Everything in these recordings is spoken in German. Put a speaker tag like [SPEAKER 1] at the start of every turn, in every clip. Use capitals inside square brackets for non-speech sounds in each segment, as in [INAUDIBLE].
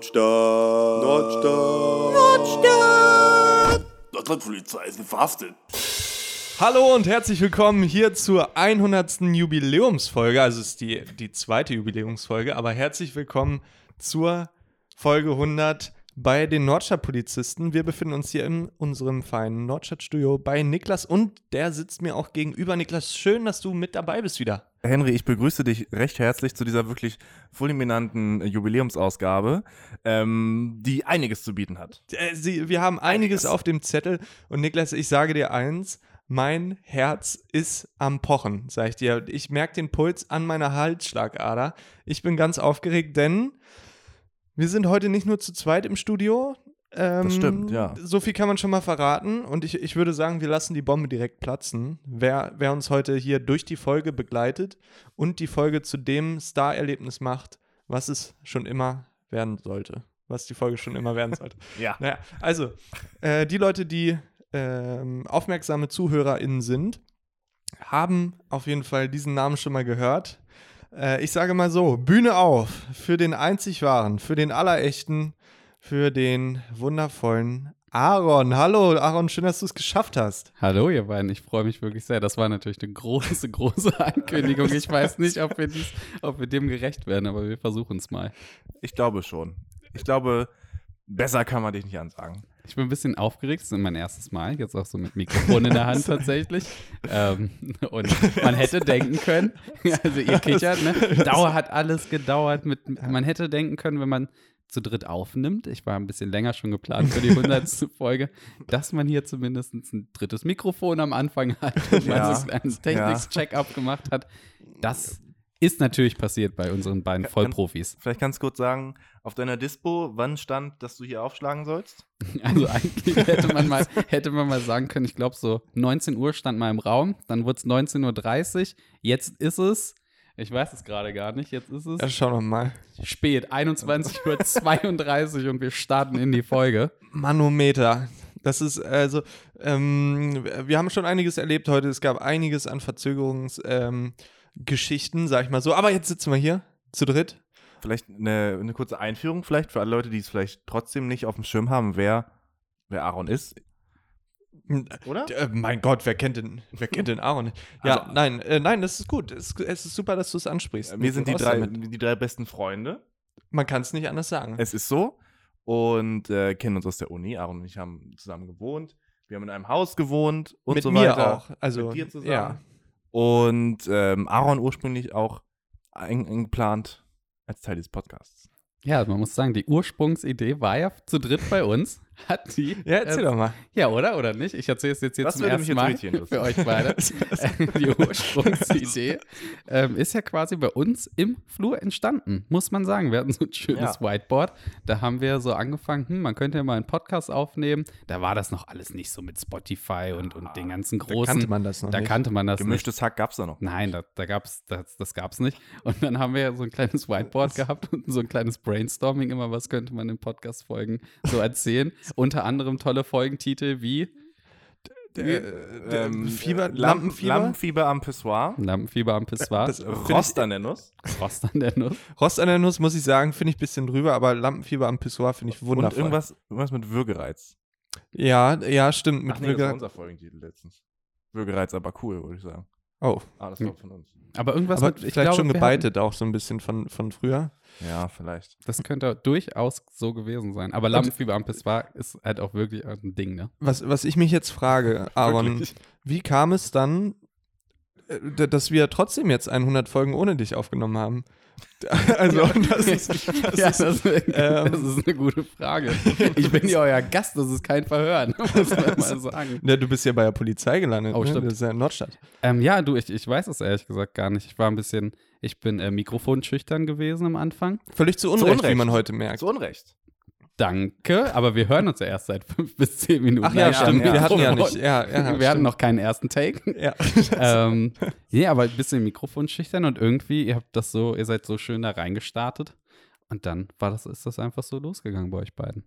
[SPEAKER 1] Nordstadt. Nordstadt. Nordstadt. Nordrhein-Polizei ist verhaftet.
[SPEAKER 2] Hallo und herzlich willkommen hier zur 100. Jubiläumsfolge. Also es ist die, die zweite Jubiläumsfolge, aber herzlich willkommen zur Folge 100 bei den Nordstadt-Polizisten. Wir befinden uns hier in unserem feinen Nordstadt-Studio bei Niklas und der sitzt mir auch gegenüber. Niklas, schön, dass du mit dabei bist wieder.
[SPEAKER 3] Henry, ich begrüße dich recht herzlich zu dieser wirklich fulminanten äh, Jubiläumsausgabe, ähm, die einiges zu bieten hat.
[SPEAKER 2] Äh, Sie, wir haben einiges auf dem Zettel und Niklas, ich sage dir eins, mein Herz ist am Pochen, sag ich dir. Ich merke den Puls an meiner Halsschlagader. Ich bin ganz aufgeregt, denn wir sind heute nicht nur zu zweit im Studio. Ähm,
[SPEAKER 3] Das stimmt, ja.
[SPEAKER 2] So viel kann man schon mal verraten und ich, ich würde sagen, wir lassen die Bombe direkt platzen. Wer, wer uns heute hier durch die Folge begleitet und die Folge zu dem Star-Erlebnis macht, was es schon immer werden sollte. Was die Folge schon immer werden sollte.
[SPEAKER 3] Ja.
[SPEAKER 2] Naja, also, äh, die Leute, die ähm, aufmerksame ZuhörerInnen sind, haben auf jeden Fall diesen Namen schon mal gehört. Äh, ich sage mal so: Bühne auf für den einzig wahren, für den allerechten, für den wundervollen Aaron. Hallo, Aaron, schön, dass du es geschafft hast.
[SPEAKER 4] Hallo ihr beiden, ich freue mich wirklich sehr. Das war natürlich eine große, [LAUGHS] große Ankündigung. Ich weiß nicht, ob wir, dies, ob wir dem gerecht werden, aber wir versuchen es mal.
[SPEAKER 3] Ich glaube schon. Ich glaube, besser kann man dich nicht ansagen.
[SPEAKER 4] Ich bin ein bisschen aufgeregt, es ist mein erstes Mal, jetzt auch so mit Mikrofon in der Hand
[SPEAKER 3] [LAUGHS]
[SPEAKER 4] tatsächlich. Ähm, und man hätte denken können, [LAUGHS] also ihr kichert, ne? Dauer hat alles gedauert. Mit, man hätte denken können, wenn man zu dritt aufnimmt, ich war ein bisschen länger schon geplant für die 100. Folge, dass man hier zumindest ein drittes Mikrofon am Anfang hat und
[SPEAKER 3] Ja.
[SPEAKER 4] man so ein kleines Technik-Check-up gemacht hat. Das ist natürlich passiert bei unseren beiden Vollprofis.
[SPEAKER 3] Vielleicht kannst du kurz sagen, auf deiner Dispo, wann stand, dass du hier aufschlagen sollst?
[SPEAKER 2] [LAUGHS]
[SPEAKER 4] Also eigentlich hätte man mal, hätte man mal sagen können, ich glaube so 19 Uhr stand mal im Raum, dann wurde es 19.30 Uhr, jetzt ist es, ich weiß es gerade gar nicht, jetzt ist
[SPEAKER 2] Ja,
[SPEAKER 4] es
[SPEAKER 2] schau doch mal.
[SPEAKER 4] spät, 21.32 Uhr und wir starten in die Folge.
[SPEAKER 2] Manometer. Das ist also, ähm, wir haben schon einiges erlebt heute. Es gab einiges an Verzögerungsgeschichten, ähm, Geschichten, sag ich mal so. Aber jetzt sitzen wir hier zu dritt.
[SPEAKER 3] Vielleicht eine, eine kurze Einführung, vielleicht für alle Leute, die es vielleicht trotzdem nicht auf dem Schirm haben, wer, wer Aaron ist. Oder?
[SPEAKER 2] Äh, mein Gott, wer kennt den, wer kennt den Aaron? Ja,
[SPEAKER 3] Also-
[SPEAKER 2] nein, äh, nein, das ist gut. Es, es ist super, dass du es ansprichst.
[SPEAKER 3] Wir sind die
[SPEAKER 2] Raus
[SPEAKER 3] drei,
[SPEAKER 2] damit.
[SPEAKER 3] die drei besten Freunde.
[SPEAKER 2] Man kann es nicht anders sagen.
[SPEAKER 3] Es ist so. Und äh, kennen uns aus der Uni. Aaron und ich haben zusammen gewohnt. Wir haben in einem Haus gewohnt und
[SPEAKER 2] Mit
[SPEAKER 3] so
[SPEAKER 2] mir
[SPEAKER 3] weiter.
[SPEAKER 2] auch. Also,
[SPEAKER 3] mit dir zusammen.
[SPEAKER 2] ja.
[SPEAKER 3] Und ähm, Aaron ursprünglich auch ein- eingeplant als Teil des Podcasts.
[SPEAKER 4] Ja, man muss sagen, die Ursprungsidee war ja zu dritt bei uns. Hat die.
[SPEAKER 2] Ja, erzähl
[SPEAKER 4] äh,
[SPEAKER 2] doch mal.
[SPEAKER 4] Ja, oder? Oder nicht? Ich erzähle es jetzt hier
[SPEAKER 3] Das
[SPEAKER 4] zum
[SPEAKER 3] würde
[SPEAKER 4] ersten
[SPEAKER 3] mich
[SPEAKER 4] Mal
[SPEAKER 3] jetzt irritieren,
[SPEAKER 4] für euch beide.
[SPEAKER 3] [LAUGHS]
[SPEAKER 4] [LAUGHS] die Ursprungsidee ähm, ist ja quasi bei uns im Flur entstanden, muss man sagen. Wir hatten so ein schönes
[SPEAKER 3] Ja.
[SPEAKER 4] Whiteboard. Da haben wir so angefangen, hm, man könnte ja mal einen Podcast aufnehmen. Da war das noch alles nicht so mit Spotify und, und den ganzen großen.
[SPEAKER 2] kannte man das noch
[SPEAKER 4] Da
[SPEAKER 2] nicht.
[SPEAKER 4] kannte man das nicht.
[SPEAKER 3] Gemischtes Hack gab es da noch.
[SPEAKER 4] Nein, da, da gab's, das, das gab's nicht. Und dann haben wir ja so ein kleines Whiteboard gehabt und so ein kleines Brainstorming immer, was könnte man in Podcast-Folgen
[SPEAKER 2] [LAUGHS]
[SPEAKER 4] so erzählen. Unter anderem tolle Folgentitel wie
[SPEAKER 3] Ähm,
[SPEAKER 2] Fieber,
[SPEAKER 3] äh, Lampen-
[SPEAKER 2] Lampenfieber.
[SPEAKER 3] Lampenfieber am Pissoir. Äh,
[SPEAKER 4] Lampenfieber am Pissoir,
[SPEAKER 2] Das- Find ich-
[SPEAKER 3] Rost an der Nuss.
[SPEAKER 4] Rost an der Nuss.
[SPEAKER 2] Rost an der Nuss, muss ich sagen, finde ich ein bisschen drüber, aber Lampenfieber am Pissoir finde ich wundervoll.
[SPEAKER 3] Und irgendwas, irgendwas mit Würgereiz.
[SPEAKER 2] Ja, ja, stimmt. Mit
[SPEAKER 3] Ach nee, das war
[SPEAKER 2] Wilger-
[SPEAKER 3] unser Folgentitel letztens. Würgereiz, aber cool, würde ich sagen.
[SPEAKER 2] Oh,
[SPEAKER 3] Ah, das war von uns.
[SPEAKER 4] Aber irgendwas
[SPEAKER 2] aber
[SPEAKER 4] mit,
[SPEAKER 2] vielleicht
[SPEAKER 4] glaube,
[SPEAKER 2] schon
[SPEAKER 4] wir hatten-
[SPEAKER 2] gebeitet auch so ein bisschen von, von früher.
[SPEAKER 3] Ja, vielleicht.
[SPEAKER 4] Das könnte durchaus so gewesen sein. Aber Lampenfieber am Pissoir ist halt auch wirklich ein Ding, ne?
[SPEAKER 2] Was, was ich mich jetzt frage, Aaron,
[SPEAKER 3] Wirklich.
[SPEAKER 2] wie kam es dann, äh, d- dass wir trotzdem jetzt 100 Folgen ohne dich aufgenommen haben? [LAUGHS] Also, das ist, das
[SPEAKER 4] [LAUGHS] ja,
[SPEAKER 2] ist,
[SPEAKER 4] das, ist,
[SPEAKER 2] ähm,
[SPEAKER 4] das ist eine
[SPEAKER 2] [LAUGHS]
[SPEAKER 4] gute Frage. Ich bin ja euer Gast, das ist kein Verhör, ne? [LAUGHS] muss man mal sagen.
[SPEAKER 2] ne, du bist ja bei der Polizei gelandet.
[SPEAKER 4] Oh,
[SPEAKER 2] ne?
[SPEAKER 4] stimmt.
[SPEAKER 2] Das ist ja in Nordstadt.
[SPEAKER 4] Ähm, ja, du, ich, ich weiß es ehrlich gesagt gar nicht. Ich war ein bisschen, ich bin äh, mikrofonschüchtern gewesen am Anfang.
[SPEAKER 2] Völlig zu Unrecht, wie
[SPEAKER 3] Unrecht.
[SPEAKER 2] man heute merkt.
[SPEAKER 3] Zu Unrecht.
[SPEAKER 4] Danke, aber wir hören uns ja erst seit fünf [LAUGHS] bis zehn Minuten.
[SPEAKER 2] Ach ja,
[SPEAKER 4] Nein,
[SPEAKER 2] stimmt.
[SPEAKER 4] am
[SPEAKER 2] Wir hatten ja
[SPEAKER 4] Mikrofon.
[SPEAKER 2] nicht. Ja, ja,
[SPEAKER 4] [LAUGHS] wir
[SPEAKER 2] stimmt.
[SPEAKER 4] hatten noch keinen ersten Take.
[SPEAKER 2] Ja. [LAUGHS]
[SPEAKER 4] ähm, ja, aber ein bisschen Mikrofon schüchtern und irgendwie, ihr habt das so, ihr seid so schön da reingestartet. Und dann war das, ist das einfach so losgegangen bei euch beiden.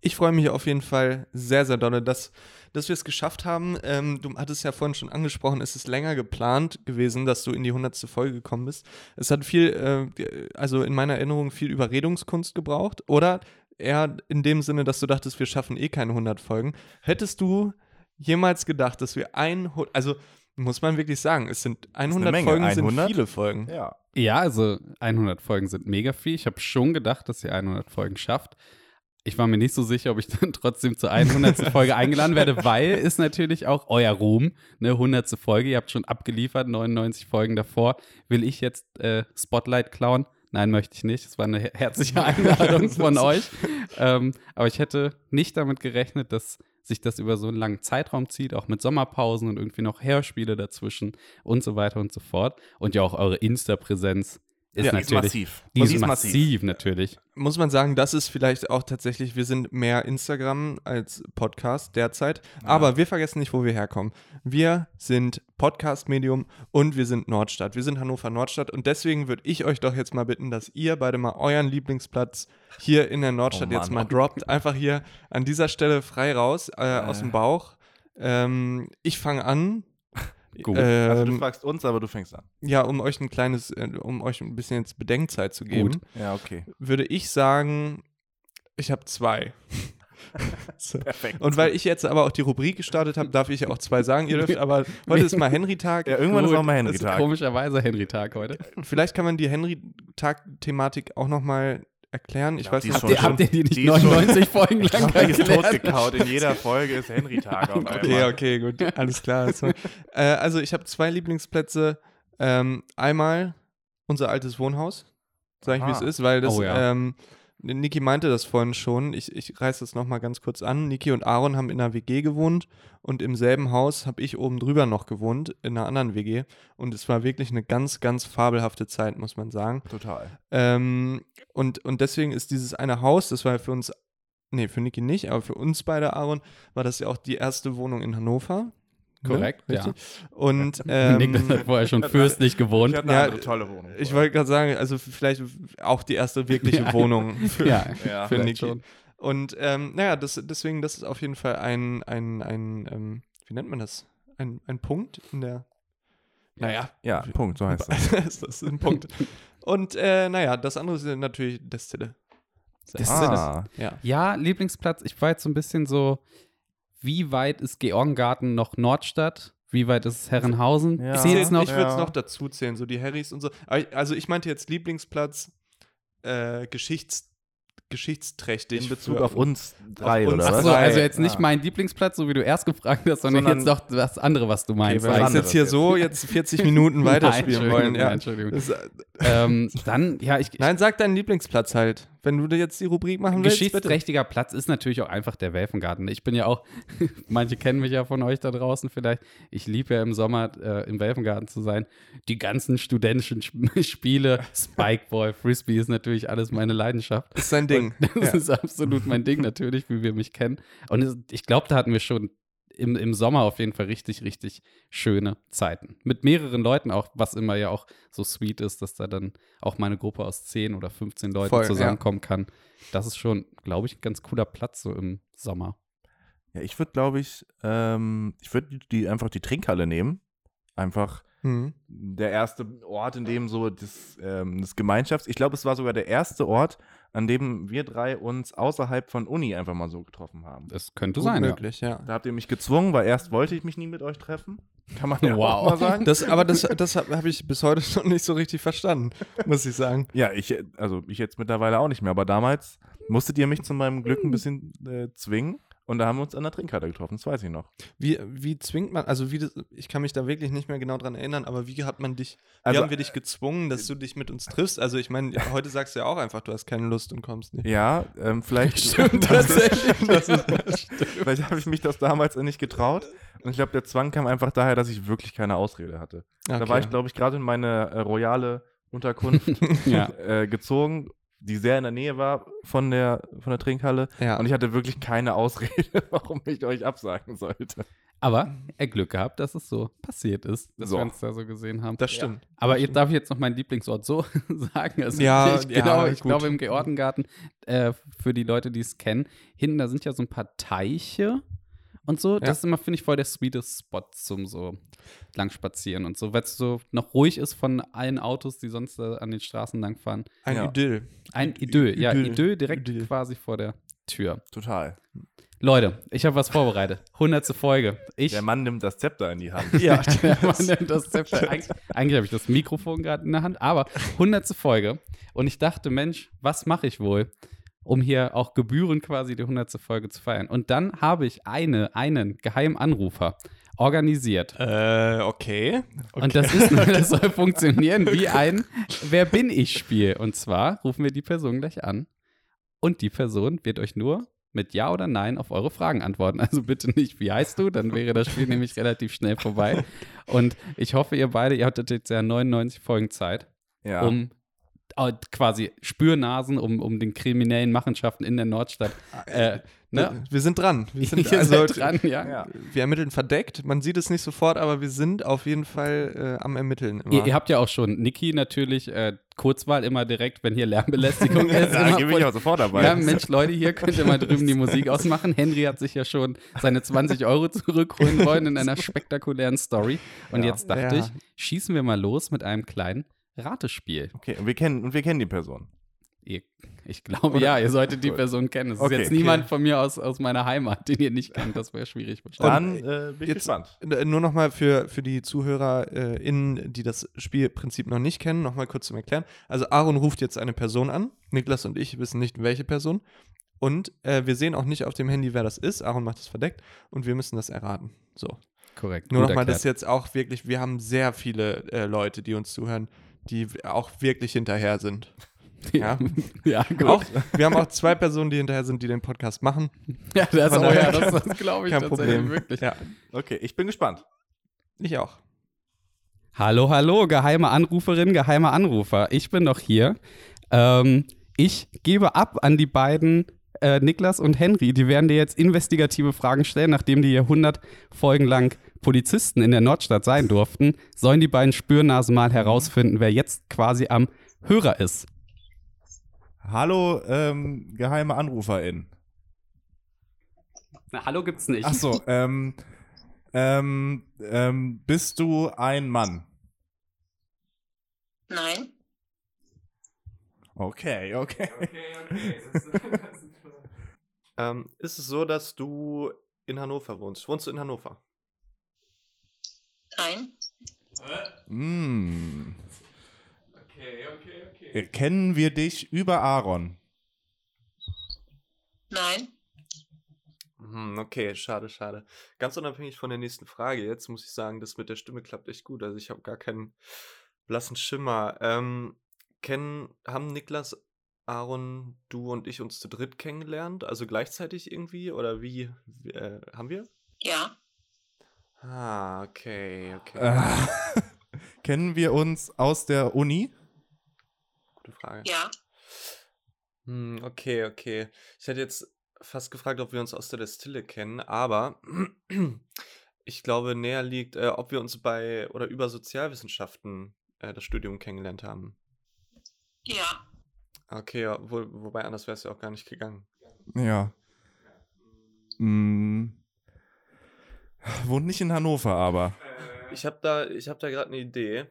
[SPEAKER 2] ich freue mich auf jeden Fall sehr, sehr dolle, dass, dass wir es geschafft haben. Ähm, du hattest ja vorhin schon angesprochen, es ist länger geplant gewesen, dass du in die 100. Folge gekommen bist. Es hat viel, äh, also in meiner Erinnerung, viel Überredungskunst gebraucht. Oder eher in dem Sinne, dass du dachtest, wir schaffen eh keine 100 Folgen. Hättest du jemals gedacht, dass wir 100, also muss man wirklich sagen, es sind 100
[SPEAKER 3] Menge,
[SPEAKER 2] Folgen,
[SPEAKER 3] 100.
[SPEAKER 2] sind viele Folgen.
[SPEAKER 3] Ja.
[SPEAKER 4] Ja, also 100 Folgen sind mega viel. Ich habe schon gedacht, dass ihr 100 Folgen schafft. Ich war mir nicht so sicher, ob ich [LAUGHS] dann trotzdem zur 100. Folge eingeladen werde, weil ist natürlich auch euer Ruhm, ne, 100. Folge, ihr habt schon abgeliefert, 99 Folgen davor. Will ich jetzt äh, Spotlight klauen? Nein, möchte ich nicht. Es war eine her- herzliche Einladung von euch. Ähm, aber ich hätte nicht damit gerechnet, dass sich das über so einen langen Zeitraum zieht, auch mit Sommerpausen und irgendwie noch Hörspiele dazwischen und so weiter und so fort. Und ja, auch eure Insta-Präsenz ist
[SPEAKER 2] Ja,
[SPEAKER 4] natürlich.
[SPEAKER 3] massiv.
[SPEAKER 4] Die ist massiv, natürlich.
[SPEAKER 2] muss man sagen, das ist vielleicht auch tatsächlich, wir sind mehr Instagram als Podcast derzeit. Aber wir vergessen nicht, wo wir herkommen. Wir sind Podcast-Medium und wir sind Nordstadt. Wir sind Hannover Nordstadt und deswegen würde ich euch doch jetzt mal bitten, dass ihr beide mal euren Lieblingsplatz hier in der Nordstadt
[SPEAKER 3] Oh
[SPEAKER 2] jetzt mal
[SPEAKER 3] Mann.
[SPEAKER 2] droppt. Einfach hier an dieser Stelle frei raus, äh, aus dem Bauch. Ähm, ich fange an.
[SPEAKER 4] Gut.
[SPEAKER 3] Also du
[SPEAKER 2] Ähm,
[SPEAKER 3] fragst uns, aber du fängst an.
[SPEAKER 2] ja, um euch ein kleines, äh, um euch ein bisschen jetzt Bedenkzeit zu geben
[SPEAKER 4] Gut.
[SPEAKER 3] Ja, okay.
[SPEAKER 2] würde ich sagen, ich
[SPEAKER 3] [LAUGHS]
[SPEAKER 2] habe zwei. so.
[SPEAKER 3] Perfekt.
[SPEAKER 2] Und weil ich jetzt aber auch die Rubrik gestartet habe, darf ich ja auch zwei sagen. Ihr dürft aber, heute ist mal Henry-Tag.
[SPEAKER 3] Ja, irgendwann
[SPEAKER 4] Gut.
[SPEAKER 3] ist auch mal Henry
[SPEAKER 4] Das ist
[SPEAKER 3] Tag.
[SPEAKER 4] Komischerweise Henry-Tag heute.
[SPEAKER 2] Vielleicht kann man die Henry-Tag-Thematik auch nochmal erklären. Ich
[SPEAKER 3] Ja,
[SPEAKER 2] weiß
[SPEAKER 3] die
[SPEAKER 2] nicht,
[SPEAKER 3] ist
[SPEAKER 2] ob
[SPEAKER 3] schon-
[SPEAKER 4] Habt ihr, habt ihr die nicht
[SPEAKER 3] Die ist schon-
[SPEAKER 4] 99 Folgen lang
[SPEAKER 3] Henry ist
[SPEAKER 4] erklärt?
[SPEAKER 3] totgekaut. In jeder Folge ist Henry Tag auf einmal.
[SPEAKER 2] Okay, okay, gut.
[SPEAKER 4] [LAUGHS]
[SPEAKER 2] Alles klar. So. äh, also ich habe zwei Lieblingsplätze. Ähm, einmal unser altes Wohnhaus, sage ich wie es
[SPEAKER 3] Aha.
[SPEAKER 2] ist, weil das,
[SPEAKER 4] Oh ja.
[SPEAKER 2] ähm, Niki meinte das vorhin schon, ich, ich reiße das nochmal ganz kurz an. Niki und Aaron haben in einer WG gewohnt und im selben Haus habe ich oben drüber noch gewohnt, in einer anderen WG. Und es war wirklich eine ganz, ganz fabelhafte Zeit, muss man sagen.
[SPEAKER 3] Total.
[SPEAKER 2] Ähm, und, und deswegen ist dieses eine Haus, das war ja für uns, nee, für Niki nicht, aber für uns beide, Aaron, war das ja auch die erste Wohnung in Hannover. Ne?
[SPEAKER 4] Korrekt, ja.
[SPEAKER 2] Richtig? Und
[SPEAKER 4] [LAUGHS] [LAUGHS] Nick
[SPEAKER 2] ähm,
[SPEAKER 4] hat vorher schon fürstlich
[SPEAKER 3] Ich
[SPEAKER 4] gewohnt.
[SPEAKER 3] hatte eine
[SPEAKER 2] Ja,
[SPEAKER 3] andere tolle Wohnung.
[SPEAKER 2] ich wollte gerade sagen, also vielleicht auch die erste wirkliche
[SPEAKER 4] [LAUGHS] Ja.
[SPEAKER 2] Wohnung für,
[SPEAKER 4] Ja,
[SPEAKER 3] Ja,
[SPEAKER 2] für
[SPEAKER 4] vielleicht
[SPEAKER 2] Niki.
[SPEAKER 4] schon.
[SPEAKER 2] Und ähm, naja, das, deswegen, das ist auf jeden Fall ein, ein, ein ähm, wie nennt man das? Ein, ein Punkt in der, naja, [LAUGHS]
[SPEAKER 3] Ja, Punkt, so heißt das.
[SPEAKER 2] ist das ein
[SPEAKER 4] [LAUGHS]
[SPEAKER 2] Punkt. Und äh, naja, das andere ist natürlich Destille.
[SPEAKER 4] Das ist-
[SPEAKER 3] Ah,
[SPEAKER 2] Ja.
[SPEAKER 4] Ja, Lieblingsplatz. Ich war jetzt so ein bisschen so, wie weit ist Georgengarten noch Nordstadt? Wie weit ist Herrenhausen?
[SPEAKER 3] Ja.
[SPEAKER 4] Ich
[SPEAKER 2] Ich,
[SPEAKER 4] sehe es
[SPEAKER 2] zähl-
[SPEAKER 4] noch.
[SPEAKER 2] ich würde es
[SPEAKER 3] Ja.
[SPEAKER 2] noch dazu zählen, so die Harrys und so. Aber ich- Also ich meinte jetzt Lieblingsplatz äh, geschichts, geschichtsträchtig.
[SPEAKER 3] in Bezug
[SPEAKER 2] für-
[SPEAKER 3] auf uns drei,
[SPEAKER 2] uns
[SPEAKER 3] oder
[SPEAKER 4] Ach
[SPEAKER 3] was?
[SPEAKER 4] so,
[SPEAKER 2] drei.
[SPEAKER 4] also jetzt nicht
[SPEAKER 3] Ah.
[SPEAKER 4] mein Lieblingsplatz, so wie du erst gefragt hast, sondern,
[SPEAKER 3] Sondern-
[SPEAKER 4] jetzt doch das andere, was du meinst.
[SPEAKER 3] wenn
[SPEAKER 2] Weil
[SPEAKER 3] was
[SPEAKER 2] ich jetzt hier
[SPEAKER 3] anderes
[SPEAKER 2] so jetzt
[SPEAKER 4] [LAUGHS]
[SPEAKER 2] 40 Minuten weiterspielen
[SPEAKER 4] Nein,
[SPEAKER 2] wollen. Ja.
[SPEAKER 4] Entschuldigung, Entschuldigung.
[SPEAKER 2] Das ist-
[SPEAKER 4] ähm, dann, ja, ich,
[SPEAKER 2] Nein, sag deinen Lieblingsplatz halt. Wenn du dir jetzt die Rubrik machen willst, bitte.
[SPEAKER 4] Geschichtsträchtiger Platz ist natürlich auch einfach der Welfengarten. Ich bin ja auch, [LAUGHS] manche kennen mich ja von euch da draußen vielleicht. Ich liebe ja im Sommer äh, im Welfengarten zu sein. Die ganzen studentischen Sch- [LAUGHS] Spiele, Spikeball, Frisbee ist natürlich alles meine Leidenschaft.
[SPEAKER 2] ist sein
[SPEAKER 4] [LAUGHS]
[SPEAKER 2] Ding.
[SPEAKER 4] Das ist absolut mein Ding natürlich, wie wir mich kennen. Und es, ich glaube, da hatten wir schon im, im Sommer auf jeden Fall richtig, richtig schöne Zeiten. Mit mehreren Leuten auch, was immer ja auch so sweet ist, dass da dann auch mal eine Gruppe aus 10 oder 15 Leuten
[SPEAKER 2] Voll,
[SPEAKER 4] zusammenkommen kann. Das ist schon, glaube ich, ein ganz cooler Platz so im Sommer.
[SPEAKER 3] Ja, ich würde, glaube ich, ähm, ich würde die, einfach die Trinkhalle nehmen. Einfach
[SPEAKER 2] Hm.
[SPEAKER 3] der erste Ort, in dem so das, ähm, das Gemeinschafts-, ich glaube, es war sogar der erste Ort, an dem wir drei uns außerhalb von Uni einfach mal so getroffen haben.
[SPEAKER 4] Das könnte
[SPEAKER 2] Gut
[SPEAKER 4] sein, ja.
[SPEAKER 2] möglich, ja.
[SPEAKER 3] Da habt ihr mich gezwungen, weil erst wollte ich mich nie mit euch treffen. Kann man ja auch
[SPEAKER 4] Wow.
[SPEAKER 3] mal sagen.
[SPEAKER 2] Das, aber das, das habe hab ich bis heute noch nicht so richtig verstanden, muss ich sagen.
[SPEAKER 3] Ja, ich, äh, also ich jetzt mittlerweile auch nicht mehr, aber damals musstet ihr mich zu meinem Glück ein bisschen äh, zwingen und da haben wir uns an der Trinkhalle getroffen, das weiß ich noch.
[SPEAKER 2] Wie, wie zwingt man, also wie das, ich kann mich da wirklich nicht mehr genau dran erinnern, aber wie hat man dich, wie
[SPEAKER 3] Also-
[SPEAKER 2] haben wir dich gezwungen, dass du dich mit uns triffst? Also ich meine, heute sagst du ja auch einfach, du hast keine Lust und kommst nicht.
[SPEAKER 3] Ja, ähm,
[SPEAKER 2] [LAUGHS]
[SPEAKER 3] vielleicht,
[SPEAKER 4] Stimmt,
[SPEAKER 3] [LAUGHS]
[SPEAKER 4] tatsächlich. Das ist,
[SPEAKER 3] vielleicht habe ich mich das damals nicht getraut und ich glaube, der Zwang kam einfach daher, dass ich wirklich keine Ausrede hatte. Da war ich, glaube ich, gerade in meine äh, royale Unterkunft
[SPEAKER 2] [LAUGHS]
[SPEAKER 4] ja.
[SPEAKER 3] äh, gezogen, die sehr in der Nähe war von der, von der Trinkhalle [LAUGHS]
[SPEAKER 2] ja.
[SPEAKER 3] und ich hatte wirklich keine Ausrede, warum ich euch absagen sollte.
[SPEAKER 4] Aber er Glück gehabt, dass es so passiert ist, dass
[SPEAKER 3] So.
[SPEAKER 4] wir uns da so gesehen haben.
[SPEAKER 2] Das stimmt.
[SPEAKER 4] Aber jetzt darf ich jetzt noch meinen Lieblingsort so [LAUGHS] sagen. Also
[SPEAKER 2] Ja,
[SPEAKER 4] [LAUGHS] ich,
[SPEAKER 2] ja,
[SPEAKER 4] genau, ich
[SPEAKER 2] gut.
[SPEAKER 4] glaube im Georgengarten, äh, für die Leute, die es kennen, hinten da sind ja so ein paar Teiche und so. Das ist immer, finde ich, voll der sweetest Spot zum so lang spazieren und so, weil es so noch ruhig ist von allen Autos, die sonst da an den Straßen lang fahren.
[SPEAKER 2] Ein
[SPEAKER 3] Ja.
[SPEAKER 2] Idyll.
[SPEAKER 4] Ein Idyll, ja,
[SPEAKER 2] Idyll.
[SPEAKER 4] Idyll direkt
[SPEAKER 2] Idyll.
[SPEAKER 4] quasi vor der Tür.
[SPEAKER 3] Total.
[SPEAKER 4] Leute, ich habe was vorbereitet. Hundertste Folge. Ich
[SPEAKER 3] Der Mann nimmt das Zepter in die Hand. [LAUGHS]
[SPEAKER 2] [LAUGHS]
[SPEAKER 4] [LAUGHS]
[SPEAKER 2] Ja,
[SPEAKER 4] Der Mann nimmt Genau, das Zepter. Eigentlich, eigentlich habe ich das Mikrofon gerade in der Hand, aber hundertste Folge. Und ich dachte, Mensch, was mache ich wohl, um hier auch gebührend quasi die hundertste Folge zu feiern? Und dann habe ich eine, einen geheimen Anrufer organisiert.
[SPEAKER 2] äh, okay. okay. Oh
[SPEAKER 4] Und das, ist, das soll
[SPEAKER 2] [LAUGHS]
[SPEAKER 4] funktionieren wie ein Wer bin ich Spiel. Und zwar rufen wir die Person gleich an. Und die Person wird euch nur mit Ja oder Nein auf eure Fragen antworten. Also bitte nicht, wie heißt du? Dann wäre das Spiel nämlich relativ schnell vorbei. Und ich hoffe, ihr beide, ihr hattet jetzt ja 99 Folgen Zeit,
[SPEAKER 3] Ja.
[SPEAKER 4] um äh, quasi Spürnasen, um, um den kriminellen Machenschaften in der Nordstadt. Äh, ne?
[SPEAKER 2] Wir sind dran. Wir sind,
[SPEAKER 4] [LAUGHS] Ihr
[SPEAKER 2] also,
[SPEAKER 4] seid dran, ja.
[SPEAKER 3] ja.
[SPEAKER 2] Wir ermitteln verdeckt. Man sieht es nicht sofort, aber wir sind auf jeden Fall äh, am Ermitteln. Immer.
[SPEAKER 4] Ihr, ihr habt ja auch schon Niki natürlich äh, Kurzwahl immer direkt, wenn hier
[SPEAKER 3] [LAUGHS]
[SPEAKER 4] Lärmbelästigung
[SPEAKER 3] [LAUGHS]
[SPEAKER 4] ist.
[SPEAKER 3] Da
[SPEAKER 4] immer
[SPEAKER 3] bin
[SPEAKER 4] voll-
[SPEAKER 3] ich auch sofort dabei.
[SPEAKER 4] ja, Mensch, Leute, hier könnt ihr mal drüben
[SPEAKER 3] [LAUGHS]
[SPEAKER 4] die Musik ausmachen. Henry hat sich ja schon seine 20 Euro zurückholen wollen
[SPEAKER 3] [LAUGHS]
[SPEAKER 4] in einer spektakulären Story. Und
[SPEAKER 3] Ja.
[SPEAKER 4] jetzt dachte
[SPEAKER 2] Ja.
[SPEAKER 4] ich, schießen wir mal los mit einem kleinen Ratespiel.
[SPEAKER 3] Okay, und wir kennen, und wir kennen die Person.
[SPEAKER 4] Ihr, ich glaube, ja, ihr solltet die
[SPEAKER 3] Gut.
[SPEAKER 4] Person kennen. Es
[SPEAKER 3] Okay,
[SPEAKER 4] ist jetzt niemand von mir aus, aus meiner Heimat, den ihr nicht kennt. Das wäre schwierig. bestimmt.
[SPEAKER 3] Dann äh, bin ich
[SPEAKER 2] jetzt-
[SPEAKER 3] gespannt.
[SPEAKER 2] N- Nur nochmal für, für die ZuhörerInnen, äh, innen, die das Spielprinzip noch nicht kennen, nochmal kurz zum Erklären. Also Aaron ruft jetzt eine Person an. Niklas und ich wissen nicht, welche Person. Und äh, wir sehen auch nicht auf dem Handy, wer das ist. Aaron macht das verdeckt und wir müssen das erraten. So.
[SPEAKER 4] Korrekt.
[SPEAKER 2] Nur
[SPEAKER 4] gut
[SPEAKER 2] nochmal, das
[SPEAKER 4] erklärt.
[SPEAKER 2] ist jetzt auch wirklich, wir haben sehr viele äh, Leute, die uns zuhören, die w- auch wirklich hinterher sind. Ja.
[SPEAKER 4] [LAUGHS] ja, gut.
[SPEAKER 2] Auch, wir haben auch zwei Personen, die hinterher sind, die den Podcast machen.
[SPEAKER 4] ja, das,
[SPEAKER 2] Von
[SPEAKER 4] oh,
[SPEAKER 2] daher-
[SPEAKER 4] ja, das, das glaube ich
[SPEAKER 2] Kein
[SPEAKER 4] tatsächlich
[SPEAKER 2] Problem.
[SPEAKER 4] wirklich.
[SPEAKER 2] Ja,
[SPEAKER 3] Okay, ich bin gespannt.
[SPEAKER 2] ich auch.
[SPEAKER 4] Hallo, hallo, geheime Anruferin, geheimer Anrufer. Ich bin doch hier. Ähm, ich gebe ab an die beiden, äh, Niklas und Henry. Die werden dir jetzt investigative Fragen stellen, nachdem die hier 100 Folgen lang Polizisten in der Nordstadt sein durften. Sollen die beiden Spürnasen mal herausfinden, wer jetzt quasi am Hörer ist?
[SPEAKER 3] Hallo, ähm, geheime Anruferin.
[SPEAKER 4] Na, hallo gibt's nicht.
[SPEAKER 3] Ach so, ähm, ähm, ähm, bist du ein Mann?
[SPEAKER 5] Nein,
[SPEAKER 3] Okay, okay. [LAUGHS]
[SPEAKER 2] Ähm, ist es so, dass du in Hannover wohnst? Wohnst du in Hannover?
[SPEAKER 5] nein,
[SPEAKER 3] Mm. Okay, okay, okay. Kennen wir dich über Aaron? [LAUGHS]
[SPEAKER 5] nein,
[SPEAKER 2] Hm, okay, schade, schade. Ganz unabhängig von der nächsten Frage, jetzt muss ich sagen, das mit der Stimme klappt echt gut. Also ich habe gar keinen blassen Schimmer. Ähm, kennen, haben Niklas, Aaron, du und ich uns zu dritt kennengelernt? Also gleichzeitig irgendwie? Oder wie? wie, Äh, haben wir?
[SPEAKER 5] ja,
[SPEAKER 2] Ah, okay, okay.
[SPEAKER 3] Äh, kennen wir uns aus der Uni?
[SPEAKER 2] Gute Frage.
[SPEAKER 5] ja,
[SPEAKER 2] Hm, okay, okay. Ich hätte jetzt fast gefragt, ob wir uns aus der Destille kennen, aber [CLEARS THROAT] ich glaube, näher liegt, äh, ob wir uns bei oder über Sozialwissenschaften äh, das Studium kennengelernt haben.
[SPEAKER 5] ja,
[SPEAKER 2] Okay, ja, wo, wobei anders wäre es ja auch gar nicht gegangen.
[SPEAKER 3] Ja. Mm. Wohnt nicht in Hannover, aber.
[SPEAKER 2] Ich habe da, ich habe da gerade eine Idee.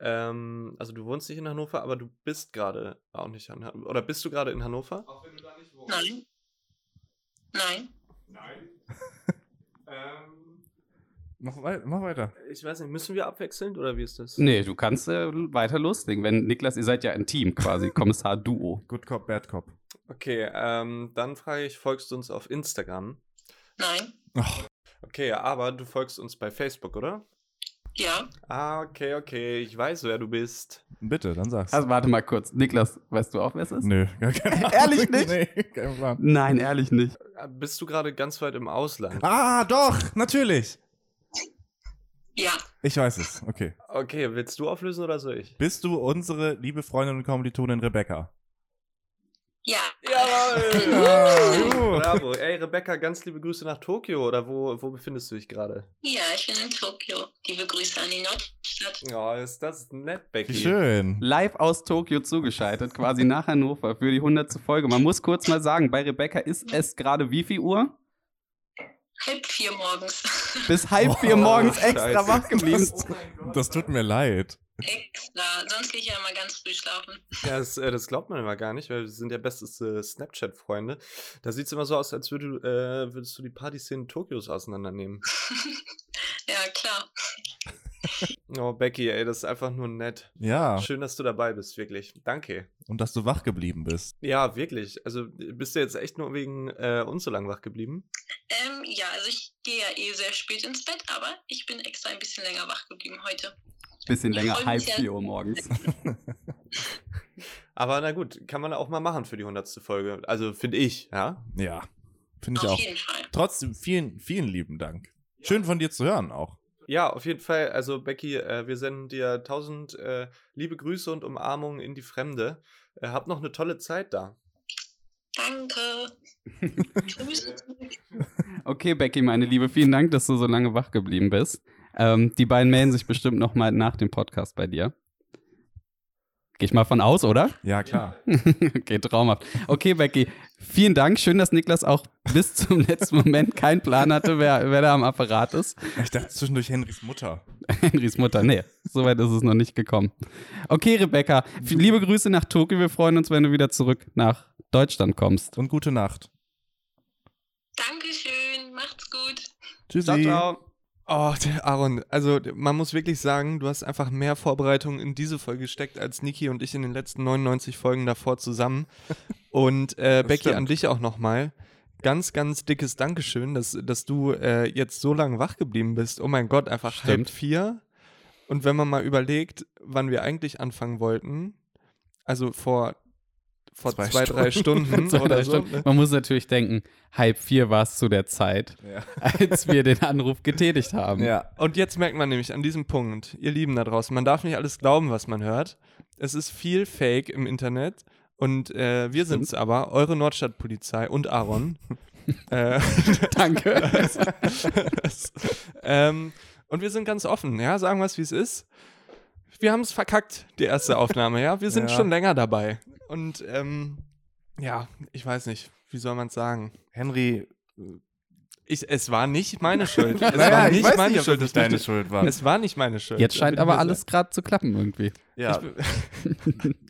[SPEAKER 2] Ähm, also du wohnst nicht in Hannover, aber du bist gerade auch nicht an, Han- oder bist du gerade in Hannover?
[SPEAKER 5] nein, nein,
[SPEAKER 3] Mach, wei- mach weiter.
[SPEAKER 2] Ich weiß nicht, müssen wir abwechselnd oder wie ist das?
[SPEAKER 4] Nee, du kannst äh, weiter loslegen. Wenn Niklas, ihr seid ja ein Team [LAUGHS] quasi, Kommissar-Duo.
[SPEAKER 3] Good Cop, Bad Cop.
[SPEAKER 2] Okay, ähm, dann frage ich, folgst du uns auf Instagram?
[SPEAKER 5] nein,
[SPEAKER 2] Okay, aber du folgst uns bei Facebook, oder?
[SPEAKER 5] ja,
[SPEAKER 2] Ah, okay, okay. Ich weiß, wer du bist.
[SPEAKER 3] Bitte, dann sag's.
[SPEAKER 4] Also warte mal kurz. Niklas, weißt du auch, wer es ist?
[SPEAKER 3] Nö, gar keine Ahnung.
[SPEAKER 4] Ehrlich
[SPEAKER 3] [LAUGHS]
[SPEAKER 4] nicht?
[SPEAKER 3] Nee, kein Plan.
[SPEAKER 4] Nein, ehrlich nicht.
[SPEAKER 2] Äh, Bist du gerade ganz weit im Ausland?
[SPEAKER 3] Ah, doch, natürlich.
[SPEAKER 5] ja,
[SPEAKER 3] Ich weiß es, okay.
[SPEAKER 2] Okay, willst du auflösen oder soll ich?
[SPEAKER 3] Bist du unsere liebe Freundin und Kommilitonin Rebecca?
[SPEAKER 5] ja.
[SPEAKER 3] Genau.
[SPEAKER 2] Jawohl! [LAUGHS] Bravo. Ey, Rebecca, ganz liebe Grüße nach Tokio. Oder wo, wo befindest du dich gerade?
[SPEAKER 5] Ja, ich bin in Tokio. Liebe Grüße an die Nordstadt.
[SPEAKER 2] Ja, ist das nett, Becky.
[SPEAKER 3] Wie schön.
[SPEAKER 4] Live aus Tokio zugeschaltet, quasi nach Hannover für die 100. Folge. Man muss kurz mal sagen, bei Rebecca ist es gerade wie viel Uhr?
[SPEAKER 5] Halb vier morgens. [LAUGHS]
[SPEAKER 4] Bis halb vier
[SPEAKER 2] Oh,
[SPEAKER 4] morgens
[SPEAKER 2] scheiße.
[SPEAKER 4] extra wach geblieben.
[SPEAKER 3] Das tut mir leid.
[SPEAKER 5] Extra. Sonst gehe ich ja immer ganz früh schlafen.
[SPEAKER 2] Ja, das, äh, das glaubt man immer gar nicht, weil wir sind ja besteste Snapchat-Freunde. Da sieht es immer so aus, als würde, du, äh, würdest du die Partyszenen Tokios auseinandernehmen.
[SPEAKER 5] Ja, klar.
[SPEAKER 2] Oh, Becky, ey, das ist einfach nur nett.
[SPEAKER 3] Ja,
[SPEAKER 2] Schön, dass du dabei bist, wirklich. Danke.
[SPEAKER 3] und dass du wach geblieben bist.
[SPEAKER 2] Ja, wirklich. Also bist du jetzt echt nur wegen äh, uns so lang wach geblieben?
[SPEAKER 5] Ähm, ja, also ich gehe ja eh sehr spät ins Bett, aber ich bin extra ein bisschen länger wach geblieben heute.
[SPEAKER 4] Bisschen länger,
[SPEAKER 5] Ich freu
[SPEAKER 4] halb
[SPEAKER 5] mich
[SPEAKER 4] vier Uhr morgens.
[SPEAKER 2] Aber na gut, kann man auch mal machen für die 100. Folge. Also finde ich, ja.
[SPEAKER 3] Ja, finde ich
[SPEAKER 5] Auf
[SPEAKER 3] auch.
[SPEAKER 5] jeden Fall.
[SPEAKER 3] Trotzdem vielen, vielen lieben Dank. Schön von dir zu hören auch.
[SPEAKER 2] Ja, auf jeden Fall. Also Becky, äh, wir senden dir tausend äh, liebe Grüße und Umarmungen in die Fremde. Äh, hab noch eine tolle Zeit da.
[SPEAKER 3] [LAUGHS]
[SPEAKER 5] Danke. Grüße zurück.
[SPEAKER 4] Okay, Becky, meine Liebe, vielen Dank, dass du so lange wach geblieben bist. Ähm, die beiden melden sich bestimmt nochmal nach dem Podcast bei dir. Geh ich mal von aus, oder? [LAUGHS]
[SPEAKER 3] Ja, klar.
[SPEAKER 4] okay, traumhaft. Okay, Becky, vielen Dank. Schön, dass Niklas auch bis zum letzten Moment keinen Plan hatte, wer, wer da am Apparat ist.
[SPEAKER 3] Ich dachte zwischendurch Henrys Mutter.
[SPEAKER 4] Henrys Mutter, nee, soweit ist es noch nicht gekommen. Okay, Rebecca, viel- liebe Grüße nach Tokio. Wir freuen uns, wenn du wieder zurück nach Deutschland kommst.
[SPEAKER 3] Und gute Nacht.
[SPEAKER 5] Dankeschön. Macht's gut.
[SPEAKER 3] Tschüssi.
[SPEAKER 2] Hm?
[SPEAKER 4] Ciao, ciao.
[SPEAKER 2] Oh, der Aaron, also man muss wirklich sagen, du hast einfach mehr Vorbereitung in diese Folge gesteckt als Niki und ich in den letzten 99 Folgen davor zusammen. Und äh,
[SPEAKER 3] Das
[SPEAKER 2] Becky,
[SPEAKER 3] stimmt.
[SPEAKER 2] an dich auch nochmal. Ganz, ganz dickes Dankeschön, dass, dass du äh, jetzt so lange wach geblieben bist. Oh mein Gott, einfach halb
[SPEAKER 4] Stimmt.
[SPEAKER 2] vier. Und wenn man mal überlegt, wann wir eigentlich anfangen wollten, also vor, vor zwei,
[SPEAKER 3] Zwei
[SPEAKER 2] drei Stunden
[SPEAKER 4] Hm, Zwei, drei
[SPEAKER 2] oder so.
[SPEAKER 4] Stunden.
[SPEAKER 2] Ne?
[SPEAKER 4] Man muss natürlich denken, halb vier war es zu der Zeit,
[SPEAKER 3] Ja.
[SPEAKER 4] als wir den Anruf getätigt haben.
[SPEAKER 3] ja.
[SPEAKER 2] Und jetzt merkt man nämlich an diesem Punkt, ihr Lieben da draußen, man darf nicht alles glauben, was man hört. Es ist viel Fake im Internet. Und äh, wir sind es aber, eure Nordstadtpolizei und
[SPEAKER 3] [LAUGHS]
[SPEAKER 2] Aaron. äh, [LAUGHS]
[SPEAKER 4] Danke.
[SPEAKER 2] das, ähm, und wir sind ganz offen, ja, sagen wir es, wie es ist. Wir haben es verkackt, die erste Aufnahme, ja. Wir sind
[SPEAKER 3] Ja.
[SPEAKER 2] schon länger dabei. Und ähm, ja, ich weiß nicht, wie soll man es sagen?
[SPEAKER 3] Henry,
[SPEAKER 2] Ich, es war nicht meine Schuld. Es
[SPEAKER 3] [LAUGHS] naja,
[SPEAKER 2] war
[SPEAKER 3] ich
[SPEAKER 2] nicht
[SPEAKER 3] weiß
[SPEAKER 2] meine
[SPEAKER 3] nicht, ob
[SPEAKER 2] Schuld.
[SPEAKER 3] das
[SPEAKER 2] das
[SPEAKER 3] deine
[SPEAKER 2] möchte-
[SPEAKER 3] Schuld war.
[SPEAKER 2] Es war nicht meine Schuld.
[SPEAKER 4] Jetzt
[SPEAKER 2] Da
[SPEAKER 4] scheint
[SPEAKER 2] bin ich
[SPEAKER 4] aber
[SPEAKER 2] mir
[SPEAKER 4] alles gerade zu klappen
[SPEAKER 2] [LAUGHS]
[SPEAKER 4] irgendwie.
[SPEAKER 3] ja.
[SPEAKER 2] Ich,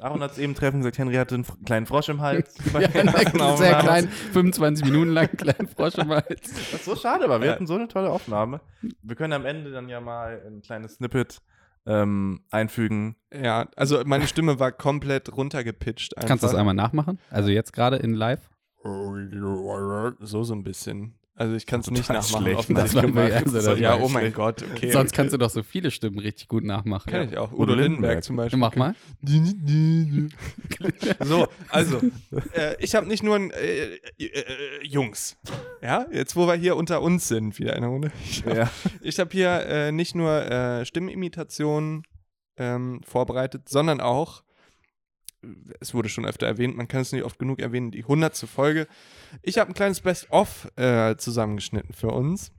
[SPEAKER 3] Aaron hat es eben treffen gesagt, Henry hatte einen fr- kleinen Frosch im Hals. [LAUGHS] Genau,
[SPEAKER 4] Ja,
[SPEAKER 2] Aufnahme.
[SPEAKER 4] einen sehr klein, 25 Minuten lang kleinen Frosch im Hals.
[SPEAKER 3] Das ist so schade, aber wir
[SPEAKER 2] Ja.
[SPEAKER 3] hatten so eine tolle Aufnahme. Wir können am Ende dann ja mal ein kleines Snippet ähm, einfügen.
[SPEAKER 2] ja, also meine Stimme war komplett runtergepitcht. Einfach.
[SPEAKER 4] Kannst du das einmal nachmachen? Also jetzt gerade in live?
[SPEAKER 2] So, so ein bisschen. Also ich kann es
[SPEAKER 3] Total
[SPEAKER 2] nicht nachmachen.
[SPEAKER 3] schlecht.
[SPEAKER 2] offensichtlich.
[SPEAKER 4] Das war wirklich- also das
[SPEAKER 2] ja,
[SPEAKER 4] war
[SPEAKER 2] oh mein
[SPEAKER 4] schlecht.
[SPEAKER 2] Gott, okay.
[SPEAKER 4] Sonst kannst du doch so viele Stimmen richtig gut nachmachen.
[SPEAKER 2] Kann ich auch. Udo
[SPEAKER 3] Udo Lindenberg.
[SPEAKER 2] Lindenberg zum
[SPEAKER 4] Ja,
[SPEAKER 2] Beispiel.
[SPEAKER 4] Mach mal.
[SPEAKER 2] [LAUGHS] So, also, äh, ich habe nicht nur ein äh, äh, Jungs. Ja, jetzt wo wir hier unter uns sind, wieder eine Runde. Ich habe
[SPEAKER 3] Ja.
[SPEAKER 2] hab hier äh, nicht nur äh, Stimmimitationen ähm, vorbereitet, sondern auch, äh, es wurde schon öfter erwähnt, man kann es nicht oft genug erwähnen, die 100. Folge. Ich habe ein kleines Best-of äh, zusammengeschnitten für uns.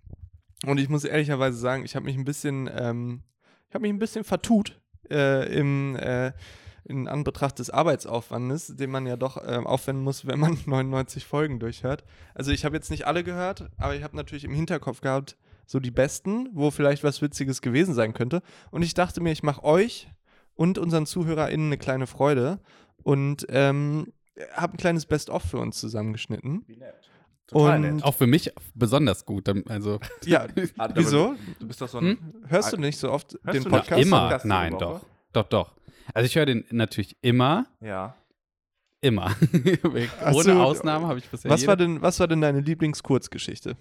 [SPEAKER 2] Und ich muss ehrlicherweise sagen, ich habe mich ein bisschen, ähm, ich habe mich ein bisschen vertut äh, im, äh, in Anbetracht des Arbeitsaufwandes, den man ja doch äh, aufwenden muss, wenn man [LAUGHS] 99 Folgen durchhört. Also ich habe jetzt nicht alle gehört, aber ich habe natürlich im Hinterkopf gehabt, so die besten, wo vielleicht was Witziges gewesen sein könnte. Und ich dachte mir, ich mache euch und unseren ZuhörerInnen eine kleine Freude und ähm, habe ein kleines Best-of für uns zusammengeschnitten.
[SPEAKER 3] Total
[SPEAKER 2] Und-
[SPEAKER 3] nett.
[SPEAKER 4] Auch für mich besonders gut. dann- Also
[SPEAKER 3] [LAUGHS]
[SPEAKER 2] Ja, wieso?
[SPEAKER 3] Ah, Du bist doch so
[SPEAKER 4] ein-
[SPEAKER 2] Hörst du nicht so oft
[SPEAKER 3] Hörst
[SPEAKER 2] den
[SPEAKER 3] du
[SPEAKER 2] Podcast?
[SPEAKER 3] Podcast
[SPEAKER 4] immer.
[SPEAKER 3] Podcast jede
[SPEAKER 4] Nein,
[SPEAKER 3] Woche?
[SPEAKER 4] doch. Doch, doch. Also ich höre den natürlich immer,
[SPEAKER 3] Ja.
[SPEAKER 4] immer. [LAUGHS] Ohne
[SPEAKER 2] Ach so.
[SPEAKER 4] Ausnahme habe ich bisher
[SPEAKER 2] Was
[SPEAKER 4] jede-
[SPEAKER 2] war, denn, was war denn deine Lieblingskurzgeschichte?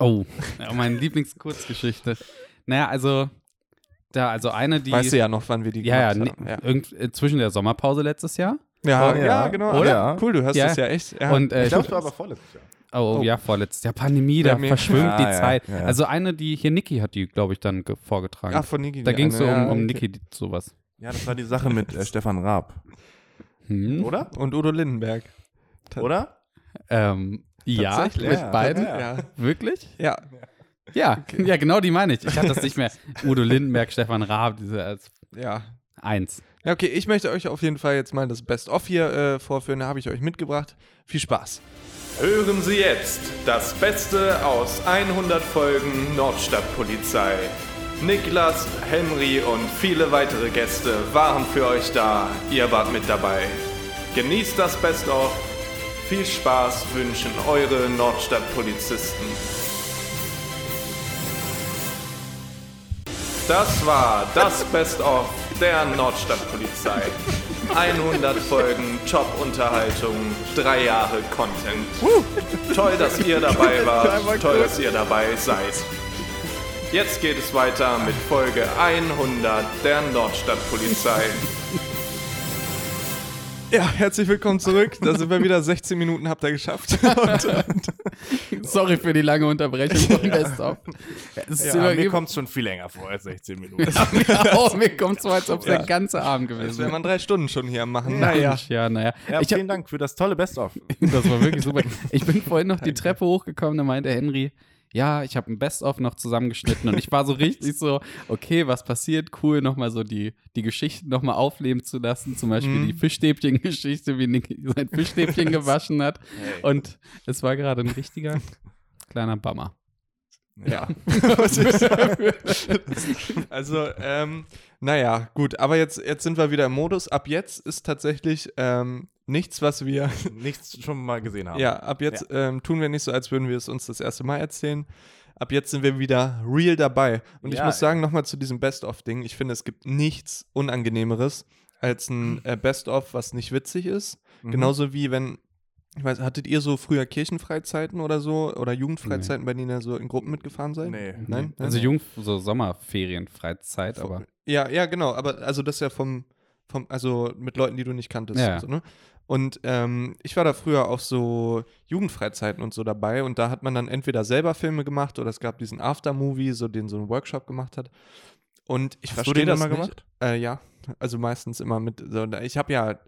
[SPEAKER 4] Oh, ja, meine Lieblingskurzgeschichte. Naja, also da, also eine, die
[SPEAKER 2] weißt du ja noch, wann wir die
[SPEAKER 4] ja, ja,
[SPEAKER 2] gemacht
[SPEAKER 4] ne-
[SPEAKER 2] haben.
[SPEAKER 4] irgend, äh, zwischen der Sommerpause letztes Jahr.
[SPEAKER 2] Ja,
[SPEAKER 3] Oh,
[SPEAKER 2] ja,
[SPEAKER 3] ja.
[SPEAKER 2] genau.
[SPEAKER 3] Oder?
[SPEAKER 2] Ja, Cool, du hörst
[SPEAKER 4] Ja.
[SPEAKER 2] das ja echt. Ja.
[SPEAKER 4] Und äh,
[SPEAKER 3] Ich glaube, es war aber vorletztes Jahr.
[SPEAKER 4] Oh,
[SPEAKER 2] Oh.
[SPEAKER 4] ja, vorletztes Jahr. Pandemie,
[SPEAKER 2] Bei
[SPEAKER 4] da
[SPEAKER 2] mir.
[SPEAKER 4] verschwimmt
[SPEAKER 3] Ah,
[SPEAKER 4] die
[SPEAKER 3] ja,
[SPEAKER 4] Zeit.
[SPEAKER 3] ja.
[SPEAKER 4] Also eine, die hier Niki hat die, glaube ich, dann ge- vorgetragen.
[SPEAKER 2] Ach, von Niki.
[SPEAKER 4] da
[SPEAKER 2] die
[SPEAKER 4] ging es so
[SPEAKER 2] eine,
[SPEAKER 4] um,
[SPEAKER 2] ja,
[SPEAKER 4] um
[SPEAKER 2] okay.
[SPEAKER 4] Niki die- sowas.
[SPEAKER 3] Ja, das war die Sache mit äh, Stefan Raab,
[SPEAKER 4] Hm?
[SPEAKER 3] oder?
[SPEAKER 2] Und Udo Lindenberg.
[SPEAKER 3] oder?
[SPEAKER 4] Ähm, ja,
[SPEAKER 2] Tatsächlich?
[SPEAKER 4] mit
[SPEAKER 3] Ja.
[SPEAKER 4] beiden.
[SPEAKER 3] Ja.
[SPEAKER 4] Wirklich?
[SPEAKER 2] Ja.
[SPEAKER 4] Ja, ja, genau die meine ich. Ich hatte das nicht mehr. [LAUGHS] Udo Lindenberg, Stefan Raab, diese als
[SPEAKER 2] Ja.
[SPEAKER 4] eins.
[SPEAKER 2] Ja, okay, ich möchte euch auf jeden Fall jetzt mal das Best-of hier äh, vorführen. Da habe ich euch mitgebracht. Viel Spaß.
[SPEAKER 6] Hören Sie jetzt das Beste aus 100 Folgen Nordstadtpolizei. Niklas, Henry und viele weitere Gäste waren für euch da. Ihr wart mit dabei. Genießt das Best-of. Viel Spaß wünschen eure Nordstadtpolizisten. Das war das Best-of der Nordstadtpolizei. 100 Folgen Top-Unterhaltung, drei Jahre Content. Toll, dass ihr dabei wart. Toll, dass ihr dabei seid. Jetzt geht es weiter mit Folge 100 der Nordstadtpolizei.
[SPEAKER 2] Ja, herzlich willkommen zurück. Da sind wir
[SPEAKER 4] [LAUGHS]
[SPEAKER 2] wieder. 16 Minuten habt ihr geschafft. Und, äh,
[SPEAKER 4] Sorry für die lange Unterbrechung von Best-of. Es ist
[SPEAKER 3] Ja, mir
[SPEAKER 4] übergeben- [LAUGHS]
[SPEAKER 3] kommt es schon viel länger vor als 16 Minuten.
[SPEAKER 4] oh, mir kommt so, als ob es der ganze Abend
[SPEAKER 2] das
[SPEAKER 4] gewesen
[SPEAKER 2] wäre
[SPEAKER 4] wäre.
[SPEAKER 2] man drei Stunden schon hier am machen.
[SPEAKER 4] Äh, Ja,
[SPEAKER 2] [LAUGHS] Naja.
[SPEAKER 4] ja, naja.
[SPEAKER 3] Ja,
[SPEAKER 4] ich hab,
[SPEAKER 3] vielen Dank für das tolle Best-of.
[SPEAKER 4] das war wirklich super. [LAUGHS] Ich bin vorhin noch die Treppe hochgekommen, da meinte Henry, ja, ich habe ein Best-of noch zusammengeschnitten und ich war
[SPEAKER 2] [LAUGHS]
[SPEAKER 4] so richtig so, okay, was passiert? Cool, nochmal so die, die Geschichten nochmal aufleben zu lassen. Zum Beispiel
[SPEAKER 2] Mhm.
[SPEAKER 4] die Fischstäbchen-Geschichte, wie Nick sein
[SPEAKER 2] [LAUGHS]
[SPEAKER 4] Fischstäbchen gewaschen hat. Und es war gerade ein richtiger kleiner Bummer.
[SPEAKER 2] Ja. also, ähm, naja, gut. Aber jetzt, jetzt sind wir wieder im Modus. Ab jetzt ist tatsächlich ähm, nichts, was wir.
[SPEAKER 3] [LAUGHS] Nichts schon mal gesehen haben.
[SPEAKER 2] Ja, ab jetzt Ähm, tun wir nicht so, als würden wir es uns das erste Mal erzählen. Ab jetzt sind wir wieder real dabei. Und ich
[SPEAKER 3] Ja,
[SPEAKER 2] muss
[SPEAKER 3] ey.
[SPEAKER 2] sagen, nochmal zu diesem Best-of-Ding. Ich finde, es gibt nichts Unangenehmeres als ein äh, Best-of, was nicht witzig ist.
[SPEAKER 3] Mhm.
[SPEAKER 2] Genauso wie wenn, ich weiß, hattet ihr so früher Kirchenfreizeiten oder so oder Jugendfreizeiten, bei denen ihr so in Gruppen mitgefahren seid?
[SPEAKER 3] Nee.
[SPEAKER 2] Nein?
[SPEAKER 4] Also
[SPEAKER 2] Nein?
[SPEAKER 4] Jung, so Sommerferien, Freizeit,
[SPEAKER 2] [LAUGHS]
[SPEAKER 4] aber
[SPEAKER 2] Ja, ja, genau. Aber also das ist ja vom, vom also mit Leuten, die du nicht kanntest.
[SPEAKER 4] Ja.
[SPEAKER 2] So, ne? Und ähm, ich war da früher auf so Jugendfreizeiten und so dabei und da hat man dann entweder selber Filme gemacht oder es gab diesen Aftermovie, so den so ein Workshop gemacht hat. Und ich
[SPEAKER 3] Hast du
[SPEAKER 2] verstehe
[SPEAKER 3] den
[SPEAKER 2] das
[SPEAKER 3] immer
[SPEAKER 2] nicht.
[SPEAKER 3] gemacht?
[SPEAKER 2] Äh, ja, also meistens immer mit so. Ich habe ja,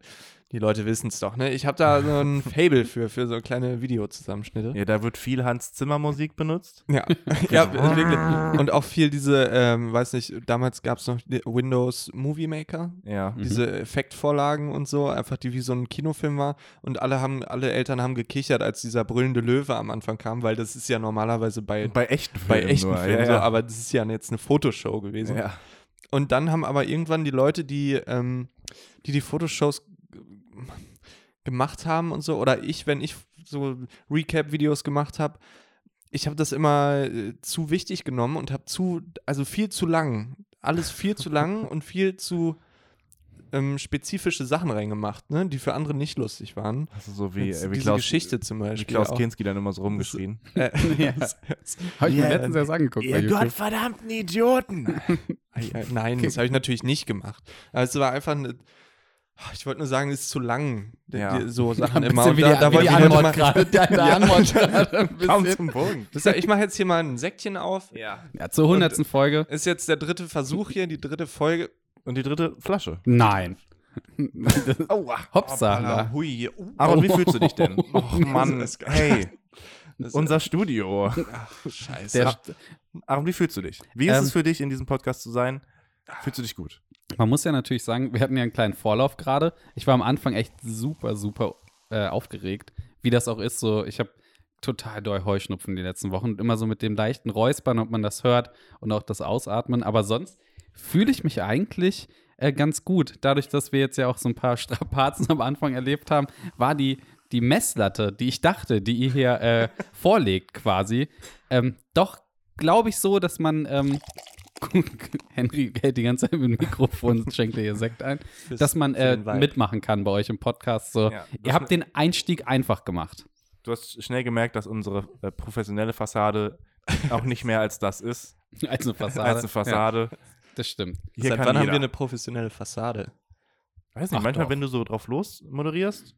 [SPEAKER 2] die Leute wissen es doch, ne? Ich habe da
[SPEAKER 3] [LAUGHS]
[SPEAKER 2] so ein Fable für, für so kleine Videozusammenschnitte.
[SPEAKER 3] Ja, da wird viel Hans Zimmer Musik benutzt. [LAUGHS]
[SPEAKER 2] Ja, [LAUGHS] ja
[SPEAKER 3] Genau.
[SPEAKER 2] wirklich. Und auch viel diese, ähm, weiß nicht, damals gab es noch die Windows Movie Maker,
[SPEAKER 3] Ja.
[SPEAKER 2] diese Effektvorlagen und so, einfach die wie so ein Kinofilm war. Und alle haben, alle Eltern haben gekichert, als dieser brüllende Löwe am Anfang kam, weil das ist ja normalerweise bei, bei,
[SPEAKER 3] Bei echten Filmen.
[SPEAKER 2] echten
[SPEAKER 3] nur,
[SPEAKER 2] Filmen
[SPEAKER 3] ja,
[SPEAKER 2] so,
[SPEAKER 3] ja.
[SPEAKER 2] aber das ist ja jetzt eine Fotoshow gewesen.
[SPEAKER 3] ja.
[SPEAKER 2] Und dann haben aber irgendwann die Leute, die ähm, die, die Fotoshows g- gemacht haben und so, oder ich, wenn ich so Recap-Videos gemacht habe, ich habe das immer äh, zu wichtig genommen und habe zu, also viel zu lang, alles viel
[SPEAKER 3] [LAUGHS]
[SPEAKER 2] zu lang und viel zu ähm, spezifische Sachen reingemacht, ne, die für andere nicht lustig waren.
[SPEAKER 3] Also so wie,
[SPEAKER 2] Jetzt
[SPEAKER 3] äh, wie
[SPEAKER 2] diese
[SPEAKER 3] Klaus,
[SPEAKER 2] Geschichte zum
[SPEAKER 3] wie
[SPEAKER 2] Beispiel.
[SPEAKER 3] Klaus
[SPEAKER 2] auch.
[SPEAKER 3] Kinski dann immer so rumgeschrien.
[SPEAKER 2] Äh,
[SPEAKER 4] [LAUGHS] habe ich mir letztens erst angeguckt. bei YouTube.
[SPEAKER 3] gottverdammten
[SPEAKER 2] [LAUGHS]
[SPEAKER 3] Idioten!
[SPEAKER 2] Ei, ei, Nein, das habe ich natürlich nicht gemacht. Aber es war einfach eine. Ich wollte nur sagen, es ist zu lang, die,
[SPEAKER 3] Ja.
[SPEAKER 2] die, so Sachen
[SPEAKER 4] Ein
[SPEAKER 2] immer.
[SPEAKER 4] bisschen
[SPEAKER 2] Und
[SPEAKER 4] wie
[SPEAKER 2] da,
[SPEAKER 4] die-
[SPEAKER 2] da
[SPEAKER 4] wie
[SPEAKER 2] wollte
[SPEAKER 4] die
[SPEAKER 2] ich heute
[SPEAKER 4] Anmod
[SPEAKER 2] mal. [LAUGHS]
[SPEAKER 4] gerade. Der, der Anmod gerade ein
[SPEAKER 3] Komm
[SPEAKER 4] bisschen.
[SPEAKER 3] zum Punkt.
[SPEAKER 2] Das ist ja- Ich mache jetzt hier mal ein Säckchen auf.
[SPEAKER 3] Ja.
[SPEAKER 4] Ja, zur hundertsten Folge.
[SPEAKER 2] Ist jetzt der dritte Versuch hier, die dritte Folge.
[SPEAKER 3] Und die dritte Flasche.
[SPEAKER 4] [LAUGHS] Nein.
[SPEAKER 3] Aua.
[SPEAKER 4] Hopsa.
[SPEAKER 2] hui. uh,
[SPEAKER 3] Aber wie fühlst du dich
[SPEAKER 2] [LAUGHS]
[SPEAKER 3] denn?
[SPEAKER 4] Oh,
[SPEAKER 3] Och Mann,
[SPEAKER 2] das ist
[SPEAKER 3] hey,
[SPEAKER 2] Das-
[SPEAKER 3] unser Studio.
[SPEAKER 2] Scheiße.
[SPEAKER 4] Der,
[SPEAKER 3] Aaron, wie fühlst du dich? Wie ist
[SPEAKER 4] Ähm.
[SPEAKER 3] es für dich, in diesem Podcast zu sein? Fühlst du dich gut?
[SPEAKER 4] man muss ja natürlich sagen, wir hatten ja einen kleinen Vorlauf gerade. Ich war am Anfang echt super, super äh, aufgeregt, wie das auch ist. So, ich habe total doll Heuschnupfen die letzten Wochen und immer so mit dem leichten Räuspern, ob man das hört und auch das Ausatmen. Aber sonst fühle ich mich eigentlich äh, ganz gut. Dadurch, dass wir jetzt ja auch so ein paar [LAUGHS] Strapazen am Anfang erlebt haben, war die, die Messlatte, die ich dachte, die ihr hier äh, vorlegt quasi, ähm, doch glaube ich so, dass man ähm, [LAUGHS] Henry hält die ganze Zeit mit dem Mikrofon und schenkt dir hier Sekt ein, dass man äh,
[SPEAKER 2] den Vibe.
[SPEAKER 4] mitmachen kann bei euch im Podcast.
[SPEAKER 3] Ja,
[SPEAKER 4] So.
[SPEAKER 3] das-
[SPEAKER 4] ihr habt den Einstieg einfach gemacht. [LAUGHS]
[SPEAKER 3] Du hast schnell gemerkt, dass unsere äh, professionelle Fassade auch nicht mehr als das ist,
[SPEAKER 4] Als eine [LAUGHS] Fassade.
[SPEAKER 3] als eine Fassade.
[SPEAKER 4] Ja, das stimmt.
[SPEAKER 3] Hier
[SPEAKER 2] Seit
[SPEAKER 3] kann
[SPEAKER 2] wann haben
[SPEAKER 3] jeder.
[SPEAKER 2] wir eine professionelle Fassade?
[SPEAKER 3] Weiß nicht,
[SPEAKER 4] Ach
[SPEAKER 3] manchmal,
[SPEAKER 4] doch.
[SPEAKER 3] wenn du so drauf los moderierst,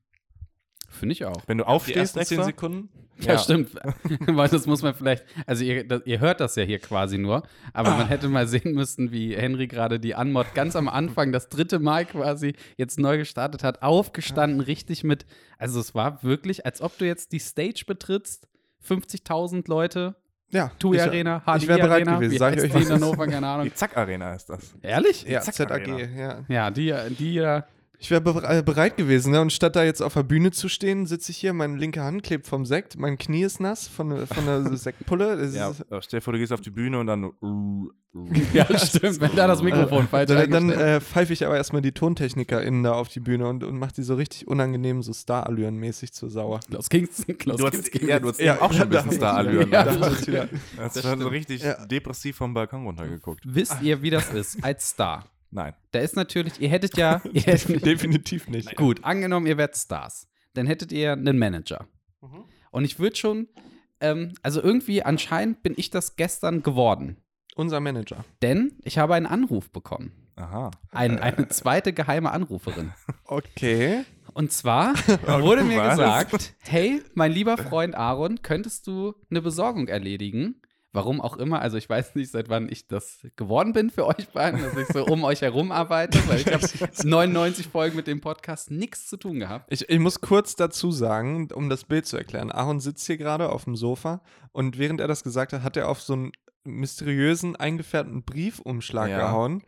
[SPEAKER 4] Finde ich auch.
[SPEAKER 3] Wenn du
[SPEAKER 2] Die
[SPEAKER 3] aufstehst,
[SPEAKER 2] ersten zehn
[SPEAKER 3] extra,
[SPEAKER 2] Sekunden.
[SPEAKER 4] Ja,
[SPEAKER 3] Ja.
[SPEAKER 4] stimmt. [LAUGHS] Weil das muss man vielleicht, also ihr, das, ihr hört das ja hier quasi nur, aber
[SPEAKER 2] Ah.
[SPEAKER 4] man hätte mal sehen müssen, wie Henry gerade die Anmod ganz am Anfang, das dritte Mal quasi, jetzt neu gestartet hat, aufgestanden, richtig mit, also es war wirklich, als ob du jetzt die Stage betrittst, 50.000 Leute,
[SPEAKER 2] Ja,
[SPEAKER 4] TUI
[SPEAKER 2] ich-
[SPEAKER 4] Arena, HDI
[SPEAKER 2] Ich wäre bereit
[SPEAKER 4] Arena,
[SPEAKER 2] gewesen,
[SPEAKER 4] wie
[SPEAKER 2] sag ich
[SPEAKER 4] heißt
[SPEAKER 2] euch
[SPEAKER 4] die
[SPEAKER 2] was.
[SPEAKER 4] in Hannover, keine
[SPEAKER 2] [LAUGHS]
[SPEAKER 4] Ahnung.
[SPEAKER 3] die Zack-Arena ist das.
[SPEAKER 4] Ehrlich?
[SPEAKER 2] Ja,
[SPEAKER 3] Zack,
[SPEAKER 2] ZAG,
[SPEAKER 3] Arena.
[SPEAKER 2] ja.
[SPEAKER 4] Ja, die, die, ja.
[SPEAKER 2] Ich wäre be äh, bereit gewesen, ne? Und statt da jetzt auf der Bühne zu stehen, sitze ich hier, meine linke Hand klebt vom Sekt, mein Knie ist nass von, von der Sektpulle. Es
[SPEAKER 3] Ja.
[SPEAKER 2] ist-
[SPEAKER 3] Stell dir vor, du gehst auf die Bühne
[SPEAKER 4] [LAUGHS]
[SPEAKER 3] und dann.
[SPEAKER 4] Ja, stimmt, wenn da das Mikrofon falsch
[SPEAKER 2] Dann, dann
[SPEAKER 4] eingestellt
[SPEAKER 2] äh, pfeife ich aber erstmal die TontechnikerInnen da auf die Bühne und, und mache die so richtig unangenehm, so Starallüren-mäßig zur Sauer.
[SPEAKER 4] Klaus Kingston, [LAUGHS] Klaus
[SPEAKER 3] Du hast, ja, du hast eben auch schon ein bisschen Star-Allüren.
[SPEAKER 4] Ja,
[SPEAKER 3] ne? [LAUGHS]
[SPEAKER 4] das
[SPEAKER 2] ist
[SPEAKER 4] [LAUGHS]
[SPEAKER 2] wieder-
[SPEAKER 3] Du hast schon so richtig
[SPEAKER 2] Ja.
[SPEAKER 3] depressiv vom Balkon runtergeguckt.
[SPEAKER 4] Wisst ihr, wie das ist als Star?
[SPEAKER 3] Nein.
[SPEAKER 4] Da ist natürlich, ihr hättet [LAUGHS] ja, ihr hättet,
[SPEAKER 2] Definitiv nicht.
[SPEAKER 4] gut, angenommen, ihr wärt Stars, dann hättet ihr einen Manager.
[SPEAKER 3] Mhm.
[SPEAKER 4] Und ich würde schon, ähm, also irgendwie anscheinend bin ich das gestern geworden,
[SPEAKER 2] Unser Manager.
[SPEAKER 4] denn ich habe einen Anruf bekommen.
[SPEAKER 3] Aha. [LAUGHS]
[SPEAKER 4] Ein, eine zweite geheime Anruferin.
[SPEAKER 2] Okay.
[SPEAKER 4] Und [LAUGHS] zwar wurde mir
[SPEAKER 3] Was?
[SPEAKER 4] gesagt, hey, mein lieber Freund Aaron, könntest du eine Besorgung erledigen? Warum auch immer, also ich weiß nicht, seit wann ich das geworden bin für euch beiden, dass ich so um euch herum arbeite, weil [LAUGHS] ich habe 99 Folgen mit dem Podcast nichts zu tun gehabt.
[SPEAKER 2] Ich, ich muss kurz dazu sagen, um das Bild zu erklären. Aaron sitzt hier gerade auf dem Sofa und während er das gesagt hat, hat er auf so einen mysteriösen, eingefärbten Briefumschlag
[SPEAKER 3] Ja.
[SPEAKER 2] gehauen.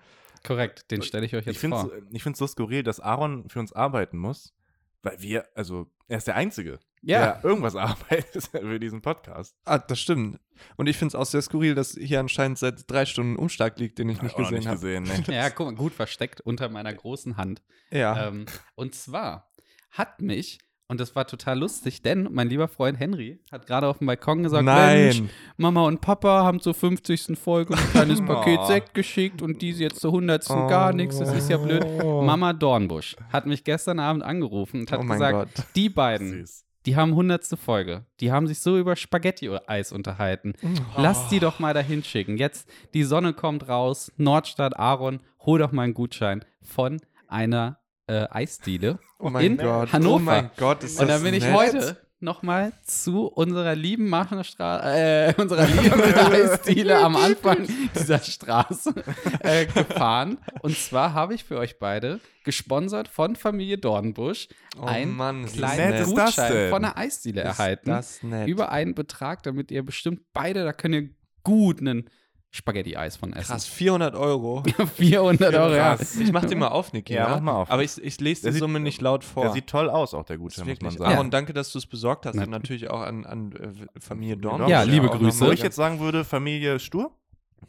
[SPEAKER 4] Korrekt, den stelle ich euch
[SPEAKER 3] Ich
[SPEAKER 4] jetzt
[SPEAKER 3] finde
[SPEAKER 4] vor.
[SPEAKER 3] es ich find's so skurril, dass Aaron für uns arbeiten muss, weil wir, also, er ist der Einzige,
[SPEAKER 4] Ja,
[SPEAKER 3] der irgendwas [LAUGHS] arbeitet für diesen Podcast.
[SPEAKER 2] Ah, das stimmt. Und ich finde es auch sehr skurril, dass hier anscheinend seit drei Stunden ein Umschlag liegt, den ich nicht
[SPEAKER 3] Auch noch
[SPEAKER 2] gesehen habe.
[SPEAKER 3] gesehen, [LAUGHS] ne?
[SPEAKER 4] ja. guck mal, gut versteckt unter meiner großen Hand.
[SPEAKER 2] Ja.
[SPEAKER 4] Ähm, und zwar hat mich, und das war total lustig, denn mein lieber Freund Henry hat gerade auf dem Balkon gesagt, Mensch,
[SPEAKER 2] Nein.
[SPEAKER 4] Mama und Papa haben zur 50. Folge ein
[SPEAKER 2] [LAUGHS]
[SPEAKER 4] kleines Paket
[SPEAKER 3] Oh.
[SPEAKER 4] Sekt geschickt und diese jetzt zur 100. gar nichts, das ist ja blöd. Mama Dornbusch hat mich gestern Abend angerufen und hat
[SPEAKER 2] Oh mein
[SPEAKER 4] gesagt,
[SPEAKER 2] Gott.
[SPEAKER 4] die beiden,
[SPEAKER 3] Süß.
[SPEAKER 4] die haben 100. Folge, die haben sich so über Spaghetti-Eis unterhalten. Lass die doch mal dahin schicken. Jetzt, die Sonne kommt raus, Nordstadt, Aaron, hol doch mal einen Gutschein von einer äh, Eisdiele.
[SPEAKER 2] Oh mein
[SPEAKER 4] in
[SPEAKER 2] Gott.
[SPEAKER 4] Hannover.
[SPEAKER 2] Oh mein Gott, ist
[SPEAKER 4] Und
[SPEAKER 2] das
[SPEAKER 4] dann bin ich
[SPEAKER 2] nett.
[SPEAKER 4] heute nochmal zu unserer lieben Aachener Straße, äh,
[SPEAKER 2] [LAUGHS]
[SPEAKER 4] unserer lieben Eisdiele am Anfang dieser Straße äh, gefahren. Und zwar habe ich für euch beide, gesponsert von Familie Dornbusch,
[SPEAKER 2] Oh
[SPEAKER 4] einen
[SPEAKER 2] Mann, ist das
[SPEAKER 4] kleinen
[SPEAKER 2] nett.
[SPEAKER 3] ist das
[SPEAKER 4] Gutschein
[SPEAKER 3] denn?
[SPEAKER 4] von einer Eisdiele
[SPEAKER 2] Ist
[SPEAKER 4] erhalten.
[SPEAKER 2] das nett.
[SPEAKER 4] Über einen Betrag, damit ihr bestimmt beide, da könnt ihr gut einen Spaghetti-Eis von essen.
[SPEAKER 2] Krass, 400 Euro.
[SPEAKER 4] [LAUGHS] 400 Euro. Ja.
[SPEAKER 3] Krass.
[SPEAKER 2] Ich mach den mal auf, Niki.
[SPEAKER 3] Ja, mach mal auf.
[SPEAKER 2] Aber ich, ich lese
[SPEAKER 3] Der
[SPEAKER 2] die
[SPEAKER 3] sieht-
[SPEAKER 2] Summe nicht laut vor.
[SPEAKER 3] Der sieht toll aus, auch der
[SPEAKER 2] Das ist
[SPEAKER 3] Gute, muss man
[SPEAKER 2] wirklich.
[SPEAKER 3] sagen.
[SPEAKER 2] Aaron, danke, dass du es besorgt hast.
[SPEAKER 4] Na-
[SPEAKER 2] Und natürlich auch an, an äh, Familie Dorn.
[SPEAKER 4] Ja, liebe
[SPEAKER 2] auch noch
[SPEAKER 4] Grüße.
[SPEAKER 2] mal-
[SPEAKER 3] Wo ich jetzt sagen würde, Familie Stur?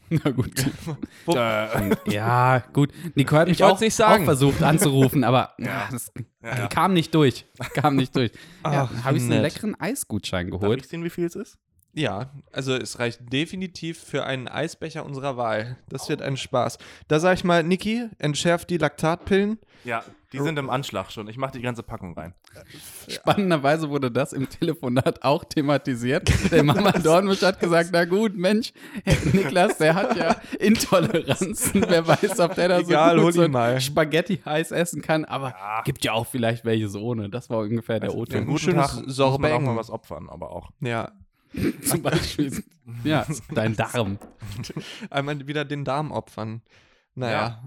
[SPEAKER 4] Na gut.
[SPEAKER 2] Wo-
[SPEAKER 4] [LAUGHS] Ja, gut. Nico hat mich
[SPEAKER 2] wollt's
[SPEAKER 4] auch,
[SPEAKER 2] nicht sagen.
[SPEAKER 4] auch versucht anzurufen, aber ja, das kam nicht durch. Kam nicht durch. Ja,
[SPEAKER 2] Ach,
[SPEAKER 4] habe ich
[SPEAKER 2] wie
[SPEAKER 4] so einen
[SPEAKER 2] nett.
[SPEAKER 4] leckeren Eisgutschein
[SPEAKER 3] Darf
[SPEAKER 4] geholt.
[SPEAKER 3] ich sehen, wie viel es ist?
[SPEAKER 2] Ja, also es reicht definitiv für einen Eisbecher unserer Wahl. Das wird ein Spaß. Da sag ich mal, Niki, entschärft die Laktatpillen.
[SPEAKER 3] Ja, die sind im Anschlag schon. Ich mache die ganze Packung rein.
[SPEAKER 4] Spannenderweise wurde das im Telefonat auch
[SPEAKER 2] [LAUGHS]
[SPEAKER 4] thematisiert.
[SPEAKER 2] Genau
[SPEAKER 4] Der Mama Dornbusch hat gesagt, na gut, Mensch, Herr Niklas, der hat ja Intoleranzen. Wer weiß, ob der da
[SPEAKER 2] Egal,
[SPEAKER 4] so,
[SPEAKER 2] hol
[SPEAKER 4] gut so
[SPEAKER 2] ihn mal.
[SPEAKER 4] Spaghetti-Eis essen kann. Aber gibt ja auch vielleicht welche so ohne. Das war ungefähr der
[SPEAKER 3] Für einen
[SPEAKER 4] O-Ton.
[SPEAKER 2] gut.
[SPEAKER 3] guten
[SPEAKER 2] schönes
[SPEAKER 3] Tag muss man auch
[SPEAKER 2] Sorbet.
[SPEAKER 3] mal was opfern, aber auch.
[SPEAKER 2] Ja,
[SPEAKER 4] [LAUGHS] Zum Beispiel, ja, dein Darm.
[SPEAKER 2] einmal wieder den Darm opfern. Naja,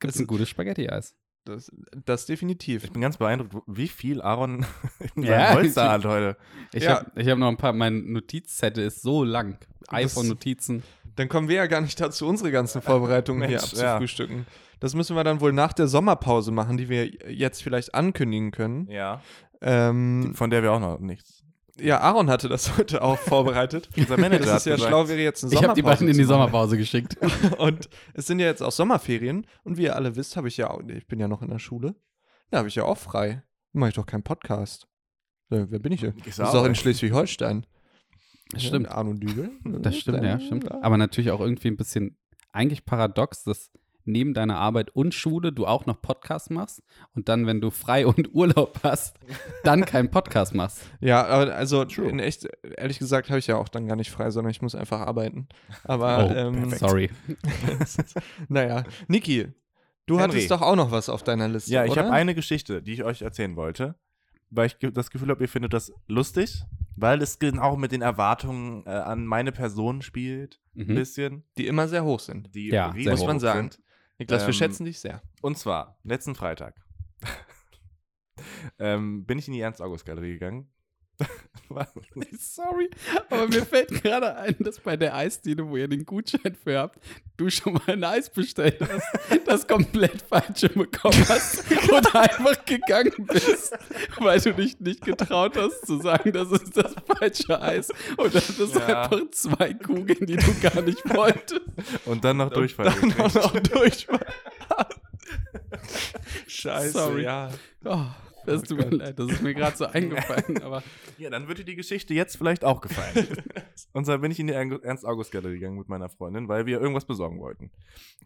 [SPEAKER 4] Gibt es ein gutes Spaghetti-Eis?
[SPEAKER 2] das, das definitiv.
[SPEAKER 3] Ich bin ganz beeindruckt, wie viel Aaron [LAUGHS] in seinem
[SPEAKER 4] Ja.
[SPEAKER 3] Holster hat heute.
[SPEAKER 4] Ich
[SPEAKER 2] Ja.
[SPEAKER 4] habe hab noch ein paar, mein Notizzettel ist so lang. iPhone-Notizen.
[SPEAKER 2] Dann kommen wir ja gar nicht dazu, unsere ganzen
[SPEAKER 4] [LAUGHS]
[SPEAKER 2] Vorbereitungen hier
[SPEAKER 3] Mensch, ja.
[SPEAKER 2] abzufrühstücken. Das müssen wir dann wohl nach der Sommerpause machen, die wir jetzt vielleicht ankündigen können.
[SPEAKER 3] Ja.
[SPEAKER 2] Ähm,
[SPEAKER 3] Von der wir auch noch [LAUGHS] nichts.
[SPEAKER 2] ja, Aaron hatte das [LAUGHS] heute auch vorbereitet.
[SPEAKER 3] Unser Manager
[SPEAKER 2] Das ist
[SPEAKER 3] hat
[SPEAKER 2] ja
[SPEAKER 3] gesagt,
[SPEAKER 2] schlau, wäre jetzt eine
[SPEAKER 4] Ich habe
[SPEAKER 2] Sommerpause.
[SPEAKER 4] die beiden in
[SPEAKER 2] zu
[SPEAKER 4] die
[SPEAKER 2] machen. [LAUGHS]
[SPEAKER 4] Sommerpause geschickt.
[SPEAKER 2] Und es sind ja jetzt auch Sommerferien und wie ihr alle wisst, habe ich ja auch, ich bin ja noch in der Schule. Da habe ich ja auch frei. Mache ich doch keinen Podcast. Äh, wer bin ich hier?
[SPEAKER 3] Ist
[SPEAKER 2] das ist
[SPEAKER 3] auch-
[SPEAKER 2] auch in Schleswig-Holstein.
[SPEAKER 4] Stimmt.
[SPEAKER 2] Ja, Arno Dübel.
[SPEAKER 4] Das stimmt, ja, stimmt. Aber natürlich auch irgendwie ein bisschen, eigentlich paradox, dass neben deiner Arbeit und Schule du auch noch Podcast machst und dann, wenn du frei und [LAUGHS] Urlaub hast, dann keinen Podcast machst.
[SPEAKER 2] Ja, aber also in echt, ehrlich gesagt, habe ich ja auch dann gar nicht frei, sondern ich muss einfach arbeiten. Aber
[SPEAKER 3] Oh,
[SPEAKER 2] ähm, [LAUGHS]
[SPEAKER 4] sorry.
[SPEAKER 2] naja. Niki, du
[SPEAKER 3] Henry.
[SPEAKER 2] hattest doch auch noch was auf deiner Liste.
[SPEAKER 3] Ja, ich
[SPEAKER 2] oder?
[SPEAKER 3] habe eine Geschichte, die ich euch erzählen wollte. weil ich ge- das Gefühl habe, ihr findet das lustig, weil es genau mit den Erwartungen äh, an meine Person spielt, ein
[SPEAKER 4] Mhm.
[SPEAKER 3] bisschen.
[SPEAKER 2] die immer sehr hoch sind.
[SPEAKER 3] Die
[SPEAKER 4] Ja,
[SPEAKER 3] riesig
[SPEAKER 4] sehr
[SPEAKER 2] Muss man
[SPEAKER 3] hoch
[SPEAKER 2] sagen.
[SPEAKER 3] sind.
[SPEAKER 2] Niklas, wir
[SPEAKER 3] Ähm,
[SPEAKER 2] schätzen dich sehr.
[SPEAKER 3] Und zwar, letzten Freitag [LAUGHS] ähm, bin ich in die Ernst-August-Galerie gegangen. [LAUGHS] War-
[SPEAKER 4] [LAUGHS] Sorry, aber mir fällt gerade ein, dass bei der Eisdiele, wo ihr den Gutschein für habt, du schon mal ein Eis bestellt hast, das komplett falsche bekommen hast und einfach gegangen bist, weil du dich nicht getraut hast zu sagen, das ist das falsche Eis und das ist
[SPEAKER 3] Ja.
[SPEAKER 4] einfach zwei Kugeln, die du gar nicht wolltest.
[SPEAKER 3] und dann noch Durchfall. gekriegt.
[SPEAKER 2] Auch noch durch. Scheiße,
[SPEAKER 4] Sorry.
[SPEAKER 2] ja.
[SPEAKER 4] Oh, das tut mir leid, das ist mir gerade so eingefallen, aber
[SPEAKER 3] Ja, dann würde die Geschichte jetzt vielleicht auch
[SPEAKER 2] [LAUGHS]
[SPEAKER 3] gefallen. und zwar bin ich in die Ernst-August-Galerie gegangen mit meiner Freundin, weil wir irgendwas besorgen wollten.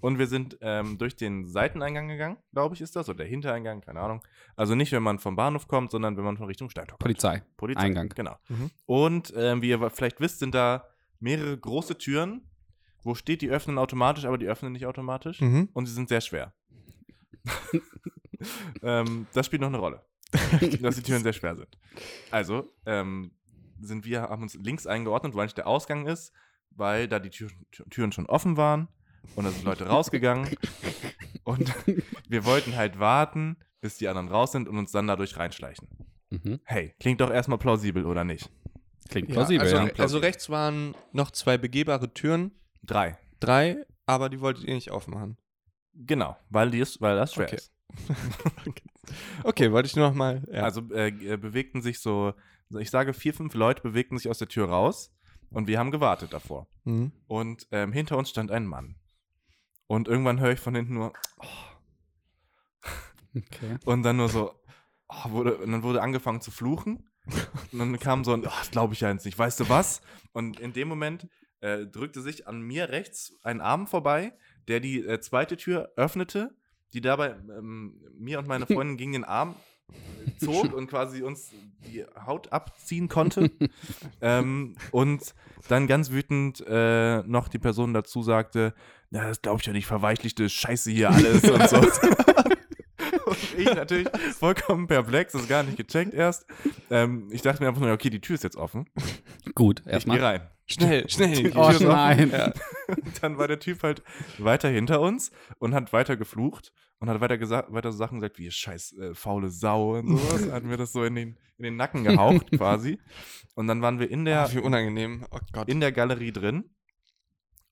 [SPEAKER 3] Und wir sind ähm, durch den Seiteneingang gegangen, glaube ich, ist das, oder der Hintereingang, keine Ahnung. Also nicht, wenn man vom Bahnhof kommt, sondern wenn man von Richtung Steintor kommt.
[SPEAKER 4] Polizei.
[SPEAKER 3] Polizei.
[SPEAKER 4] Eingang.
[SPEAKER 3] Genau.
[SPEAKER 2] Mhm.
[SPEAKER 3] Und ähm, wie ihr wa- vielleicht wisst, sind da mehrere große Türen, wo steht, die öffnen automatisch, aber die öffnen nicht automatisch.
[SPEAKER 2] Mhm.
[SPEAKER 3] Und sie sind sehr schwer. ähm, das spielt noch eine Rolle, dass die Türen sehr schwer sind. Also ähm, sind wir, haben uns links eingeordnet, wo eigentlich der Ausgang ist, weil da die Tür, Tür- Türen schon offen waren und da sind Leute rausgegangen. Und wir wollten halt warten, bis die anderen raus sind und uns dann dadurch reinschleichen.
[SPEAKER 4] Mhm.
[SPEAKER 3] Hey, klingt doch erstmal plausibel, oder nicht?
[SPEAKER 4] Klingt
[SPEAKER 2] Ja,
[SPEAKER 4] plausibel.
[SPEAKER 2] also,
[SPEAKER 4] ja.
[SPEAKER 2] also rechts waren noch zwei begehbare Türen,
[SPEAKER 3] Drei.
[SPEAKER 2] drei, aber die wolltet ihr nicht aufmachen.
[SPEAKER 3] Genau, weil, die ist, weil das schwer
[SPEAKER 2] Okay.
[SPEAKER 3] ist.
[SPEAKER 2] [LAUGHS] Okay, wollte ich nur noch mal. Ja.
[SPEAKER 3] Also äh, äh, bewegten sich so, so, ich sage vier, fünf Leute bewegten sich aus der Tür raus und wir haben gewartet davor.
[SPEAKER 2] mhm.
[SPEAKER 3] Und ähm, hinter uns stand ein Mann. Und irgendwann höre ich von hinten nur,
[SPEAKER 4] okay.
[SPEAKER 3] [LAUGHS] und dann nur so, oh, wurde, und dann wurde angefangen zu fluchen. Und dann kam so ein, oh, das glaube ich ja jetzt nicht, weißt du was? Und in dem Moment äh, drückte sich an mir rechts ein Arm vorbei, der die äh, zweite Tür öffnete, die dabei ähm, mir und meine Freundin gegen den Arm äh, zog und quasi uns die Haut abziehen konnte. ähm, und dann ganz wütend äh, noch die Person dazu sagte, na, das glaube ich ja nicht, verweichlichte Scheiße hier alles und so. Und ich natürlich [LAUGHS] vollkommen perplex, das gar nicht gecheckt erst. Ähm, ich dachte mir einfach nur, okay, die Tür ist jetzt offen.
[SPEAKER 4] Gut,
[SPEAKER 3] Ich gehe
[SPEAKER 4] erstmal.
[SPEAKER 3] rein. [LAUGHS]
[SPEAKER 2] Schnell, schnell.
[SPEAKER 3] Tür
[SPEAKER 4] Oh
[SPEAKER 3] ist offen.
[SPEAKER 4] nein.
[SPEAKER 3] Dann war der Typ halt weiter hinter uns und hat weiter geflucht und hat weiter, gesa- weiter so Sachen gesagt, wie ihr scheiß äh, faule Sau und sowas. hat mir das so in den, in den Nacken gehaucht quasi. Und dann waren wir in der,
[SPEAKER 2] Ja, wie unangenehm. Oh Gott.
[SPEAKER 3] in der Galerie drin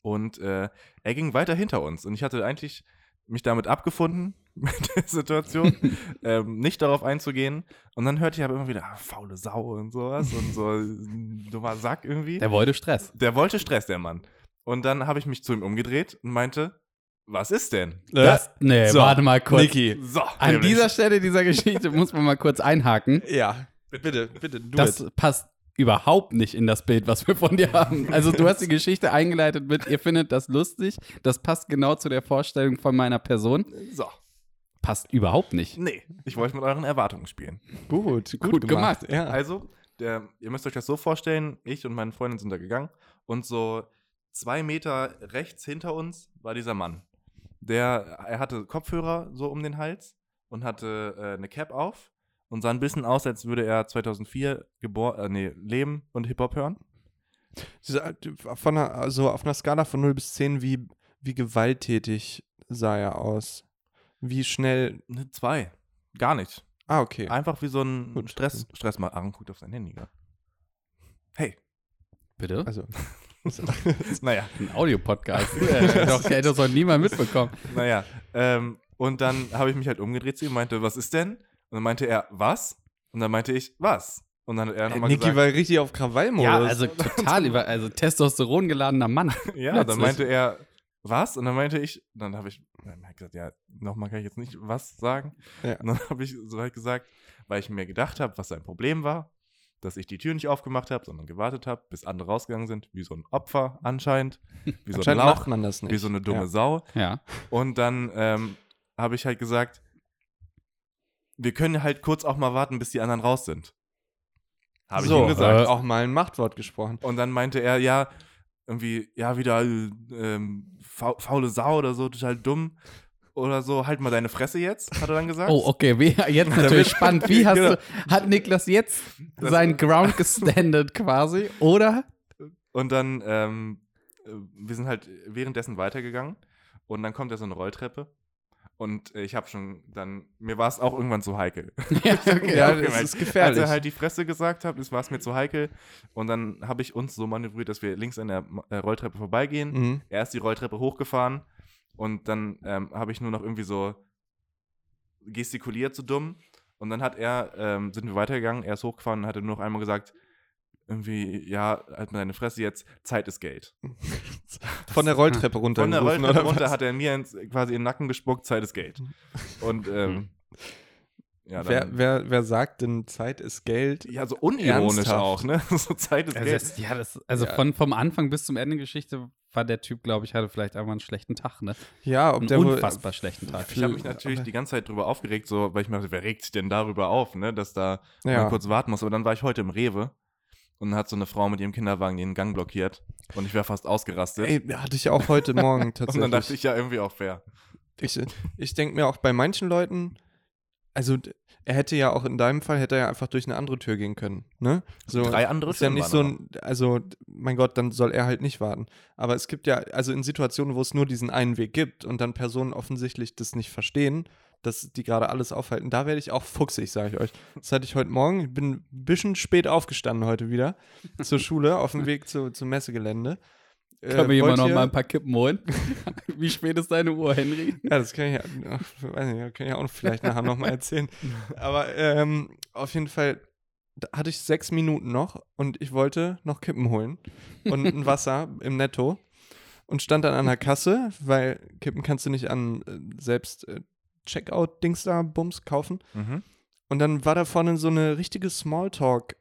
[SPEAKER 3] und äh, er ging weiter hinter uns. Und ich hatte eigentlich mich damit abgefunden, [LAUGHS] mit der Situation,
[SPEAKER 4] [LAUGHS]
[SPEAKER 3] ähm, nicht darauf einzugehen. Und dann hörte ich aber immer wieder, ah, faule Sau und sowas und so ein dummer Sack irgendwie. Der,
[SPEAKER 4] Der wollte Stress.
[SPEAKER 3] wollte Stress, der Mann. Und dann habe ich mich zu ihm umgedreht und meinte, was ist denn?
[SPEAKER 4] Das, nee,
[SPEAKER 2] Ne? so,
[SPEAKER 4] warte mal Äh, kurz.
[SPEAKER 2] Niki.
[SPEAKER 3] So,
[SPEAKER 4] An
[SPEAKER 3] nämlich.
[SPEAKER 4] dieser Stelle dieser
[SPEAKER 2] [LAUGHS]
[SPEAKER 4] Geschichte muss man mal kurz einhaken.
[SPEAKER 2] Ja, bitte, bitte, du
[SPEAKER 4] Das passt überhaupt nicht in das Bild, was wir von dir haben. Also du hast die Geschichte eingeleitet mit, ihr findet das lustig. Das passt genau zu der Vorstellung von meiner Person.
[SPEAKER 3] So,
[SPEAKER 4] Passt überhaupt nicht.
[SPEAKER 3] nee, ich wollte mit euren Erwartungen spielen.
[SPEAKER 2] Gut, gut,
[SPEAKER 4] Gut gemacht.
[SPEAKER 2] gemacht. Ja.
[SPEAKER 3] Also, der, ihr müsst euch das so vorstellen, ich und meine Freundin sind da gegangen und so zwei Meter rechts hinter uns war dieser Mann. Der, er hatte Kopfhörer so um den Hals und hatte äh, eine Cap auf und sah ein bisschen aus, als würde er 2004 geboren, äh, nee, leben und Hip-Hop hören.
[SPEAKER 2] Von einer, also auf einer Skala von 0 bis 10, wie, wie gewalttätig sah er aus? Wie schnell.
[SPEAKER 3] Ne, zwei. Gar nicht.
[SPEAKER 2] Ah, okay.
[SPEAKER 3] Einfach wie so ein
[SPEAKER 2] Gut.
[SPEAKER 3] Stress, Stress mal anguckt auf sein Handy. gerade. Hey,
[SPEAKER 4] Bitte?
[SPEAKER 2] Also.
[SPEAKER 3] naja.
[SPEAKER 4] Ein
[SPEAKER 2] [LAUGHS]
[SPEAKER 4] Audiopodcast. Äh, Doch, hätte das noch niemand mitbekommen.
[SPEAKER 3] Naja, ähm, und dann habe ich mich halt umgedreht zu ihm und meinte, was ist denn? Und dann meinte er, was? Und dann meinte ich, was? Und dann hat er nochmal
[SPEAKER 2] Äh, Niki
[SPEAKER 3] gesagt,
[SPEAKER 2] war richtig auf Krawallmodus.
[SPEAKER 4] Ja, also total über, also Testosteron geladener Mann.
[SPEAKER 3] [LAUGHS] ja, dann
[SPEAKER 4] plötzlich.
[SPEAKER 3] meinte er, was? Und dann meinte ich, dann habe ich, dann hab ich gesagt, ja, nochmal kann ich jetzt nicht was sagen.
[SPEAKER 2] Ja.
[SPEAKER 3] Und dann [LAUGHS] habe ich so halt gesagt, weil ich mir gedacht habe, was sein Problem war, dass ich die Tür nicht aufgemacht habe, sondern gewartet habe, bis andere rausgegangen sind, wie so ein Opfer anscheinend, wie so ein
[SPEAKER 2] Anscheinend
[SPEAKER 3] Lauch,
[SPEAKER 2] macht man das nicht.
[SPEAKER 3] wie so eine dumme
[SPEAKER 2] Ja.
[SPEAKER 3] Sau.
[SPEAKER 4] Ja.
[SPEAKER 3] Und dann ähm, habe ich halt gesagt, wir können halt kurz auch mal warten, bis die anderen raus sind. Habe ich
[SPEAKER 2] so,
[SPEAKER 3] ihm gesagt.
[SPEAKER 2] äh, auch mal ein Machtwort gesprochen.
[SPEAKER 3] Und dann meinte er, ja, irgendwie, ja, wieder äh, ähm, fau faule Sau oder so, total dumm. oder so, halt mal deine Fresse jetzt, hat er dann gesagt.
[SPEAKER 4] Oh, okay, wie,
[SPEAKER 2] [LAUGHS]
[SPEAKER 4] jetzt natürlich spannend. Wie hast
[SPEAKER 2] genau.
[SPEAKER 4] du, hat Niklas jetzt sein Ground gestandet quasi, oder?
[SPEAKER 3] Und dann, ähm, äh, wir sind halt währenddessen weitergegangen und dann kommt ja so eine Rolltreppe. Und äh, ich habe schon dann, mir war es auch irgendwann zu heikel.
[SPEAKER 4] [LAUGHS] Ja, okay,
[SPEAKER 3] Ja,
[SPEAKER 4] das
[SPEAKER 3] weil
[SPEAKER 4] ist
[SPEAKER 3] Als
[SPEAKER 4] gefährlich.
[SPEAKER 3] er halt die Fresse gesagt hat, das war es mir zu heikel. Und dann habe ich uns so manövriert, dass wir links an der äh, Rolltreppe vorbeigehen. [LAUGHS]
[SPEAKER 2] Mhm.
[SPEAKER 3] Er ist die Rolltreppe hochgefahren und dann ähm, habe ich nur noch irgendwie so gestikuliert, so dumm. Und dann hat er, ähm, sind wir weitergegangen, er ist hochgefahren und hat dann nur noch einmal gesagt, irgendwie, ja, halt mal deine Fresse jetzt, Zeit ist Geld.
[SPEAKER 2] Von der Rolltreppe runter.
[SPEAKER 3] Von der Rolltreppe runter hat er mir ins, quasi in den Nacken gespuckt, Zeit ist
[SPEAKER 2] [LAUGHS]
[SPEAKER 3] Geld. Und ähm, ja,
[SPEAKER 2] wer,
[SPEAKER 3] dann,
[SPEAKER 2] wer, wer sagt denn, Zeit ist Geld?
[SPEAKER 3] ja, so unironisch
[SPEAKER 2] Ernsthaft?
[SPEAKER 3] auch, ne? [LAUGHS] So Zeit ist
[SPEAKER 4] Also,
[SPEAKER 3] Geld.
[SPEAKER 4] das, ja, das, also
[SPEAKER 2] Ja.
[SPEAKER 4] Von, vom Anfang bis zum Ende der Geschichte war der Typ, glaube ich, hatte vielleicht einfach einen schlechten Tag, ne?
[SPEAKER 2] Ja, ob
[SPEAKER 4] Einen
[SPEAKER 2] der wohl-
[SPEAKER 4] unfassbar schlechten Tag.
[SPEAKER 3] Ich habe
[SPEAKER 2] äh,
[SPEAKER 3] mich natürlich die ganze Zeit drüber aufgeregt, so, weil ich mir dachte, wer regt sich denn darüber auf, ne? Dass da
[SPEAKER 2] Ja.
[SPEAKER 3] man kurz warten muss. Aber dann war ich heute im Rewe und dann hat so eine Frau mit ihrem Kinderwagen den Gang blockiert und ich wäre fast ausgerastet.
[SPEAKER 2] Ey, hatte ich auch heute
[SPEAKER 3] [LAUGHS]
[SPEAKER 2] Morgen
[SPEAKER 3] und
[SPEAKER 2] tatsächlich.
[SPEAKER 3] dann dachte ich ja irgendwie auch fair.
[SPEAKER 2] Ich, ich denke mir auch bei manchen Leuten, also d- er hätte ja auch in deinem Fall, hätte er ja einfach durch eine andere Tür gehen können. Ne? So,
[SPEAKER 3] Drei andere
[SPEAKER 2] ist ja
[SPEAKER 3] Türen
[SPEAKER 2] nicht
[SPEAKER 3] waren
[SPEAKER 2] so
[SPEAKER 3] da
[SPEAKER 2] ein, also d- mein Gott, dann soll er halt nicht warten. Aber es gibt ja, also in Situationen, wo es nur diesen einen Weg gibt und dann Personen offensichtlich das nicht verstehen, dass die gerade alles aufhalten, da werde ich auch fuchsig, sage ich euch. Das hatte ich heute Morgen, ich bin ein bisschen spät aufgestanden heute wieder zur Schule, auf dem Weg zu, zum Messegelände. äh,
[SPEAKER 4] Können wir jemand
[SPEAKER 2] wollte
[SPEAKER 4] noch
[SPEAKER 2] hier-
[SPEAKER 4] mal ein paar Kippen holen? [LAUGHS] Wie spät ist deine Uhr, Henry?
[SPEAKER 2] ja, das kann ich ja, ach, weiß nicht, kann ich ja auch vielleicht nachher nochmal erzählen. Aber ähm, auf jeden Fall da hatte ich sechs Minuten noch und ich wollte noch Kippen holen und ein Wasser im Netto und stand dann an der Kasse, weil Kippen kannst du nicht an äh, selbst äh, Checkout-Dings da, Bums kaufen.
[SPEAKER 3] Mhm.
[SPEAKER 2] Und dann war da vorne so eine richtige Smalltalk-Aktion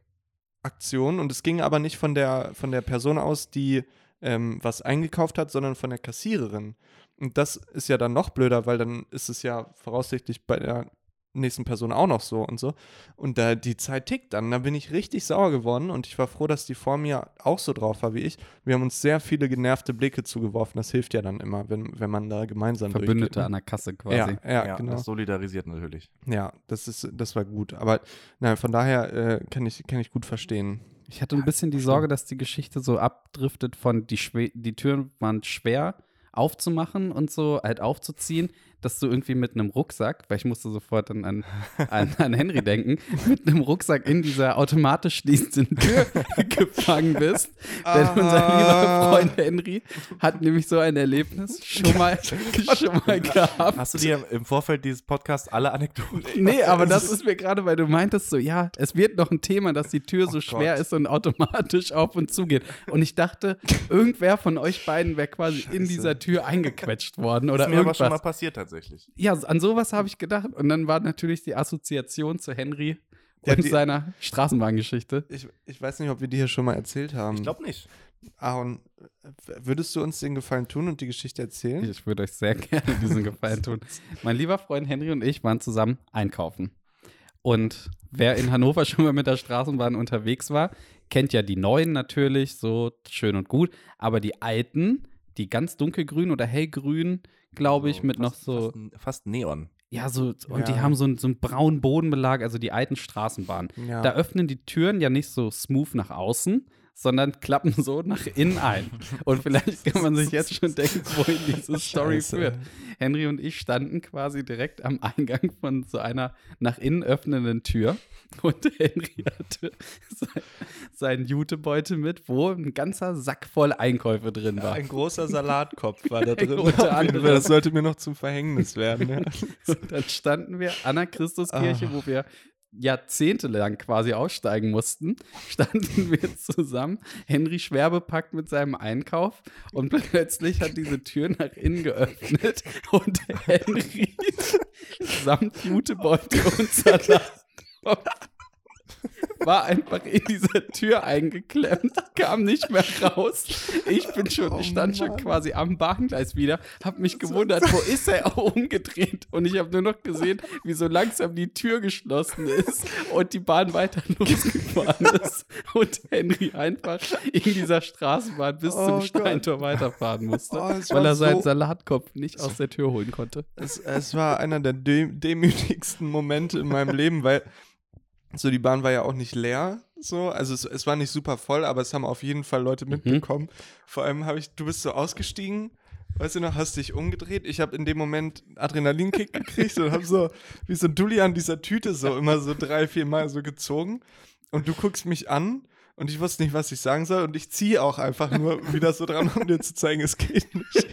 [SPEAKER 2] und es ging aber nicht von der, von der Person aus, die ähm, was eingekauft hat, sondern von der Kassiererin. Und das ist ja dann noch blöder, weil dann ist es ja voraussichtlich bei der nächsten Person auch noch so und so. Und da die Zeit tickt dann. Da bin ich richtig sauer geworden und ich war froh, dass die vor mir auch so drauf war wie ich. Wir haben uns sehr viele genervte Blicke zugeworfen. Das hilft ja dann immer, wenn, wenn man da gemeinsam
[SPEAKER 4] Verbündete
[SPEAKER 2] durchgeht. ne?
[SPEAKER 4] an der Kasse
[SPEAKER 2] Ja,
[SPEAKER 4] quasi.
[SPEAKER 2] ja,
[SPEAKER 3] ja,
[SPEAKER 2] genau.
[SPEAKER 3] das solidarisiert natürlich.
[SPEAKER 2] Ja, das ist, das war gut. Aber nein, von daher äh, kann ich, kann ich gut verstehen.
[SPEAKER 4] Ich hatte ein bisschen die Sorge, dass die Geschichte so abdriftet von die, schwe- die Türen waren schwer aufzumachen und so halt aufzuziehen, dass du irgendwie mit einem Rucksack, weil ich musste sofort dann an, an, an Henry denken, mit einem Rucksack in dieser automatisch schließenden Tür [LAUGHS] gefangen bist. Denn unser lieber Freund Henry hat nämlich so ein Erlebnis schon mal, schon mal gehabt.
[SPEAKER 3] Hast du dir im Vorfeld dieses Podcasts alle Anekdoten?
[SPEAKER 2] [LAUGHS]
[SPEAKER 4] Nee, aber das ist mir gerade, weil du meintest so, ja, es wird noch ein Thema, dass die Tür so schwer ist und automatisch auf und zu geht. Und ich dachte, irgendwer von euch beiden wäre quasi in dieser Tür eingequetscht worden oder
[SPEAKER 3] ist mir aber schon mal
[SPEAKER 4] irgendwas.
[SPEAKER 3] passiert tatsächlich.
[SPEAKER 4] Ja, an sowas habe ich gedacht. Und dann war natürlich die Assoziation zu Henry
[SPEAKER 2] Ja,
[SPEAKER 4] und
[SPEAKER 2] die-
[SPEAKER 4] seiner Straßenbahngeschichte.
[SPEAKER 2] Ich, ich weiß nicht, ob wir die hier schon mal erzählt haben.
[SPEAKER 3] Ich glaube nicht.
[SPEAKER 2] Aaron, w- würdest du uns den Gefallen tun und die Geschichte erzählen?
[SPEAKER 4] [LAUGHS] Ich würde euch sehr gerne diesen Gefallen tun. Mein lieber Freund Henry und ich waren zusammen einkaufen. Und wer in Hannover [LAUGHS] schon mal mit der Straßenbahn unterwegs war, kennt ja die neuen natürlich, so schön und gut. Aber die alten, die ganz dunkelgrün oder hellgrün, glaube ich,
[SPEAKER 3] So
[SPEAKER 4] mit
[SPEAKER 3] fast-
[SPEAKER 4] noch so.
[SPEAKER 3] Fast, fast Neon.
[SPEAKER 4] Ja, so, und die
[SPEAKER 2] Ja.
[SPEAKER 4] haben so einen, so einen braunen Bodenbelag, also die alten Straßenbahnen.
[SPEAKER 2] Ja.
[SPEAKER 4] Da öffnen die Türen ja nicht so smooth nach außen, sondern klappen so nach innen ein. Und vielleicht kann man sich jetzt schon denken, wohin diese Story
[SPEAKER 2] Scheiße.
[SPEAKER 4] führt. Henry und ich standen quasi direkt am Eingang von so einer nach innen öffnenden Tür. Und Henry hatte sein, seinen Jutebeutel mit, wo ein ganzer Sack voll Einkäufe drin war.
[SPEAKER 2] Ein großer Salatkopf war
[SPEAKER 4] [LAUGHS]
[SPEAKER 2] da drin.
[SPEAKER 4] Unter
[SPEAKER 2] [LAUGHS] [LAUGHS]
[SPEAKER 4] anderem.
[SPEAKER 2] das sollte mir noch zum Verhängnis werden. ne? Ja.
[SPEAKER 4] [LAUGHS] So, dann standen wir an der Christuskirche, wo wir jahrzehntelang quasi aussteigen mussten, [LAUGHS] standen wir zusammen, Henry schwer bepackt mit seinem Einkauf und [LAUGHS] plötzlich hat diese Tür nach innen geöffnet und
[SPEAKER 2] [LAUGHS]
[SPEAKER 4] Henry samt Jutebeutel und Salat war einfach in dieser Tür eingeklemmt, kam nicht mehr raus. Ich bin schon, ich
[SPEAKER 2] Oh
[SPEAKER 4] stand schon quasi am Bahngleis wieder, hab
[SPEAKER 2] [LAUGHS]
[SPEAKER 4] mich gewundert, wo ist er auch umgedreht? Und ich habe nur noch gesehen, wie so langsam die Tür geschlossen ist und die Bahn weiter [LAUGHS] losgefahren ist und Henry einfach in dieser Straßenbahn bis
[SPEAKER 2] Oh
[SPEAKER 4] zum
[SPEAKER 2] Gott.
[SPEAKER 4] Steintor weiterfahren musste,
[SPEAKER 2] Oh, es
[SPEAKER 4] weil
[SPEAKER 2] war
[SPEAKER 4] er seinen
[SPEAKER 2] so-
[SPEAKER 4] Salatkopf nicht aus der Tür holen konnte.
[SPEAKER 2] Es, es war einer der dö- demütigsten Momente in meinem Leben, weil so die Bahn war ja auch nicht leer. So, also es, es war nicht super voll, aber es haben auf jeden Fall
[SPEAKER 4] Mhm.
[SPEAKER 2] Leute mitbekommen. Vor allem habe ich, du bist so ausgestiegen, weißt du noch, hast dich umgedreht. Ich habe in dem Moment einen Adrenalinkick gekriegt und habe so wie so ein Dulli an dieser Tüte so immer so drei, vier Mal so gezogen. Und du guckst mich an und ich wusste nicht, was ich sagen soll. Und ich ziehe auch einfach nur wieder so dran, um dir zu zeigen, es geht nicht.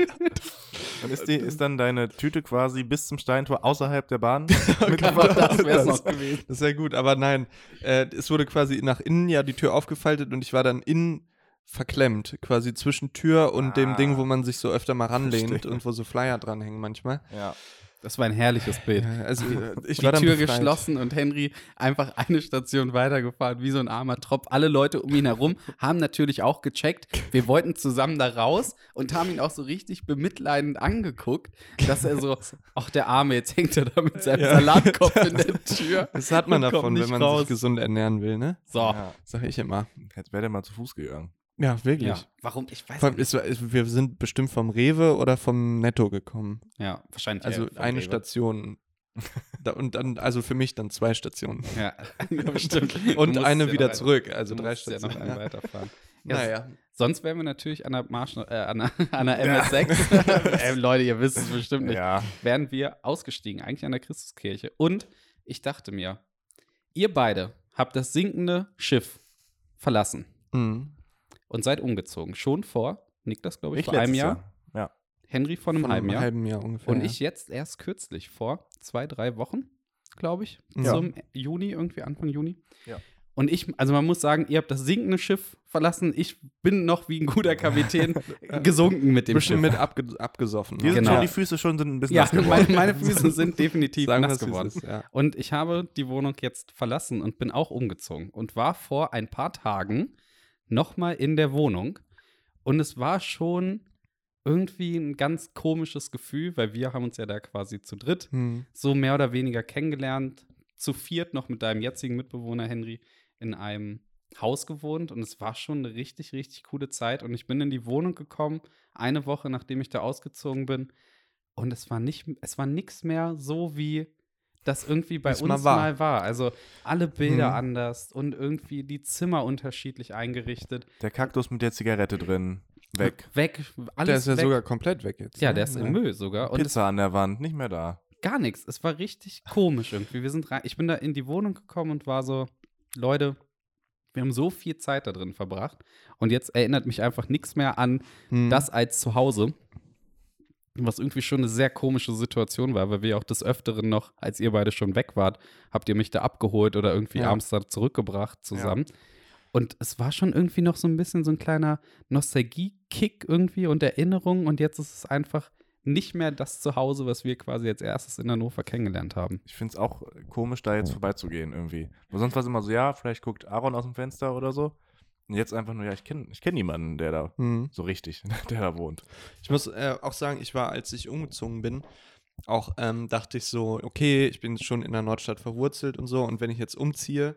[SPEAKER 3] Und ist, die, ist dann deine Tüte quasi bis zum Steintor außerhalb der Bahn?
[SPEAKER 4] [LAUGHS] Das wäre
[SPEAKER 2] Das-
[SPEAKER 4] es noch gewesen.
[SPEAKER 2] Das ist ja gut, aber nein, äh, es wurde quasi nach innen ja die Tür aufgefaltet und ich war dann innen verklemmt, quasi zwischen Tür und
[SPEAKER 3] Ah.
[SPEAKER 2] dem Ding, wo man sich so öfter mal ranlehnt
[SPEAKER 3] Verstehe.
[SPEAKER 2] und wo so Flyer dranhängen manchmal.
[SPEAKER 3] [LAUGHS] ja.
[SPEAKER 4] Das war ein herrliches Bild. [LAUGHS]
[SPEAKER 2] Also äh, ich
[SPEAKER 4] die
[SPEAKER 2] war dann
[SPEAKER 4] Tür
[SPEAKER 2] befreit.
[SPEAKER 4] geschlossen und Henry einfach eine Station weitergefahren, wie so ein armer Tropf. Alle Leute um ihn herum haben natürlich auch gecheckt. Wir wollten zusammen da raus und haben ihn auch so richtig bemitleidend angeguckt, dass er
[SPEAKER 2] [LAUGHS]
[SPEAKER 4] so, ach der Arme, jetzt hängt er da mit
[SPEAKER 2] [LAUGHS]
[SPEAKER 4] seinem
[SPEAKER 2] Ja.
[SPEAKER 4] Salatkopf in der Tür.
[SPEAKER 2] Das hat man
[SPEAKER 4] und kommt
[SPEAKER 2] davon, wenn
[SPEAKER 4] nicht
[SPEAKER 2] man
[SPEAKER 4] raus.
[SPEAKER 2] sich gesund ernähren will, ne?
[SPEAKER 4] So.
[SPEAKER 3] ja.
[SPEAKER 2] Sag ich immer.
[SPEAKER 3] Jetzt wäre der mal zu Fuß gegangen.
[SPEAKER 2] Ja, wirklich.
[SPEAKER 4] Ja. Warum? Ich weiß
[SPEAKER 2] Vor allem,
[SPEAKER 4] nicht.
[SPEAKER 2] es war- es- wir sind bestimmt vom Rewe oder vom Netto gekommen.
[SPEAKER 4] Ja, wahrscheinlich.
[SPEAKER 2] Also
[SPEAKER 4] ja,
[SPEAKER 2] eine
[SPEAKER 4] Rewe.
[SPEAKER 2] Station. Da, und dann, also für mich dann zwei
[SPEAKER 4] [LAUGHS]
[SPEAKER 2] Stationen. [LAUGHS]
[SPEAKER 4] Ja, ja bestimmt. Du
[SPEAKER 2] Und
[SPEAKER 4] musst ja
[SPEAKER 2] eine
[SPEAKER 4] noch
[SPEAKER 2] wieder
[SPEAKER 4] ein-
[SPEAKER 2] zurück, also
[SPEAKER 4] Du
[SPEAKER 2] drei
[SPEAKER 4] musst ja noch
[SPEAKER 2] Stationen.
[SPEAKER 4] einen
[SPEAKER 2] Ja.
[SPEAKER 4] weiterfahren. Ja,
[SPEAKER 2] Naja.
[SPEAKER 4] Sonst wären wir natürlich an der, Marsch, äh, an der, [LAUGHS] an der MS6. [LAUGHS] ähm, Leute, ihr wisst es bestimmt nicht.
[SPEAKER 3] Ja.
[SPEAKER 4] Wären wir ausgestiegen, eigentlich an der Christuskirche. Und ich dachte mir, ihr beide habt das sinkende Schiff verlassen
[SPEAKER 2] Mhm.
[SPEAKER 4] und seid umgezogen. Schon vor, Niklas, glaube ich, vor einem
[SPEAKER 3] letztes
[SPEAKER 4] Jahr, Henry vor einem
[SPEAKER 2] Von
[SPEAKER 4] halben Jahr.
[SPEAKER 2] halben Jahr ungefähr.
[SPEAKER 4] Und
[SPEAKER 2] ja.
[SPEAKER 4] ich jetzt erst kürzlich vor zwei, drei Wochen, glaube ich,
[SPEAKER 2] Ja.
[SPEAKER 4] zum Juni, irgendwie Anfang Juni.
[SPEAKER 3] Ja.
[SPEAKER 4] Und ich, also man muss sagen, ihr habt das sinkende Schiff verlassen. Ich bin noch wie ein guter Kapitän gesunken mit dem
[SPEAKER 2] Bestimmt
[SPEAKER 4] Schiff.
[SPEAKER 2] mit abge abgesoffen. ne?
[SPEAKER 3] Hier sind
[SPEAKER 4] Genau.
[SPEAKER 3] schon die Füße schon sind ein bisschen
[SPEAKER 4] [LAUGHS] ja,
[SPEAKER 3] nass
[SPEAKER 4] meine, [LAUGHS]
[SPEAKER 3] geworden.
[SPEAKER 4] meine Füße sind definitiv
[SPEAKER 2] Sagen wir,
[SPEAKER 4] nass
[SPEAKER 2] was es
[SPEAKER 4] geworden.
[SPEAKER 2] Ist, ja.
[SPEAKER 4] Und ich habe die Wohnung jetzt verlassen und bin auch umgezogen und war vor ein paar Tagen nochmal in der Wohnung. Und es war schon irgendwie ein ganz komisches Gefühl, weil wir haben uns ja da quasi zu dritt
[SPEAKER 2] Hm.
[SPEAKER 4] so mehr oder weniger kennengelernt, zu viert noch mit deinem jetzigen Mitbewohner Henry in einem Haus gewohnt und es war schon eine richtig, richtig coole Zeit und ich bin in die Wohnung gekommen, eine Woche nachdem ich da ausgezogen bin und es war nicht, es war nix mehr so wie das irgendwie bei
[SPEAKER 2] Es
[SPEAKER 4] uns
[SPEAKER 2] mal
[SPEAKER 4] mal war.
[SPEAKER 2] war.
[SPEAKER 4] Also alle Bilder
[SPEAKER 2] Mhm.
[SPEAKER 4] anders und irgendwie die Zimmer unterschiedlich eingerichtet.
[SPEAKER 3] Der Kaktus mit der Zigarette drin. Weg.
[SPEAKER 4] Weg, alles
[SPEAKER 2] Der ist ja
[SPEAKER 4] weg.
[SPEAKER 2] sogar komplett weg jetzt.
[SPEAKER 4] ja,
[SPEAKER 2] ne?
[SPEAKER 4] der ist im Müll sogar. [LAUGHS] Und es
[SPEAKER 3] Pizza an der Wand, nicht mehr da.
[SPEAKER 4] gar nichts. Es war richtig komisch irgendwie. Wir sind rein, ich bin da in die Wohnung gekommen und war so, Leute, wir haben so viel Zeit da drin verbracht und jetzt erinnert mich einfach nichts mehr an
[SPEAKER 2] Hm.
[SPEAKER 4] das als zu Hause. Was irgendwie schon eine sehr komische Situation war, weil wir auch des Öfteren noch, als ihr beide schon weg wart, habt ihr mich da abgeholt oder irgendwie
[SPEAKER 2] Ja.
[SPEAKER 4] abends da zurückgebracht zusammen. Und es war schon irgendwie noch so ein bisschen so ein kleiner Nostalgie-Kick irgendwie und Erinnerung. Und jetzt ist es einfach nicht mehr das Zuhause, was wir quasi als erstes in Hannover kennengelernt haben.
[SPEAKER 3] Ich finde es auch komisch, da jetzt vorbeizugehen irgendwie. Weil sonst war es immer so, ja, vielleicht guckt Aaron aus dem Fenster oder so. Und jetzt einfach nur, ja, ich kenne ich kenn niemanden, der da
[SPEAKER 2] Hm.
[SPEAKER 3] so richtig, [LAUGHS] der da wohnt.
[SPEAKER 2] Ich muss äh, auch sagen, ich war, als ich umgezogen bin, auch ähm, dachte ich so, okay, ich bin schon in der Nordstadt verwurzelt und so. Und wenn ich jetzt umziehe,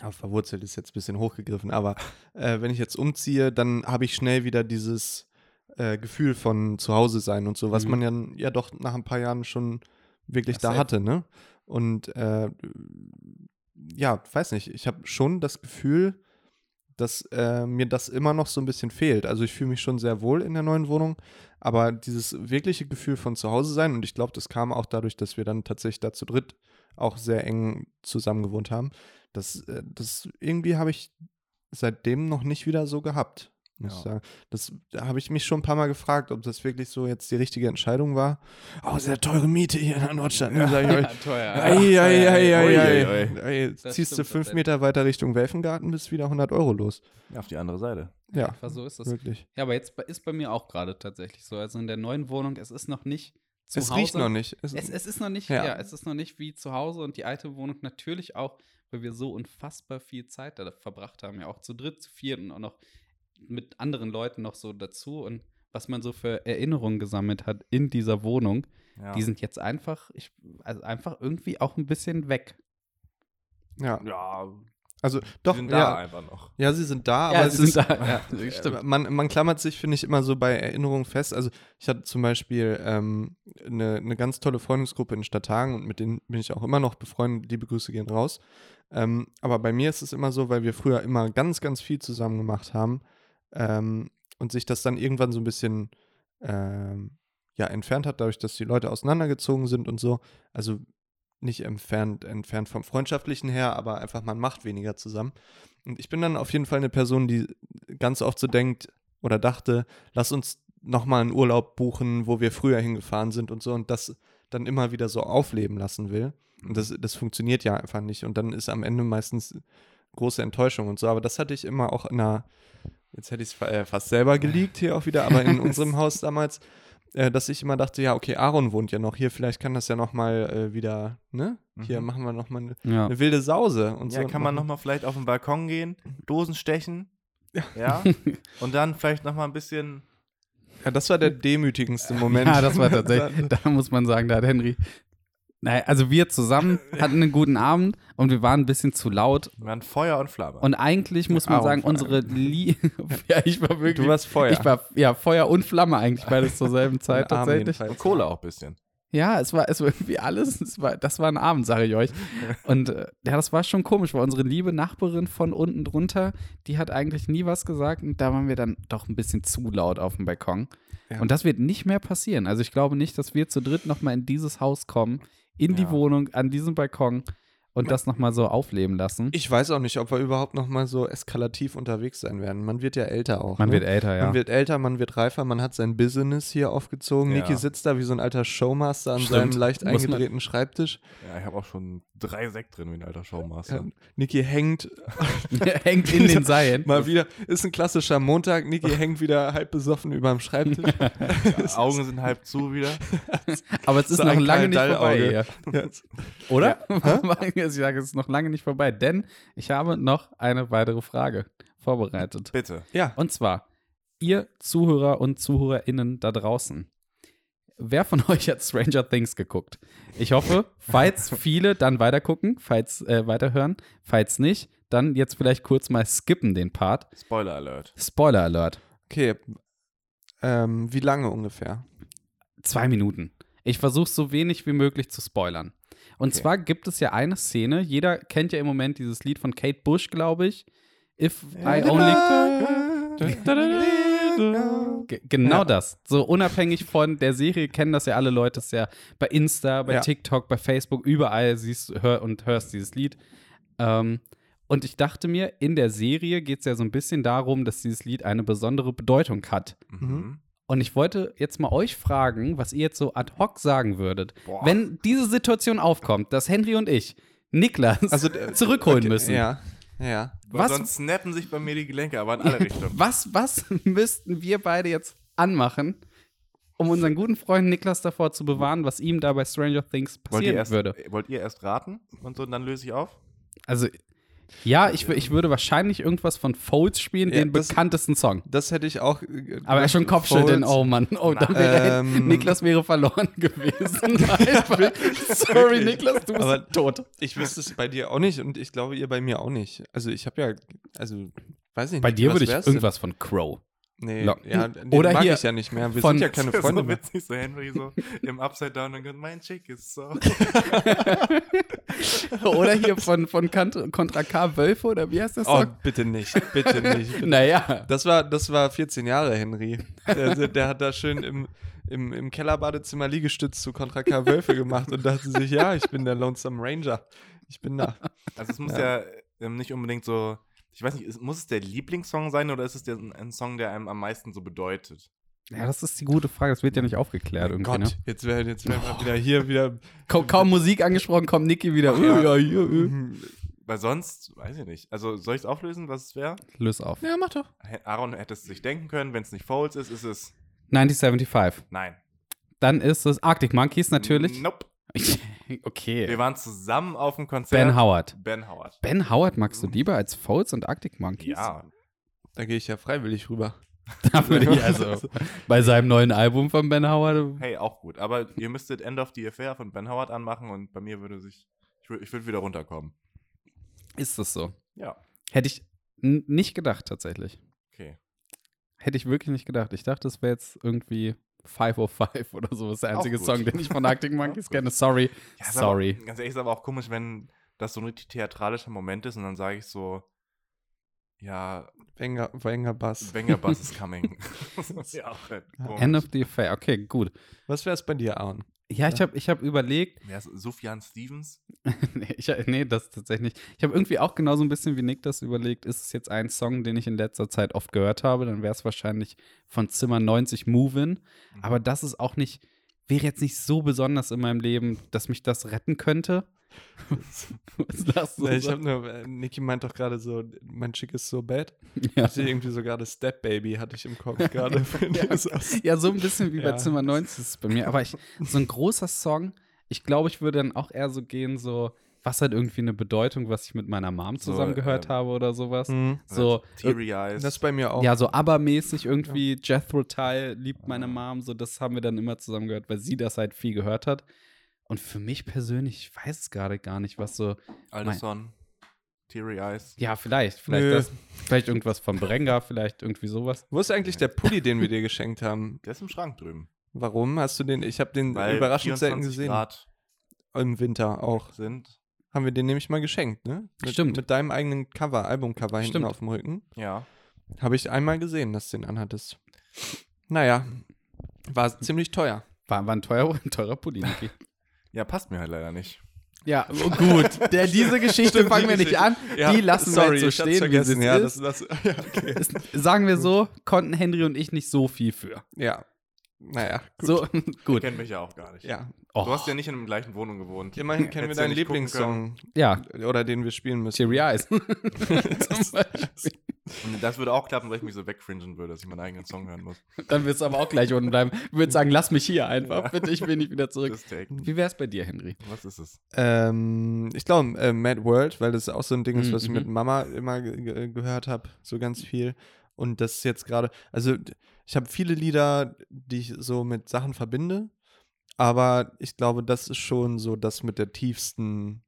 [SPEAKER 2] ja, verwurzelt ist jetzt ein bisschen hochgegriffen, aber äh, wenn ich jetzt umziehe, dann habe ich schnell wieder dieses äh, Gefühl von zu Hause sein und so, was
[SPEAKER 4] Mhm.
[SPEAKER 2] man ja, ja doch nach ein paar Jahren schon wirklich
[SPEAKER 4] Ja,
[SPEAKER 2] da
[SPEAKER 4] safe.
[SPEAKER 2] hatte, ne? Und äh, ja, weiß nicht, ich habe schon das Gefühl, dass äh, mir das immer noch so ein bisschen fehlt. Also ich fühle mich schon sehr wohl in der neuen Wohnung, aber dieses wirkliche Gefühl von zu Hause sein, und ich glaube, das kam auch dadurch, dass wir dann tatsächlich da zu dritt auch sehr eng zusammen gewohnt haben, das, äh, das irgendwie habe ich seitdem noch nicht wieder so gehabt. Muss
[SPEAKER 3] Ja.
[SPEAKER 2] ich sagen. Das da habe ich mich schon ein paar Mal gefragt, ob das wirklich so jetzt die richtige Entscheidung war. Oh, sehr teure Miete hier in der Nordstadt, ne, sag ich
[SPEAKER 3] [LAUGHS]
[SPEAKER 2] euch.
[SPEAKER 4] teuer.
[SPEAKER 2] Ei, ei, ei, ei, ei,
[SPEAKER 3] Ui,
[SPEAKER 2] ei. Jetzt
[SPEAKER 4] Das
[SPEAKER 2] Ziehst du
[SPEAKER 4] stimmt
[SPEAKER 2] fünf
[SPEAKER 4] tatsächlich.
[SPEAKER 2] Meter weiter Richtung Welfengarten, bist wieder 100 Euro los.
[SPEAKER 3] Ja, auf die andere Seite.
[SPEAKER 2] Ja,
[SPEAKER 4] Einfach so ist das.
[SPEAKER 2] wirklich.
[SPEAKER 4] Ja, aber jetzt bei- ist bei mir auch gerade tatsächlich so. Also in der neuen Wohnung, es ist noch nicht zu
[SPEAKER 2] es
[SPEAKER 4] Hause.
[SPEAKER 2] riecht noch nicht. Es,
[SPEAKER 4] Es, es ist noch nicht, ja.
[SPEAKER 2] Ja.
[SPEAKER 4] es ist noch nicht wie zu Hause und die alte Wohnung natürlich auch weil wir so unfassbar viel Zeit da verbracht haben, ja auch zu dritt, zu viert und auch noch mit anderen Leuten noch so dazu und was man so für Erinnerungen gesammelt hat in dieser Wohnung,
[SPEAKER 3] Ja.
[SPEAKER 4] die sind jetzt einfach, ich, also einfach irgendwie auch ein bisschen weg.
[SPEAKER 2] Ja,
[SPEAKER 3] ja,
[SPEAKER 2] also
[SPEAKER 3] die
[SPEAKER 2] doch,
[SPEAKER 3] sind da
[SPEAKER 2] ja,
[SPEAKER 3] einfach noch.
[SPEAKER 2] ja, sie sind da, aber es
[SPEAKER 4] sie sind
[SPEAKER 2] [LAUGHS] ist,
[SPEAKER 4] da. Ja,
[SPEAKER 2] Äh, Man, man klammert sich, finde ich, immer so bei Erinnerungen fest. Also ich hatte zum Beispiel ähm, eine, eine ganz tolle Freundesgruppe in Stadthagen und mit denen bin ich auch immer noch befreundet. Liebe Grüße gehen raus. Ähm, aber bei mir ist es immer so, weil wir früher immer ganz, ganz viel zusammen gemacht haben ähm, und sich das dann irgendwann so ein bisschen ähm, ja, entfernt hat, dadurch, dass die Leute auseinandergezogen sind und so. Also nicht entfernt, entfernt vom Freundschaftlichen her, aber einfach man macht weniger zusammen. Und ich bin dann auf jeden Fall eine Person, die ganz oft so denkt oder dachte, lass uns nochmal einen Urlaub buchen, wo wir früher hingefahren sind und so und das dann immer wieder so aufleben lassen will. Und das, das funktioniert ja einfach nicht. Und dann ist am Ende meistens große Enttäuschung und so. Aber das hatte ich immer auch in einer, jetzt hätte ich es äh, fast selber geleakt hier auch wieder,
[SPEAKER 3] [LAUGHS]
[SPEAKER 2] aber in unserem Haus damals, äh, dass ich immer dachte, ja, okay, Aaron wohnt ja noch hier, vielleicht kann das ja nochmal äh, wieder, ne? Hier
[SPEAKER 3] Mhm.
[SPEAKER 2] machen wir nochmal eine,
[SPEAKER 4] Ja.
[SPEAKER 2] eine wilde Sause und
[SPEAKER 3] Ja,
[SPEAKER 2] so.
[SPEAKER 3] kann man nochmal vielleicht auf den Balkon gehen, Dosen stechen.
[SPEAKER 4] [LAUGHS]
[SPEAKER 3] Ja. Und dann vielleicht nochmal ein bisschen.
[SPEAKER 2] Ja, das war der demütigendste Moment.
[SPEAKER 4] Hm. Ja, [LAUGHS] das war tatsächlich, da muss man sagen, da hat Henry. Naja, also wir zusammen hatten einen guten Abend und wir waren ein bisschen zu laut.
[SPEAKER 3] Wir waren Feuer und Flamme.
[SPEAKER 4] Und eigentlich muss man
[SPEAKER 2] Aaron
[SPEAKER 4] sagen,
[SPEAKER 2] vor allem.
[SPEAKER 4] unsere Liebe. [LAUGHS] ja, ich war
[SPEAKER 2] [LAUGHS]
[SPEAKER 4] wirklich.
[SPEAKER 2] Du warst Feuer.
[SPEAKER 4] Ich war ja Feuer und Flamme eigentlich beides zur
[SPEAKER 2] [LAUGHS]
[SPEAKER 4] selben Zeit
[SPEAKER 2] Arm
[SPEAKER 4] tatsächlich.
[SPEAKER 2] jedenfalls.
[SPEAKER 3] Kohle auch ein bisschen.
[SPEAKER 4] Ja, es war, es war irgendwie alles. Es war, das war ein Abend, sage
[SPEAKER 2] [LAUGHS]
[SPEAKER 4] ich euch. Und äh, ja, das war schon komisch, weil unsere liebe Nachbarin von unten drunter, die hat eigentlich nie was gesagt und da waren wir dann doch ein bisschen zu laut auf dem Balkon.
[SPEAKER 2] Ja.
[SPEAKER 4] Und das wird nicht mehr passieren. Also ich glaube nicht, dass wir zu dritt nochmal in dieses Haus kommen, in die
[SPEAKER 3] Ja.
[SPEAKER 4] Wohnung, an diesen Balkon und das nochmal so aufleben lassen.
[SPEAKER 2] Ich weiß auch nicht, ob wir überhaupt noch mal so eskalativ unterwegs sein werden. Man wird ja älter auch.
[SPEAKER 4] Man
[SPEAKER 2] ne?
[SPEAKER 4] wird älter, ja.
[SPEAKER 2] Man wird älter, man wird reifer, man hat sein Business hier aufgezogen.
[SPEAKER 3] Ja.
[SPEAKER 2] Niki sitzt da wie so ein alter Showmaster an
[SPEAKER 4] Stimmt.
[SPEAKER 2] seinem leicht
[SPEAKER 4] Muss man-
[SPEAKER 2] eingedrehten Schreibtisch.
[SPEAKER 3] Ja, ich habe auch schon drei Sekt drin, wie ein alter Showmaster.
[SPEAKER 2] Ja, Niki hängt
[SPEAKER 4] [LAUGHS] Hängt in den Seilen.
[SPEAKER 2] mal wieder, ist ein klassischer Montag, Niki hängt wieder halb besoffen überm
[SPEAKER 4] [LAUGHS]
[SPEAKER 2] Schreibtisch.
[SPEAKER 3] [LAUGHS] Augen sind halb zu wieder.
[SPEAKER 4] Aber es ist
[SPEAKER 2] So
[SPEAKER 4] noch
[SPEAKER 2] ein
[SPEAKER 4] lange
[SPEAKER 2] Karl
[SPEAKER 4] nicht vorbei
[SPEAKER 2] Dall-Auge.
[SPEAKER 4] hier.
[SPEAKER 2] Ja.
[SPEAKER 4] Oder? [LAUGHS] ich sage, es ist noch lange nicht vorbei, denn ich habe noch eine weitere Frage vorbereitet.
[SPEAKER 3] Bitte.
[SPEAKER 2] ja,
[SPEAKER 4] Und zwar, ihr Zuhörer und ZuhörerInnen da draußen, wer von [LAUGHS] euch hat Stranger Things geguckt? Ich hoffe,
[SPEAKER 2] [LAUGHS]
[SPEAKER 4] falls viele dann weitergucken, falls äh, weiterhören, falls nicht, dann jetzt vielleicht kurz mal skippen den Part.
[SPEAKER 3] Spoiler Alert.
[SPEAKER 4] Spoiler Alert.
[SPEAKER 2] okay. Ähm, wie lange ungefähr?
[SPEAKER 4] Zwei Minuten. Ich versuche so wenig wie möglich zu spoilern. Und
[SPEAKER 3] Okay.
[SPEAKER 4] zwar gibt es ja eine Szene, jeder kennt ja im Moment dieses Lied von Kate Bush, glaube ich. If I
[SPEAKER 2] Äh,
[SPEAKER 4] only. Ge- Genau
[SPEAKER 2] Ja.
[SPEAKER 4] das. So unabhängig von der Serie kennen das ja alle Leute. Ist ja bei Insta, bei
[SPEAKER 2] Ja.
[SPEAKER 4] TikTok, bei Facebook, überall siehst hör und hörst dieses Lied. Ähm, und ich dachte mir, in der Serie geht es ja so ein bisschen darum, dass dieses Lied eine besondere Bedeutung hat.
[SPEAKER 3] Mhm.
[SPEAKER 4] Und ich wollte jetzt mal euch fragen, was ihr jetzt so ad hoc sagen würdet,
[SPEAKER 3] Boah.
[SPEAKER 4] wenn diese Situation aufkommt, dass Henry und ich Niklas
[SPEAKER 2] Also, äh,
[SPEAKER 4] zurückholen müssen.
[SPEAKER 2] Ja, ja.
[SPEAKER 4] Was-
[SPEAKER 3] Was? Sonst snappen sich bei mir die Gelenke, aber in [LAUGHS] alle Richtungen.
[SPEAKER 4] Was, was [LAUGHS] müssten wir beide jetzt anmachen, um unseren guten Freund Niklas davor zu bewahren, was ihm da bei Stranger Things
[SPEAKER 3] Wollt
[SPEAKER 4] passieren
[SPEAKER 3] ihr, erst,
[SPEAKER 4] würde?
[SPEAKER 3] wollt ihr erst raten und so, und dann löse ich [LAUGHS] auf?
[SPEAKER 4] Also, ja, ich, wür- ich würde wahrscheinlich irgendwas von Folds spielen,
[SPEAKER 2] Ja,
[SPEAKER 4] den
[SPEAKER 2] das-
[SPEAKER 4] bekanntesten Song.
[SPEAKER 2] Das hätte ich auch. äh,
[SPEAKER 4] Aber er schon Kopfschütteln,
[SPEAKER 2] Folds.
[SPEAKER 4] oh Mann. Oh, dann wäre
[SPEAKER 2] Ähm,
[SPEAKER 4] Niklas wäre verloren [LAUGHS]
[SPEAKER 2] [LAUGHS]
[SPEAKER 4] gewesen. Einfach. Sorry, Niklas, du bist
[SPEAKER 2] Aber-
[SPEAKER 4] tot.
[SPEAKER 2] Ich wüsste es bei dir auch nicht und ich glaube, ihr bei mir auch nicht. Also ich habe ja, also weiß ich nicht.
[SPEAKER 4] Bei dir
[SPEAKER 2] was
[SPEAKER 4] würde ich
[SPEAKER 2] wär's
[SPEAKER 4] irgendwas von Crow.
[SPEAKER 2] Denn? Nee,
[SPEAKER 4] locken.
[SPEAKER 2] ja, den
[SPEAKER 4] Oder
[SPEAKER 2] mag
[SPEAKER 4] hier
[SPEAKER 2] ich ja nicht mehr. Wir
[SPEAKER 4] von-
[SPEAKER 2] sind ja keine
[SPEAKER 3] Das ist [LAUGHS]
[SPEAKER 2] Freunde
[SPEAKER 3] so
[SPEAKER 2] mehr.
[SPEAKER 3] witzig, so Henry [LAUGHS] so im Upside Down und dann, mein Chick ist so.
[SPEAKER 4] [LAUGHS] Oder hier von, von Kant, Contra K Wölfe oder wie heißt das?
[SPEAKER 2] Oh, bitte nicht, bitte nicht.
[SPEAKER 4] [LAUGHS] naja.
[SPEAKER 2] Das war, das war 14 Jahre, Henry. Der, der- der hat da schön im, im, im Kellerbadezimmer Liegestütz zu Contra K. Wölfe gemacht und dachte sich, ja, ich bin der Lonesome Ranger. Ich bin da.
[SPEAKER 3] Also es muss ja, ähm, nicht unbedingt so, ich weiß nicht, ist, muss es der Lieblingssong sein oder ist es der, ein Song, der einem am meisten so bedeutet?
[SPEAKER 4] Ja, das ist die gute Frage. Das wird ja nicht aufgeklärt irgendwie.
[SPEAKER 2] Oh Gott,
[SPEAKER 4] ne?
[SPEAKER 2] jetzt wären jetzt wär wir wieder hier, wieder.
[SPEAKER 4] Kaum, kaum Musik angesprochen, kommt Niki wieder.
[SPEAKER 2] Ja. Mhm.
[SPEAKER 4] Äh, ja, ja, äh.
[SPEAKER 3] Weil sonst, weiß ich nicht. Also soll ich es auflösen, was es wäre?
[SPEAKER 4] Lös auf.
[SPEAKER 2] Ja, mach doch.
[SPEAKER 3] H- Aaron hätte es sich denken können, wenn es nicht Folds ist, ist es
[SPEAKER 4] 1975.
[SPEAKER 3] nein.
[SPEAKER 4] Dann ist es Arctic Monkeys natürlich.
[SPEAKER 3] Nope.
[SPEAKER 4] [LAUGHS] Okay.
[SPEAKER 3] Wir waren zusammen auf dem Konzert.
[SPEAKER 4] Ben Howard.
[SPEAKER 3] Ben Howard.
[SPEAKER 4] Ben Howard magst du lieber als Folds und Arctic Monkeys?
[SPEAKER 3] Ja.
[SPEAKER 2] Da gehe ich ja freiwillig rüber.
[SPEAKER 4] [LAUGHS] Da würde ich also bei seinem neuen Album von Ben Howard.
[SPEAKER 3] Hey, auch gut. Aber ihr müsstet End of the Affair von Ben Howard anmachen und bei mir würde sich. Ich, wür- ich würde wieder runterkommen.
[SPEAKER 4] Ist das so?
[SPEAKER 3] Ja.
[SPEAKER 4] Hätte ich n- nicht gedacht, tatsächlich.
[SPEAKER 3] Okay.
[SPEAKER 4] Hätte ich wirklich nicht gedacht. Ich dachte, das wäre jetzt irgendwie 505 oder so. Das ist der
[SPEAKER 3] Auch
[SPEAKER 4] einzige
[SPEAKER 3] gut.
[SPEAKER 4] Song, den ich von Arctic
[SPEAKER 3] [LAUGHS]
[SPEAKER 4] Monkeys
[SPEAKER 3] Auch gut.
[SPEAKER 4] kenne. Sorry.
[SPEAKER 3] Ja, ist
[SPEAKER 4] Sorry.
[SPEAKER 3] Aber, ganz ehrlich, ist aber auch komisch, wenn das so ein richtig theatralischer Moment ist und dann sage ich so. Ja,
[SPEAKER 2] Wenger, Wenger Bass.
[SPEAKER 3] Wenger Bus is
[SPEAKER 4] [LAUGHS]
[SPEAKER 3] coming. das ist ja auch halt komisch.
[SPEAKER 4] End of the Affair. Okay, gut.
[SPEAKER 2] Was wär's bei dir,
[SPEAKER 4] [LAUGHS]
[SPEAKER 2] Aaron?
[SPEAKER 4] Ja, ich habe ich hab überlegt. [LAUGHS]
[SPEAKER 3] Wer ist Sufjan Stevens?
[SPEAKER 4] nee, ich, nee, das tatsächlich nicht. Ich habe irgendwie auch genauso ein bisschen wie Nick das überlegt. Ist es jetzt ein Song, den ich in letzter Zeit oft gehört habe? Dann wäre es wahrscheinlich von Zimmer 90
[SPEAKER 3] Mhm.
[SPEAKER 4] Movin. Aber das ist auch nicht, wäre jetzt nicht so besonders in meinem Leben, dass mich das retten könnte. [LAUGHS] Was lachst du?
[SPEAKER 2] Nee, ich
[SPEAKER 4] so?
[SPEAKER 2] hab nur, äh, Niki meint doch gerade so, mein Schick ist so
[SPEAKER 4] [LAUGHS]
[SPEAKER 2] bad.
[SPEAKER 4] ja.
[SPEAKER 2] Hatte irgendwie so gerade Step Baby, hatte ich im
[SPEAKER 4] [LAUGHS]
[SPEAKER 2] Kopf gerade. [LAUGHS]
[SPEAKER 4] ja, so ein bisschen wie bei
[SPEAKER 2] Ja.
[SPEAKER 4] Zimmer 90 ist es bei mir. Aber ich, so ein großer Song, ich glaube, ich würde dann auch eher so gehen, so, was hat irgendwie eine Bedeutung, was ich mit meiner Mom
[SPEAKER 3] So,
[SPEAKER 4] zusammen gehört
[SPEAKER 3] ähm,
[SPEAKER 4] habe oder sowas.
[SPEAKER 2] Mhm.
[SPEAKER 4] So, äh,
[SPEAKER 3] Teary Eyes.
[SPEAKER 2] Das bei mir auch.
[SPEAKER 4] Ja, so abermäßig irgendwie Jethro Tull liebt meine Mom, so das haben wir dann immer zusammen gehört, weil sie das halt viel gehört hat. Und für mich persönlich, ich weiß es gerade gar nicht, was so. mein-
[SPEAKER 3] Alderson. Teary Eyes.
[SPEAKER 4] Ja, vielleicht, vielleicht
[SPEAKER 2] Nö.
[SPEAKER 4] das, vielleicht irgendwas von Brenga, vielleicht irgendwie sowas.
[SPEAKER 2] Wo ist eigentlich der Pulli, den
[SPEAKER 4] [LAUGHS]
[SPEAKER 2] wir dir geschenkt haben?
[SPEAKER 3] Der ist im Schrank drüben.
[SPEAKER 2] Warum hast du den? Ich habe den
[SPEAKER 3] Weil
[SPEAKER 2] überraschend selten
[SPEAKER 3] 24
[SPEAKER 2] gesehen.
[SPEAKER 3] Grad
[SPEAKER 2] Im Winter auch.
[SPEAKER 3] sind.
[SPEAKER 2] Haben wir den nämlich mal geschenkt, ne? Mit,
[SPEAKER 4] Stimmt.
[SPEAKER 2] Mit deinem eigenen Cover, Albumcover hinten
[SPEAKER 4] Stimmt.
[SPEAKER 2] auf dem Rücken.
[SPEAKER 3] Ja.
[SPEAKER 2] Habe ich einmal gesehen, dass du den anhattest. Naja,
[SPEAKER 3] Hm.
[SPEAKER 2] war ziemlich teuer.
[SPEAKER 4] War, war ein teurer, [LAUGHS] ein teurer Pulli. Niki.
[SPEAKER 3] Ja, passt mir halt leider nicht.
[SPEAKER 4] Ja, oh, gut. Der, diese Geschichte fangen wir nicht an. die lassen wir jetzt so stehen, wie sie
[SPEAKER 2] ja,
[SPEAKER 4] ja, ist.
[SPEAKER 2] Das,
[SPEAKER 3] [LAUGHS]
[SPEAKER 2] das, ja, okay.
[SPEAKER 4] Es- Sagen wir so, konnten Henry und ich nicht so viel für.
[SPEAKER 2] ja, naja, [LAUGHS] gut.
[SPEAKER 4] So, [LAUGHS]
[SPEAKER 3] Ihr
[SPEAKER 4] gut. Oh,
[SPEAKER 3] kennt mich ja auch gar nicht.
[SPEAKER 2] Ja,
[SPEAKER 4] Och,
[SPEAKER 3] Du hast ja nicht in der gleichen Wohnung gewohnt. [LAUGHS]
[SPEAKER 2] immerhin kennen wir
[SPEAKER 3] Hättest du
[SPEAKER 2] deinen
[SPEAKER 3] nicht gucken können.
[SPEAKER 2] Lieblingssong äh,
[SPEAKER 4] ja,
[SPEAKER 2] oder den wir spielen müssen.
[SPEAKER 4] Cherry [LAUGHS] Eyes. Zum Beispiel.
[SPEAKER 3] Und das würde auch klappen, weil ich mich so wegfringen würde, dass ich meinen eigenen Song hören muss.
[SPEAKER 4] Dann wirst du aber auch gleich unten bleiben. Ich würde sagen, lass mich hier einfach. Bitte, ich will nicht wieder zurück.
[SPEAKER 3] Das Take.
[SPEAKER 4] Wie wär's bei dir, Henry?
[SPEAKER 3] Was ist es?
[SPEAKER 2] Ähm, ich glaube, äh, Mad World, weil das auch so ein Ding ist, was ich
[SPEAKER 4] Mhm.
[SPEAKER 2] mit Mama immer ge ge gehört habe, so ganz viel. Und das ist jetzt gerade, also d- ich habe viele Lieder, die ich so mit Sachen verbinde, aber ich glaube, das ist schon so das mit der tiefsten,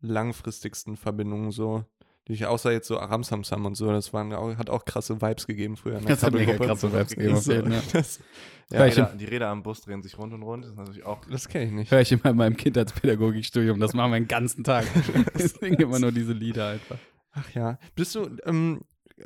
[SPEAKER 2] langfristigsten Verbindung so. Die ich, außer jetzt so Aram Sam Sam und so, das waren, auch- hat auch krasse Vibes gegeben früher. in der
[SPEAKER 4] Das hat mega
[SPEAKER 2] Krabbelgruppe.
[SPEAKER 4] krasse Vibes gegeben, auf
[SPEAKER 2] So,
[SPEAKER 4] jeden Fall. [LAUGHS]
[SPEAKER 2] Das,
[SPEAKER 3] Die
[SPEAKER 4] Welche-
[SPEAKER 3] Räder, die Räder am Bus drehen sich rund und rund. Das ist natürlich auch.
[SPEAKER 2] das kenne ich nicht.
[SPEAKER 4] Höre ich immer in meinem Kindheitspädagogikstudium. Das machen wir den ganzen [LAUGHS] Tag. Wir singen immer nur diese Lieder einfach.
[SPEAKER 2] Ach ja. Bist du, ähm, äh,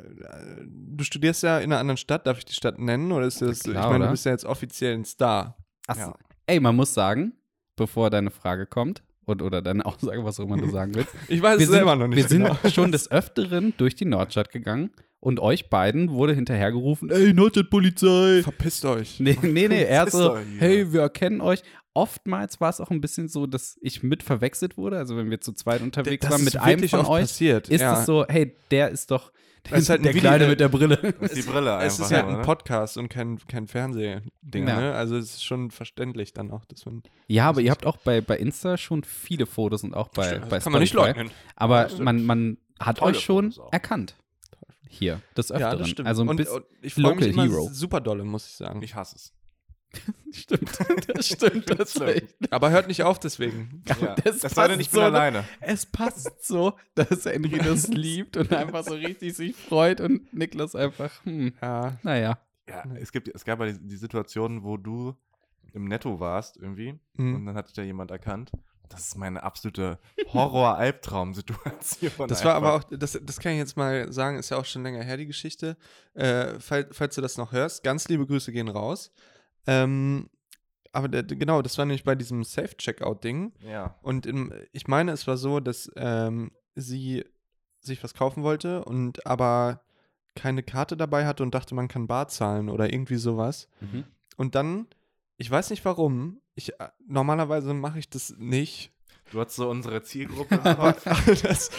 [SPEAKER 2] du studierst ja in einer anderen Stadt, darf ich die Stadt nennen? Oder ist das,
[SPEAKER 4] klar,
[SPEAKER 2] ich meine,
[SPEAKER 4] oder?
[SPEAKER 2] du bist ja jetzt offiziell ein Star.
[SPEAKER 4] Ach,
[SPEAKER 3] Ja.
[SPEAKER 4] Ey, man muss sagen, bevor deine Frage kommt und, oder deine [LAUGHS] Aussage, was auch immer du
[SPEAKER 2] [LAUGHS]
[SPEAKER 4] sagen willst,
[SPEAKER 2] Ich weiß
[SPEAKER 4] wir
[SPEAKER 2] es
[SPEAKER 4] sind,
[SPEAKER 2] selber noch nicht.
[SPEAKER 4] wir sind
[SPEAKER 2] genau.
[SPEAKER 4] schon des Öfteren durch die Nordstadt gegangen und euch beiden wurde hinterhergerufen: Ey, Nordstadtpolizei!
[SPEAKER 2] Verpisst euch.
[SPEAKER 4] [LAUGHS] Nee, nee, nee, er
[SPEAKER 3] ist
[SPEAKER 4] so,
[SPEAKER 3] doch hier.
[SPEAKER 4] hey, wir erkennen euch. Oftmals war es auch ein bisschen so, dass ich mit verwechselt wurde. Also wenn wir zu zweit unterwegs
[SPEAKER 2] das
[SPEAKER 4] waren
[SPEAKER 2] ist
[SPEAKER 4] mit einem
[SPEAKER 2] wirklich
[SPEAKER 4] von
[SPEAKER 2] oft
[SPEAKER 4] euch,
[SPEAKER 2] passiert,
[SPEAKER 4] ist
[SPEAKER 2] ja.
[SPEAKER 4] es so, hey, der ist doch der,
[SPEAKER 2] Das ist halt ein
[SPEAKER 4] der
[SPEAKER 2] Video-
[SPEAKER 4] Kleine mit der Brille.
[SPEAKER 3] Das ist die Brille einfach.
[SPEAKER 2] [LAUGHS] Es ist ja
[SPEAKER 3] nur,
[SPEAKER 2] ein
[SPEAKER 3] ne?
[SPEAKER 2] Podcast und kein, kein Fernsehding,
[SPEAKER 4] Ja.
[SPEAKER 2] ne? Also es ist schon verständlich dann auch, dass man.
[SPEAKER 4] Ja, aber ihr habt auch bei, bei Insta schon viele Fotos und auch bei,
[SPEAKER 2] Stimmt,
[SPEAKER 4] bei
[SPEAKER 2] das kann man nicht
[SPEAKER 4] Spotify.
[SPEAKER 2] leugnen.
[SPEAKER 4] Aber man, man hat
[SPEAKER 3] Tolle
[SPEAKER 4] euch schon
[SPEAKER 3] Fotos auch.
[SPEAKER 4] erkannt. Hier, des Öfteren.
[SPEAKER 2] Ja, das stimmt.
[SPEAKER 4] Also ein
[SPEAKER 2] und,
[SPEAKER 4] bisschen.
[SPEAKER 2] und ich freue mich
[SPEAKER 4] Local
[SPEAKER 2] immer
[SPEAKER 4] Hero.
[SPEAKER 2] super dolle, muss ich sagen.
[SPEAKER 3] Ich hasse es.
[SPEAKER 4] [LAUGHS] stimmt, das stimmt. Das
[SPEAKER 3] stimmt.
[SPEAKER 2] Aber hört nicht auf deswegen.
[SPEAKER 3] Ja.
[SPEAKER 4] das
[SPEAKER 3] Das sei denn,
[SPEAKER 4] passt
[SPEAKER 3] ich bin
[SPEAKER 4] so, ne?
[SPEAKER 3] alleine.
[SPEAKER 4] Es passt so, dass Henry das liebt und einfach so richtig sich freut und Niklas einfach, hm,
[SPEAKER 2] Ja.
[SPEAKER 4] naja.
[SPEAKER 3] Ja, es, gibt, es gab ja die, die Situation, wo du im Netto warst irgendwie
[SPEAKER 2] Mhm.
[SPEAKER 3] und dann hat dich da jemand erkannt. Das ist meine absolute Horror-Albtraum-Situation.
[SPEAKER 2] Das war aber auch, das, das kann ich jetzt mal sagen, ist ja auch schon länger her, die Geschichte. Äh, falls, falls du das noch hörst, ganz liebe Grüße gehen raus. Ähm, aber der, genau, das war nämlich bei diesem Safe-Checkout-Ding.
[SPEAKER 3] Ja.
[SPEAKER 2] Und im, ich meine, es war so, dass ähm, sie sich was kaufen wollte und aber keine Karte dabei hatte und dachte, man kann bar zahlen oder irgendwie sowas.
[SPEAKER 4] [LAUGHS]
[SPEAKER 2] Und dann, ich weiß nicht warum, ich äh, normalerweise mache ich das nicht.
[SPEAKER 3] Du hattest so unsere
[SPEAKER 2] [LAUGHS]
[SPEAKER 3] Zielgruppe. [LAUGHS] erkannt.
[SPEAKER 4] [LAUGHS]
[SPEAKER 2] das,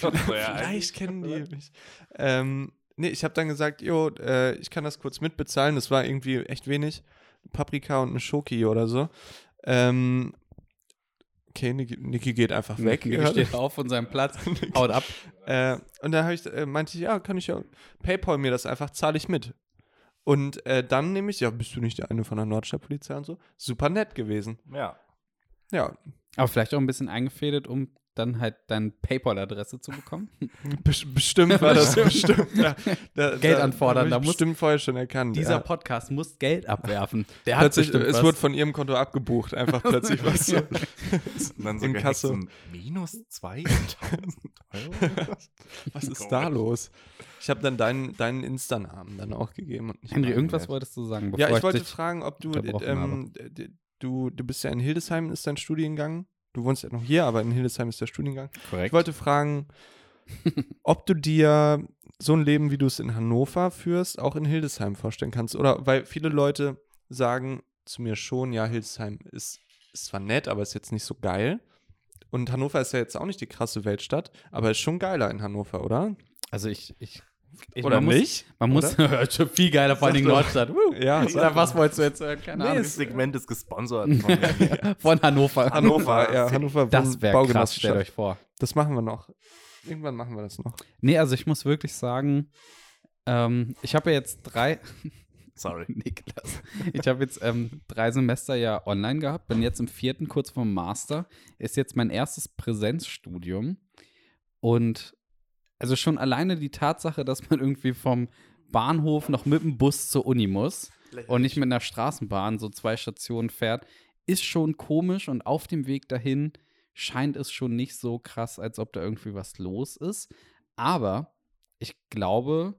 [SPEAKER 3] So, ja,
[SPEAKER 2] Vielleicht [LAUGHS] kennen die mich. Ähm, nee, ich habe dann gesagt, jo, äh, ich kann das kurz mitbezahlen. Das war irgendwie echt wenig. Paprika und eine Schoki oder so. Ähm, okay, Niki, Niki geht einfach weg.
[SPEAKER 4] Niki steht auf von seinem Platz, haut ab.
[SPEAKER 2] Äh, und dann hab ich, äh, meinte ich, ja, kann ich ja PayPal mir das einfach, zahle ich mit. Und äh, dann nehme ich, ja, bist du nicht der eine von der Nordstadtpolizei und so? Super nett gewesen.
[SPEAKER 3] Ja.
[SPEAKER 2] Ja,
[SPEAKER 4] Aber vielleicht auch ein bisschen eingefädelt, um dann halt deine PayPal-Adresse zu bekommen.
[SPEAKER 2] bes- bestimmt war das bestimmt.
[SPEAKER 4] [LAUGHS]
[SPEAKER 2] Ja, da,
[SPEAKER 4] Geld anfordern,
[SPEAKER 2] hab ich
[SPEAKER 4] da muss-
[SPEAKER 2] bestimmt vorher schon erkannt.
[SPEAKER 4] Dieser
[SPEAKER 2] ja.
[SPEAKER 4] Podcast muss Geld abwerfen. Der hat
[SPEAKER 2] plötzlich,
[SPEAKER 4] bestimmt
[SPEAKER 2] es
[SPEAKER 4] was.
[SPEAKER 2] wurde von ihrem Konto abgebucht, einfach plötzlich was. So.
[SPEAKER 3] Und dann
[SPEAKER 2] In
[SPEAKER 3] gehext
[SPEAKER 2] Kasse.
[SPEAKER 3] und minus
[SPEAKER 2] [LAUGHS]
[SPEAKER 3] 2000 Euro.
[SPEAKER 2] Was ist da los? Ich habe dann deinen, deinen Insta-Namen dann auch gegeben. Und nicht
[SPEAKER 4] Henry,
[SPEAKER 2] meinen.
[SPEAKER 4] irgendwas wolltest du sagen, bevor
[SPEAKER 2] Ja, ich
[SPEAKER 4] ich
[SPEAKER 2] wollte
[SPEAKER 4] dich-
[SPEAKER 2] fragen, ob du,
[SPEAKER 4] unterbrochen
[SPEAKER 2] ähm, d- du, du bist ja in Hildesheim, ist dein Studiengang. Du wohnst ja noch hier, aber in Hildesheim ist der Studiengang. Ich
[SPEAKER 4] Korrekt.
[SPEAKER 2] wollte fragen, ob du dir so ein Leben, wie du es in Hannover führst, auch in Hildesheim vorstellen kannst. Oder weil viele Leute sagen zu mir schon, ja, Hildesheim ist, ist zwar nett, aber ist jetzt nicht so geil. Und Hannover ist ja jetzt auch nicht die krasse Weltstadt, aber ist schon geiler in Hannover, oder?
[SPEAKER 4] also ich, ich, ich
[SPEAKER 2] Oder
[SPEAKER 4] man muss,
[SPEAKER 2] nicht?
[SPEAKER 4] Man muss [LAUGHS] schon viel geiler, vor allen Dingen Nordstadt.
[SPEAKER 2] [LAUGHS]
[SPEAKER 4] Woo.
[SPEAKER 2] Ja,
[SPEAKER 4] Oder was wolltest du jetzt hören? Keine
[SPEAKER 3] Nee,
[SPEAKER 4] Ahnung.
[SPEAKER 3] das Segment ist
[SPEAKER 2] [LAUGHS]
[SPEAKER 3] gesponsert von
[SPEAKER 4] [LAUGHS] Von Hannover.
[SPEAKER 2] Hannover, ja, Hannover
[SPEAKER 4] Das wäre krass,
[SPEAKER 2] Baugenossenschaft.
[SPEAKER 4] stellt euch vor.
[SPEAKER 2] Das machen wir noch. Irgendwann machen wir das noch.
[SPEAKER 4] Nee, also ich muss wirklich sagen, ähm, ich habe ja jetzt drei,
[SPEAKER 3] Sorry.
[SPEAKER 4] [LAUGHS] Niklas, ich habe jetzt ähm, drei Semester ja online gehabt, bin jetzt im vierten kurz vom Master, ist jetzt mein erstes Präsenzstudium und also schon alleine die Tatsache, dass man irgendwie vom Bahnhof noch mit dem Bus zur Uni muss und nicht mit einer Straßenbahn so zwei Stationen fährt, ist schon komisch und auf dem Weg dahin scheint es schon nicht so krass, als ob da irgendwie was los ist. Aber ich glaube,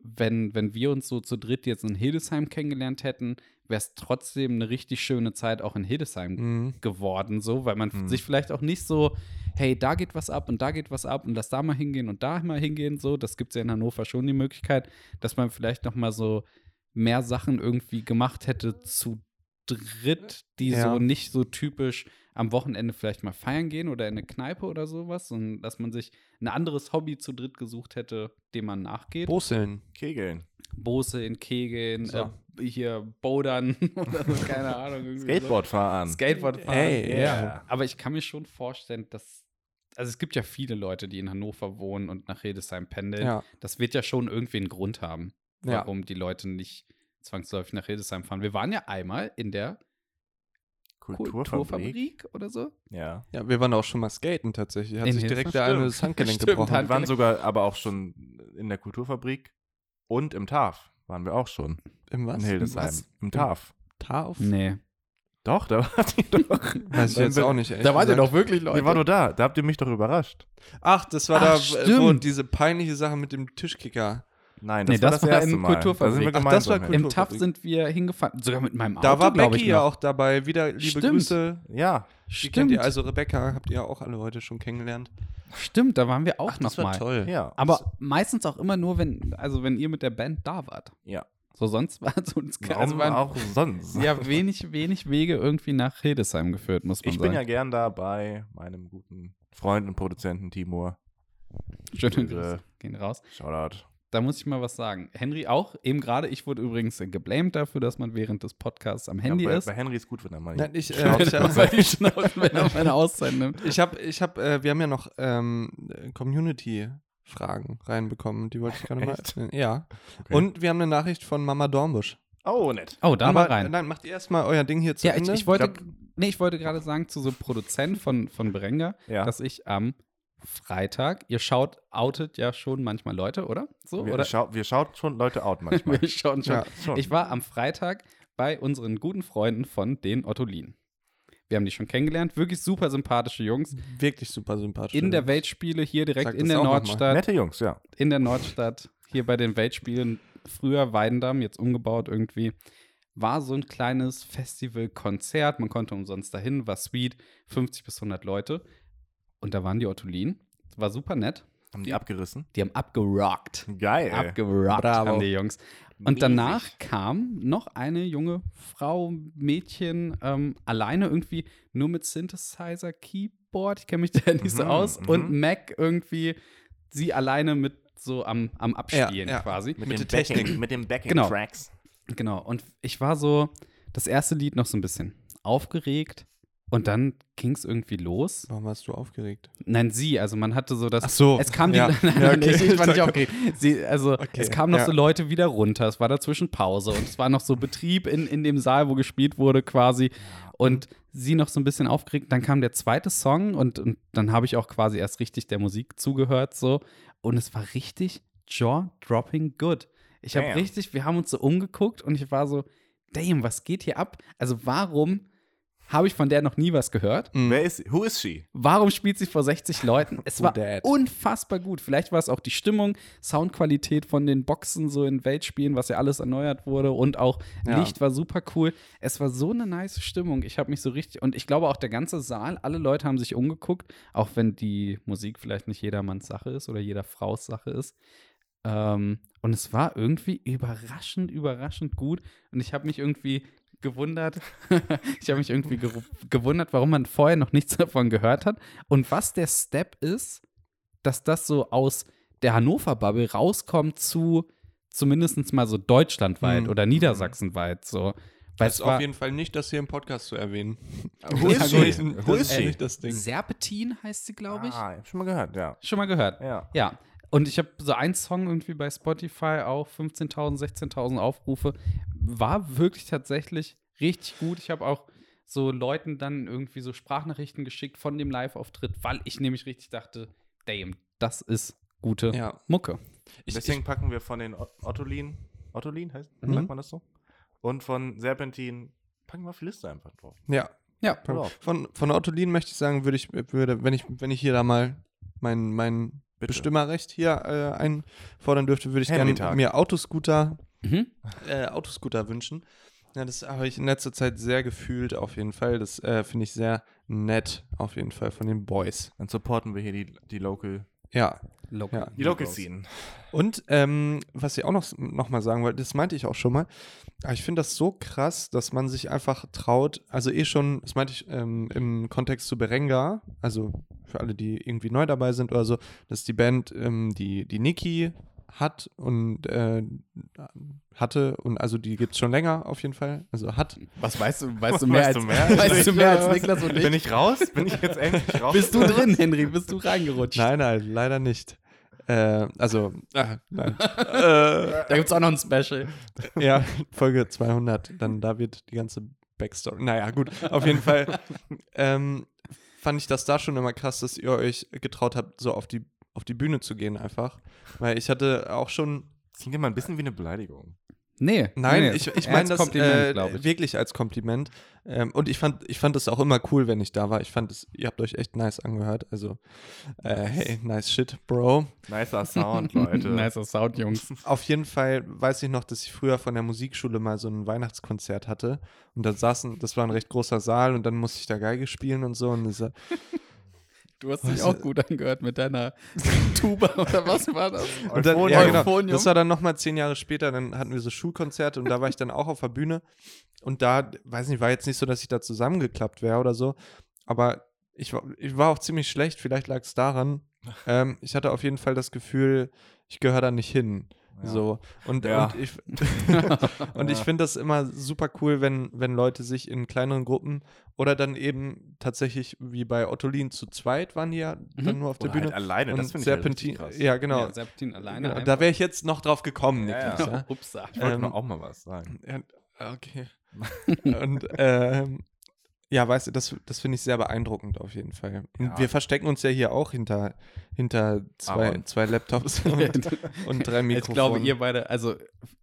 [SPEAKER 4] wenn, wenn wir uns so zu dritt jetzt in Hildesheim kennengelernt hätten, wäre es trotzdem eine richtig schöne Zeit auch in Hildesheim
[SPEAKER 2] Mhm.
[SPEAKER 4] geworden, so, weil man
[SPEAKER 3] Mhm.
[SPEAKER 4] sich vielleicht auch nicht so, hey, da geht was ab und da geht was ab und lass da mal hingehen und da mal hingehen, so, das gibt es ja in Hannover schon die Möglichkeit, dass man vielleicht noch mal so mehr Sachen irgendwie gemacht hätte zu dritt, die
[SPEAKER 2] Ja.
[SPEAKER 4] so nicht so typisch am Wochenende vielleicht mal feiern gehen oder in eine Kneipe oder sowas und dass man sich ein anderes Hobby zu dritt gesucht hätte, dem man nachgeht.
[SPEAKER 2] Brüsseln.
[SPEAKER 3] Kegeln.
[SPEAKER 4] Bose in Kegeln,
[SPEAKER 2] So.
[SPEAKER 4] äh, hier Bodern [LAUGHS] oder so, keine Ahnung. irgendwie
[SPEAKER 3] Skateboard
[SPEAKER 4] So.
[SPEAKER 3] fahren.
[SPEAKER 4] Skateboard fahren.
[SPEAKER 2] Hey,
[SPEAKER 4] ja.
[SPEAKER 3] yeah.
[SPEAKER 4] Aber ich kann mir schon vorstellen, dass. Also es gibt ja viele Leute, die in Hannover wohnen und nach Hildesheim pendeln.
[SPEAKER 2] Ja.
[SPEAKER 4] Das wird ja schon irgendwie einen Grund haben,
[SPEAKER 2] ja.
[SPEAKER 4] warum die Leute nicht zwangsläufig nach Hildesheim fahren. Wir waren ja einmal in der
[SPEAKER 3] Kulturfabrik.
[SPEAKER 4] Kulturfabrik oder so.
[SPEAKER 3] Ja.
[SPEAKER 2] Ja, wir waren auch schon mal skaten tatsächlich. Hat
[SPEAKER 4] In
[SPEAKER 2] sich direkt
[SPEAKER 4] Hilfsmittel?
[SPEAKER 2] der eine das Handgelenk
[SPEAKER 4] Stimmt,
[SPEAKER 2] gebrochen.
[SPEAKER 4] Hand-
[SPEAKER 3] Wir waren sogar aber auch schon in der Kulturfabrik und im TAF waren wir auch schon.
[SPEAKER 2] Im was?
[SPEAKER 3] In Hildesheim.
[SPEAKER 2] Was?
[SPEAKER 3] Im TAF.
[SPEAKER 2] Tar auf?
[SPEAKER 4] Nee.
[SPEAKER 3] Doch, da [LAUGHS] wart ihr doch.
[SPEAKER 2] Weiß ich jetzt auch nicht. ehrlich
[SPEAKER 4] Da waren ja
[SPEAKER 2] gesagt.
[SPEAKER 4] doch wirklich Leute.
[SPEAKER 3] Ihr war doch da. Da habt ihr mich doch überrascht.
[SPEAKER 2] Ach, das war
[SPEAKER 4] Ach,
[SPEAKER 2] da,
[SPEAKER 4] stimmt.
[SPEAKER 2] wo diese peinliche Sache mit dem Tischkicker.
[SPEAKER 3] Nein, das
[SPEAKER 4] Nee,
[SPEAKER 3] war
[SPEAKER 4] das
[SPEAKER 3] das,
[SPEAKER 4] war
[SPEAKER 3] erste
[SPEAKER 4] in
[SPEAKER 3] Mal. Da sind
[SPEAKER 4] Kulturfabrik.
[SPEAKER 3] wir
[SPEAKER 2] Ach, das
[SPEAKER 3] gemeinsam
[SPEAKER 2] war
[SPEAKER 3] hin.
[SPEAKER 4] Im TAF
[SPEAKER 2] Kulturfabrik.
[SPEAKER 4] sind wir hingefahren, sogar mit meinem Auto.
[SPEAKER 2] Da war
[SPEAKER 4] glaub
[SPEAKER 2] Becky
[SPEAKER 4] ich
[SPEAKER 2] ja
[SPEAKER 4] noch.
[SPEAKER 2] auch dabei. Wieder liebe
[SPEAKER 4] Stimmt.
[SPEAKER 2] Grüße.
[SPEAKER 3] Ja.
[SPEAKER 2] Die kennt
[SPEAKER 4] Stimmt,
[SPEAKER 2] ihr also Rebecca, habt ihr ja auch alle heute schon kennengelernt.
[SPEAKER 4] stimmt, da waren wir auch
[SPEAKER 2] das war
[SPEAKER 4] nochmal.
[SPEAKER 2] toll.
[SPEAKER 3] Ja.
[SPEAKER 4] Aber meistens auch immer nur, wenn, also wenn ihr mit der Band da wart.
[SPEAKER 3] [LAUGHS] Ja.
[SPEAKER 4] So, sonst war es uns also
[SPEAKER 3] Warum [LAUGHS]
[SPEAKER 4] waren
[SPEAKER 3] auch sonst?
[SPEAKER 4] ja wenig, wenig Wege irgendwie nach Hildesheim geführt, muss man
[SPEAKER 3] Ich bin ja
[SPEAKER 4] sagen.
[SPEAKER 3] gern da bei meinem guten Freund und Produzenten Timur.
[SPEAKER 4] Schöne
[SPEAKER 3] Grüße.
[SPEAKER 4] Grüße. Gehen raus.
[SPEAKER 3] Shoutout.
[SPEAKER 4] Da muss ich mal was sagen. Henry auch, eben gerade, ich wurde übrigens äh, geblamed dafür, dass man während des Podcasts am Handy
[SPEAKER 3] ja, bei,
[SPEAKER 4] ist. [LAUGHS]
[SPEAKER 3] bei Henry ist gut, wenn er mal.
[SPEAKER 2] Nein, ich, äh,
[SPEAKER 4] Wenn
[SPEAKER 2] ich,
[SPEAKER 4] er
[SPEAKER 2] hab-
[SPEAKER 4] mal die Schnauze- wenn er mal eine Auszeit nimmt.
[SPEAKER 2] ich hab, ich hab, äh, wir haben ja noch ähm, Community-Fragen reinbekommen. Die wollte ich gerade mal
[SPEAKER 3] Echt?
[SPEAKER 2] öffnen. Ja.
[SPEAKER 3] Okay.
[SPEAKER 2] Und wir haben eine Nachricht von Mama Dornbusch.
[SPEAKER 3] [LAUGHS] oh, nett.
[SPEAKER 4] Oh, da mal
[SPEAKER 2] Aber,
[SPEAKER 4] rein.
[SPEAKER 2] Nein, macht ihr erstmal euer Ding hier zu
[SPEAKER 4] Ja, ich,
[SPEAKER 2] Ende.
[SPEAKER 4] ich wollte, nee, ich wollte gerade sagen zu so Produzent von, von Berenga,
[SPEAKER 3] Ja.
[SPEAKER 4] dass ich am Freitag, ihr schaut, outet ja schon manchmal Leute, oder? So,
[SPEAKER 3] Wir,
[SPEAKER 4] oder?
[SPEAKER 3] schau, wir schaut schon Leute out manchmal.
[SPEAKER 4] Wir schauen schon.
[SPEAKER 2] Ja,
[SPEAKER 3] schon.
[SPEAKER 4] [LAUGHS] Ich war am Freitag bei unseren guten Freunden von den Ottolin. Wir haben die schon kennengelernt, wirklich super sympathische Jungs.
[SPEAKER 2] Wirklich super sympathisch.
[SPEAKER 4] In der Weltspiele hier direkt
[SPEAKER 2] Sag
[SPEAKER 4] in
[SPEAKER 2] das
[SPEAKER 4] der
[SPEAKER 2] auch noch mal.
[SPEAKER 4] Nordstadt,
[SPEAKER 3] Nette Jungs, ja.
[SPEAKER 4] in der Nordstadt, hier bei den Weltspielen, früher Weindamm, jetzt umgebaut irgendwie, war so ein kleines Festival-Konzert. Man konnte umsonst dahin, war sweet, 50 bis 100 Leute. Und da waren die Ottolin. War super nett.
[SPEAKER 3] Haben die abgerissen?
[SPEAKER 4] Die haben abgerockt.
[SPEAKER 3] Geil.
[SPEAKER 4] Abgerockt haben die Jungs. Und
[SPEAKER 3] Riesig.
[SPEAKER 4] danach kam noch eine junge Frau, Mädchen, ähm, alleine irgendwie, nur mit Synthesizer, Keyboard, ich kenne mich [LAUGHS] da nicht so
[SPEAKER 3] Mhm,
[SPEAKER 4] aus,
[SPEAKER 3] mhm.
[SPEAKER 4] und Mac irgendwie, sie alleine mit so am, am Abspielen
[SPEAKER 2] Ja, ja.
[SPEAKER 4] quasi.
[SPEAKER 2] Mit der Technik.
[SPEAKER 3] Backing, mit den Backing
[SPEAKER 4] Genau.
[SPEAKER 3] Tracks.
[SPEAKER 4] Genau, und ich war so, das erste Lied noch so ein bisschen aufgeregt, Und dann ging es irgendwie los.
[SPEAKER 2] Warum warst du aufgeregt?
[SPEAKER 4] Nein, sie, also man hatte so das.
[SPEAKER 2] Ach so,
[SPEAKER 4] Es kam die.
[SPEAKER 2] ja.
[SPEAKER 4] [LAUGHS] Nein,
[SPEAKER 2] Ja,
[SPEAKER 4] nein,
[SPEAKER 2] okay.
[SPEAKER 4] ich, ich war nicht aufgeregt. Sie, also
[SPEAKER 2] Okay,
[SPEAKER 4] es kamen noch
[SPEAKER 2] ja.
[SPEAKER 4] so Leute wieder runter. Es war dazwischen Pause und es war noch so Betrieb in, in dem Saal, wo gespielt wurde quasi. Und sie noch so ein bisschen aufgeregt. Dann kam der zweite Song und, und dann habe ich auch quasi erst richtig der Musik zugehört so. Und es war richtig jaw-dropping good. Ich habe
[SPEAKER 3] Damn.
[SPEAKER 4] richtig, wir haben uns so umgeguckt und ich war so, damn, was geht hier ab? Also warum habe ich von der noch nie was gehört?
[SPEAKER 3] Wer ist sie? Who is she?
[SPEAKER 4] Warum spielt sie vor 60 Leuten? Es war unfassbar gut. Vielleicht war es auch die Stimmung, Soundqualität von den Boxen so in Weltspielen, was ja alles erneuert wurde und auch
[SPEAKER 2] Ja.
[SPEAKER 4] Licht war super cool. Es war so eine nice Stimmung. Ich habe mich so richtig und ich glaube auch der ganze Saal, alle Leute haben sich umgeguckt, auch wenn die Musik vielleicht nicht jedermanns Sache ist oder jeder Fraus Sache ist. Ähm, und es war irgendwie überraschend, überraschend gut. Und ich habe mich irgendwie gewundert, [LAUGHS] ich habe mich irgendwie geru- gewundert, warum man vorher noch nichts davon gehört hat. Und was der Step ist, dass das so aus der Hannover-Bubble rauskommt zu zumindest mal so deutschlandweit
[SPEAKER 2] Mhm.
[SPEAKER 4] oder niedersachsenweit. So. Weil
[SPEAKER 2] Weiß
[SPEAKER 4] es war
[SPEAKER 2] auf jeden Fall nicht, das hier im Podcast zu erwähnen.
[SPEAKER 3] Who
[SPEAKER 4] Ja,
[SPEAKER 3] is she?
[SPEAKER 2] gut.
[SPEAKER 3] Who
[SPEAKER 2] Das
[SPEAKER 3] is
[SPEAKER 2] ist
[SPEAKER 3] she?
[SPEAKER 2] nicht das Ding.
[SPEAKER 4] Serpentin heißt sie, glaube ich.
[SPEAKER 3] Ah, ich hab schon mal gehört, ja.
[SPEAKER 4] Schon mal gehört.
[SPEAKER 3] Ja.
[SPEAKER 4] Ja, und ich habe so einen Song irgendwie bei Spotify auch 15.000, 16.000 Aufrufe. War wirklich tatsächlich richtig gut. Ich habe auch so Leuten dann irgendwie so Sprachnachrichten geschickt von dem Live-Auftritt, weil ich nämlich richtig dachte, damn, das ist gute
[SPEAKER 2] Ja.
[SPEAKER 4] Mucke.
[SPEAKER 2] Ich,
[SPEAKER 3] Deswegen
[SPEAKER 2] ich,
[SPEAKER 3] packen wir von den Ot- Ottolin, Ottolin heißt,
[SPEAKER 2] Mhm.
[SPEAKER 3] sagt man das so? Und von Serpentin packen wir auf die Liste einfach drauf.
[SPEAKER 2] ja.
[SPEAKER 4] Ja,
[SPEAKER 3] Pass auf,
[SPEAKER 2] Von, von Ottolin möchte ich sagen, würde ich, würde, wenn ich, wenn ich hier da mal mein, mein Bestimmerrecht hier äh, einfordern dürfte, würde ich gerne
[SPEAKER 3] Handytag.
[SPEAKER 2] mir Autoscooter,
[SPEAKER 4] Mhm.
[SPEAKER 2] äh, Autoscooter wünschen. Ja, das habe ich in letzter Zeit sehr gefühlt, auf jeden Fall. Das äh, finde ich sehr nett, auf jeden Fall, von den Boys.
[SPEAKER 3] Dann supporten wir hier die, die Local.
[SPEAKER 2] Ja,
[SPEAKER 4] Locker.
[SPEAKER 2] Ja.
[SPEAKER 3] Die Local Scene.
[SPEAKER 2] Und ähm, was ich auch noch, noch mal sagen wollte, das meinte ich auch schon mal, aber ich finde das so krass, dass man sich einfach traut, also eh schon, das meinte ich ähm, im Kontext zu Berenga, also für alle, die irgendwie neu dabei sind oder so, das ist die Band, ähm, die, die Niki hat und äh, hatte und also die gibt es schon länger auf jeden Fall, also hat.
[SPEAKER 4] Was weißt du, [LAUGHS] weißt
[SPEAKER 3] Weißt du mehr?
[SPEAKER 4] weißt du mehr als Niklas und ich?
[SPEAKER 3] Bin ich raus? Bin ich jetzt
[SPEAKER 2] [LAUGHS]
[SPEAKER 3] endlich raus?
[SPEAKER 4] Bist du
[SPEAKER 3] [LAUGHS]
[SPEAKER 4] drin, Henry? Bist du reingerutscht?
[SPEAKER 2] Nein, nein, leider nicht. Äh, also, ah, nein.
[SPEAKER 4] Da gibt es auch noch ein Special. [LAUGHS]
[SPEAKER 2] Ja, Folge 200. Dann da wird die ganze Backstory. Naja, gut. Auf jeden Fall ähm, fand ich das da schon immer krass, dass ihr euch getraut habt, so auf die, auf die Bühne zu gehen einfach. Weil ich hatte auch schon.
[SPEAKER 3] Das klingt immer ein bisschen wie eine Beleidigung.
[SPEAKER 4] Nee.
[SPEAKER 2] Nein,
[SPEAKER 4] nee.
[SPEAKER 2] ich, ich
[SPEAKER 4] Als
[SPEAKER 2] meine das
[SPEAKER 4] Kompliment, glaub
[SPEAKER 2] äh,
[SPEAKER 4] ich.
[SPEAKER 2] wirklich als Kompliment. Ähm, und ich fand, ich fand das auch immer cool, wenn ich da war. Ich fand, es, ihr habt euch echt nice angehört. Also, äh, hey, nice shit, Bro. [LAUGHS]
[SPEAKER 3] Nicer Sound, Leute.
[SPEAKER 4] Nicer Sound, Jungs.
[SPEAKER 2] Auf jeden Fall weiß ich noch, dass ich früher von der Musikschule mal so ein Weihnachtskonzert hatte. Und da saßen, das war ein recht großer Saal und dann musste ich da Geige spielen und so. Und das,
[SPEAKER 4] Du hast dich auch gut angehört mit deiner [LAUGHS] Tuba oder was war das?
[SPEAKER 2] und dann,
[SPEAKER 3] Euphonium.
[SPEAKER 2] ja, genau,
[SPEAKER 4] Euphonium.
[SPEAKER 2] das war dann nochmal zehn Jahre später, dann hatten wir so Schulkonzerte und da war ich dann auch auf der Bühne. Und da, weiß nicht, war jetzt nicht so, dass ich da zusammengeklappt wäre oder so. Aber ich war, ich war auch ziemlich schlecht, vielleicht lag es daran. Ähm, ich hatte auf jeden Fall das Gefühl, ich gehöre da nicht hin.
[SPEAKER 3] Ja.
[SPEAKER 2] So. Und,
[SPEAKER 3] Ja.
[SPEAKER 2] und ich, [LAUGHS] und ich finde das immer super cool, wenn, wenn Leute sich in kleineren Gruppen oder dann eben tatsächlich wie bei Ottolin zu zweit waren die ja dann nur auf der
[SPEAKER 3] Oder
[SPEAKER 2] Bühne.
[SPEAKER 3] halt alleine, das
[SPEAKER 2] und
[SPEAKER 3] finde ich halt
[SPEAKER 2] Serpentin.
[SPEAKER 3] richtig krass.
[SPEAKER 2] ja, genau.
[SPEAKER 4] Ja, Septin alleine.
[SPEAKER 2] Genau,
[SPEAKER 4] einfach.
[SPEAKER 2] da wäre ich jetzt noch drauf gekommen,
[SPEAKER 3] Ja,
[SPEAKER 2] Niklas. Ja,
[SPEAKER 4] Upsa.
[SPEAKER 3] Ich wollte
[SPEAKER 2] Ähm,
[SPEAKER 3] mal auch mal was sagen.
[SPEAKER 2] Ja,
[SPEAKER 3] [LAUGHS]
[SPEAKER 2] okay. und ähm, ja, weißt du, das, das finde ich sehr beeindruckend auf jeden Fall. Und
[SPEAKER 3] Ja.
[SPEAKER 2] wir verstecken uns ja hier auch hinter, hinter zwei,
[SPEAKER 3] Aaron.
[SPEAKER 2] zwei Laptops
[SPEAKER 3] [LAUGHS]
[SPEAKER 4] [LAUGHS]
[SPEAKER 2] und, und drei Mikrofonen.
[SPEAKER 4] Ich glaube, ihr beide, also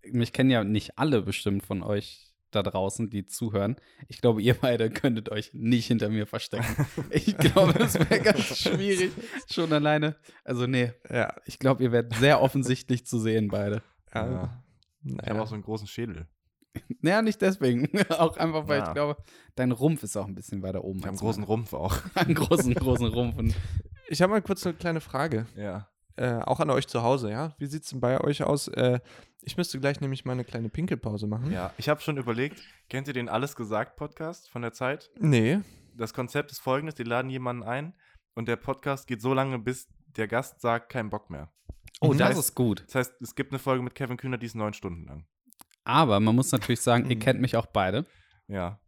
[SPEAKER 4] mich kennen ja nicht alle bestimmt von euch da draußen, die zuhören. Ich glaube, ihr beide könntet euch nicht hinter mir [LAUGHS] verstecken. Ich glaube, das wäre ganz schwierig. Schon alleine. Also, nee.
[SPEAKER 2] Ja,
[SPEAKER 4] Ich glaube, ihr werdet sehr offensichtlich zu sehen, beide.
[SPEAKER 2] ja.
[SPEAKER 3] Ja. Ich habe
[SPEAKER 2] Naja.
[SPEAKER 3] auch so einen großen Schädel.
[SPEAKER 4] Naja, nicht deswegen. [LAUGHS] Auch einfach, weil ich
[SPEAKER 3] Ja.
[SPEAKER 4] glaube, dein Rumpf ist auch ein bisschen weiter oben.
[SPEAKER 3] Ich habe einen
[SPEAKER 4] als [LAUGHS]
[SPEAKER 3] großen
[SPEAKER 4] meiner.
[SPEAKER 3] Rumpf auch.
[SPEAKER 4] einen großen, großen Rumpf. Und
[SPEAKER 2] Ich habe mal kurz eine kleine Frage.
[SPEAKER 3] Ja.
[SPEAKER 2] Äh, auch an euch zu Hause, ja? Wie sieht es denn bei euch aus? Äh, ich müsste gleich nämlich mal eine kleine Pinkelpause machen.
[SPEAKER 3] Ja, ich habe schon überlegt, kennt ihr den Alles gesagt Podcast von der Zeit?
[SPEAKER 2] Nee.
[SPEAKER 3] Das Konzept ist folgendes, die laden jemanden ein und der Podcast geht so lange, bis der Gast sagt, kein Bock mehr.
[SPEAKER 2] Mhm.
[SPEAKER 4] oh,
[SPEAKER 3] das
[SPEAKER 4] das ist gut.
[SPEAKER 3] Das heißt, es gibt eine Folge mit Kevin Kühner, die ist neun Stunden lang.
[SPEAKER 4] Aber man muss natürlich sagen, ihr kennt mich auch beide.
[SPEAKER 3] Ja.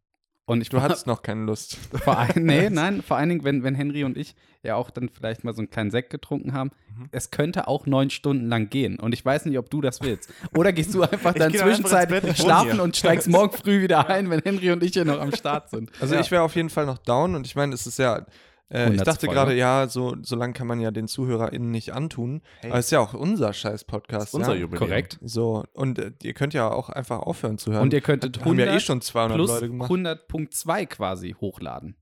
[SPEAKER 4] Und ich
[SPEAKER 2] Mhm. Du
[SPEAKER 4] war-
[SPEAKER 2] hattest noch keine Lust.
[SPEAKER 4] Vor ein,
[SPEAKER 2] [LAUGHS]
[SPEAKER 4] nee, nein, vor allen Dingen, wenn, wenn Henry und ich ja auch dann vielleicht mal so einen kleinen Sekt getrunken haben,
[SPEAKER 2] Mhm.
[SPEAKER 4] es könnte auch neun Stunden lang gehen. Und ich weiß nicht, ob du das willst. Oder gehst du einfach dann
[SPEAKER 3] geh dann einfach ins
[SPEAKER 4] zwischenzeitlich
[SPEAKER 3] Bett, ich wohne
[SPEAKER 4] schlafen
[SPEAKER 3] hier.
[SPEAKER 4] und
[SPEAKER 2] [LAUGHS]
[SPEAKER 4] steigst morgen früh wieder ein, wenn Henry und ich hier noch am Start sind.
[SPEAKER 2] Also ich wäre auf jeden Fall noch down und ich meine, es ist ja. Äh, ich dachte
[SPEAKER 4] Hundertsfolge.
[SPEAKER 2] gerade, ja, so, so lange kann man ja den ZuhörerInnen nicht antun. Aber es ist ja auch unser scheiß Podcast.
[SPEAKER 3] Unser
[SPEAKER 2] ja?
[SPEAKER 3] Jubiläum.
[SPEAKER 4] Korrekt.
[SPEAKER 2] So, und äh, ihr könnt ja auch einfach aufhören zu hören.
[SPEAKER 4] Und ihr könntet
[SPEAKER 2] haben wir
[SPEAKER 4] 100
[SPEAKER 2] ja eh schon 200
[SPEAKER 4] plus
[SPEAKER 2] Leute gemacht.
[SPEAKER 4] 100.2 quasi hochladen.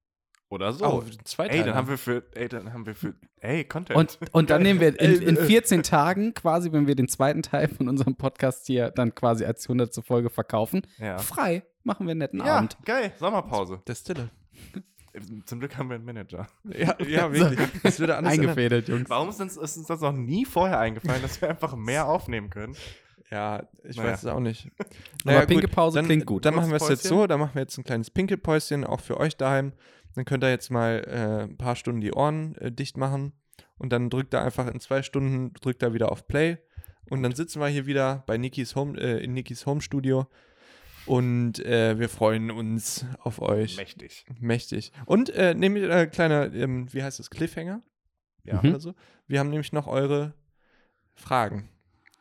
[SPEAKER 3] Oder so.
[SPEAKER 2] Oh, zwei
[SPEAKER 3] ey, dann haben wir für, ey, dann haben wir für, ey, Content.
[SPEAKER 4] Und, und dann nehmen wir in, in
[SPEAKER 2] äh.
[SPEAKER 4] 14 Tagen quasi, wenn wir den zweiten Teil von unserem Podcast hier dann quasi als 100. Folge verkaufen,
[SPEAKER 3] [LAUGHS] ja.
[SPEAKER 4] frei machen wir einen netten
[SPEAKER 3] ja,
[SPEAKER 4] Abend.
[SPEAKER 3] geil, Sommerpause.
[SPEAKER 2] Der Stille.
[SPEAKER 3] Zum Glück haben wir einen Manager.
[SPEAKER 2] Ja, [LAUGHS] ja wirklich. Das würde alles ändern.
[SPEAKER 4] Eingefädelt, Jungs.
[SPEAKER 3] Warum ist uns, ist uns das noch nie vorher eingefallen, dass wir einfach mehr aufnehmen können?
[SPEAKER 2] Ja, ich
[SPEAKER 3] Naja.
[SPEAKER 2] weiß es auch
[SPEAKER 4] [LAUGHS]
[SPEAKER 2] nicht.
[SPEAKER 4] Aber Pinkelpause
[SPEAKER 2] dann,
[SPEAKER 4] klingt gut.
[SPEAKER 2] Dann machen wir es
[SPEAKER 3] Kurzes
[SPEAKER 2] jetzt
[SPEAKER 3] Päuschen.
[SPEAKER 2] so, dann machen wir jetzt ein kleines Pinkelpäuschen, auch für euch daheim. Dann könnt ihr jetzt mal äh, ein paar Stunden die Ohren äh, dicht machen und dann drückt ihr einfach in zwei Stunden, drückt ihr wieder auf Play und dann sitzen wir hier wieder bei Nikis Home, äh, in Nikis Home Studio und äh, wir freuen uns auf euch.
[SPEAKER 3] Mächtig.
[SPEAKER 2] Mächtig. Und äh, nehmt äh, kleiner, ähm, wie heißt das, Cliffhanger? Ja,
[SPEAKER 4] Mhm.
[SPEAKER 2] oder so. Wir haben nämlich noch eure Fragen.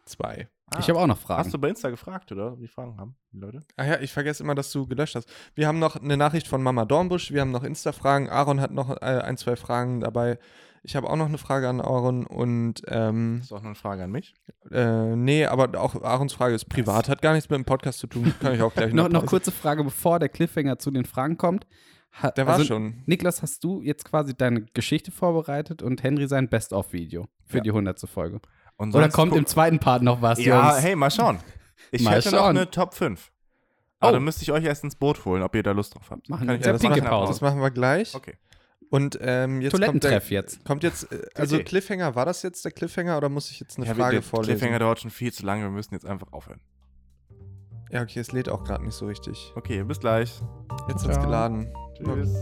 [SPEAKER 2] Zwei.
[SPEAKER 4] Ich habe auch noch Fragen.
[SPEAKER 3] Ah. Hast du bei Insta gefragt, oder? Ob die Fragen haben, die Leute?
[SPEAKER 2] Ah ja, ich vergesse immer, dass du gelöscht hast. Wir haben noch eine Nachricht von Mama Dornbusch, wir haben noch Insta-Fragen, Aaron hat noch äh, ein, zwei Fragen dabei. Ich habe auch noch eine Frage an Aaron und ähm,
[SPEAKER 3] Ist auch noch eine Frage an mich.
[SPEAKER 2] äh, nee, aber auch Aarons Frage ist privat, hat gar nichts mit dem Podcast zu tun, [LAUGHS] kann ich auch gleich
[SPEAKER 4] noch, noch kurze Frage, bevor der Cliffhanger zu den Fragen kommt. Ha- also,
[SPEAKER 2] Der war schon.
[SPEAKER 4] Niklas, hast du jetzt quasi deine Geschichte vorbereitet und Henry sein Best-of-Video für die 100. Folge?
[SPEAKER 3] Und
[SPEAKER 4] Oder
[SPEAKER 3] sonst
[SPEAKER 4] kommt
[SPEAKER 3] guck-
[SPEAKER 4] im zweiten Part noch was,
[SPEAKER 3] Ja,
[SPEAKER 4] Jungs?
[SPEAKER 3] hey, mal schauen. Ich
[SPEAKER 4] Mal
[SPEAKER 3] hätte noch
[SPEAKER 4] schauen.
[SPEAKER 3] eine Top 5. Aber
[SPEAKER 4] Oh.
[SPEAKER 3] dann müsste ich euch erst ins Boot holen, ob ihr da Lust drauf habt.
[SPEAKER 4] Machen
[SPEAKER 3] Kann
[SPEAKER 4] wir
[SPEAKER 3] ich
[SPEAKER 4] jetzt
[SPEAKER 3] ja
[SPEAKER 4] eine
[SPEAKER 3] das machen.
[SPEAKER 4] Pinkelpause.
[SPEAKER 2] Das machen wir gleich.
[SPEAKER 3] Okay.
[SPEAKER 2] Und ähm, jetzt kommt der,
[SPEAKER 4] Toilettentreff jetzt.
[SPEAKER 2] kommt jetzt, äh, also
[SPEAKER 3] Idee.
[SPEAKER 2] Cliffhanger, war das jetzt der Cliffhanger oder muss ich jetzt eine
[SPEAKER 3] Ja, wir-
[SPEAKER 2] Frage
[SPEAKER 3] der
[SPEAKER 2] vorlesen?
[SPEAKER 3] Cliffhanger dauert schon viel zu lange, wir müssen jetzt einfach aufhören.
[SPEAKER 2] Ja, okay, es lädt auch gerade nicht so richtig.
[SPEAKER 3] Okay, bis gleich.
[SPEAKER 2] Jetzt hat es
[SPEAKER 4] Ciao.
[SPEAKER 2] geladen.
[SPEAKER 3] Tschüss.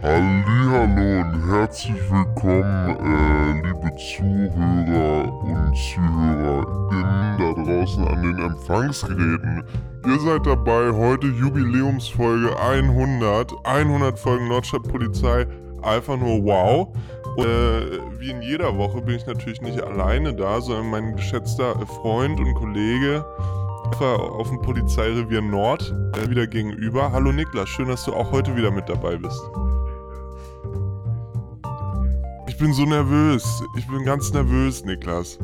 [SPEAKER 7] Hallihallo und herzlich willkommen, äh, liebe Zuhörer und ZuhörerInnen da draußen an den Empfangsgeräten. Ihr seid dabei, heute Jubiläumsfolge 100, 100 Folgen Nordstadtpolizei, einfach nur wow. Und, äh, wie in jeder Woche bin ich natürlich nicht alleine da, sondern mein geschätzter Freund und Kollege Alpha auf dem Polizeirevier Nord äh, wieder gegenüber. Hallo Niklas, schön, dass du auch heute wieder mit dabei bist. Ich bin so nervös. Ich bin ganz nervös, Niklas.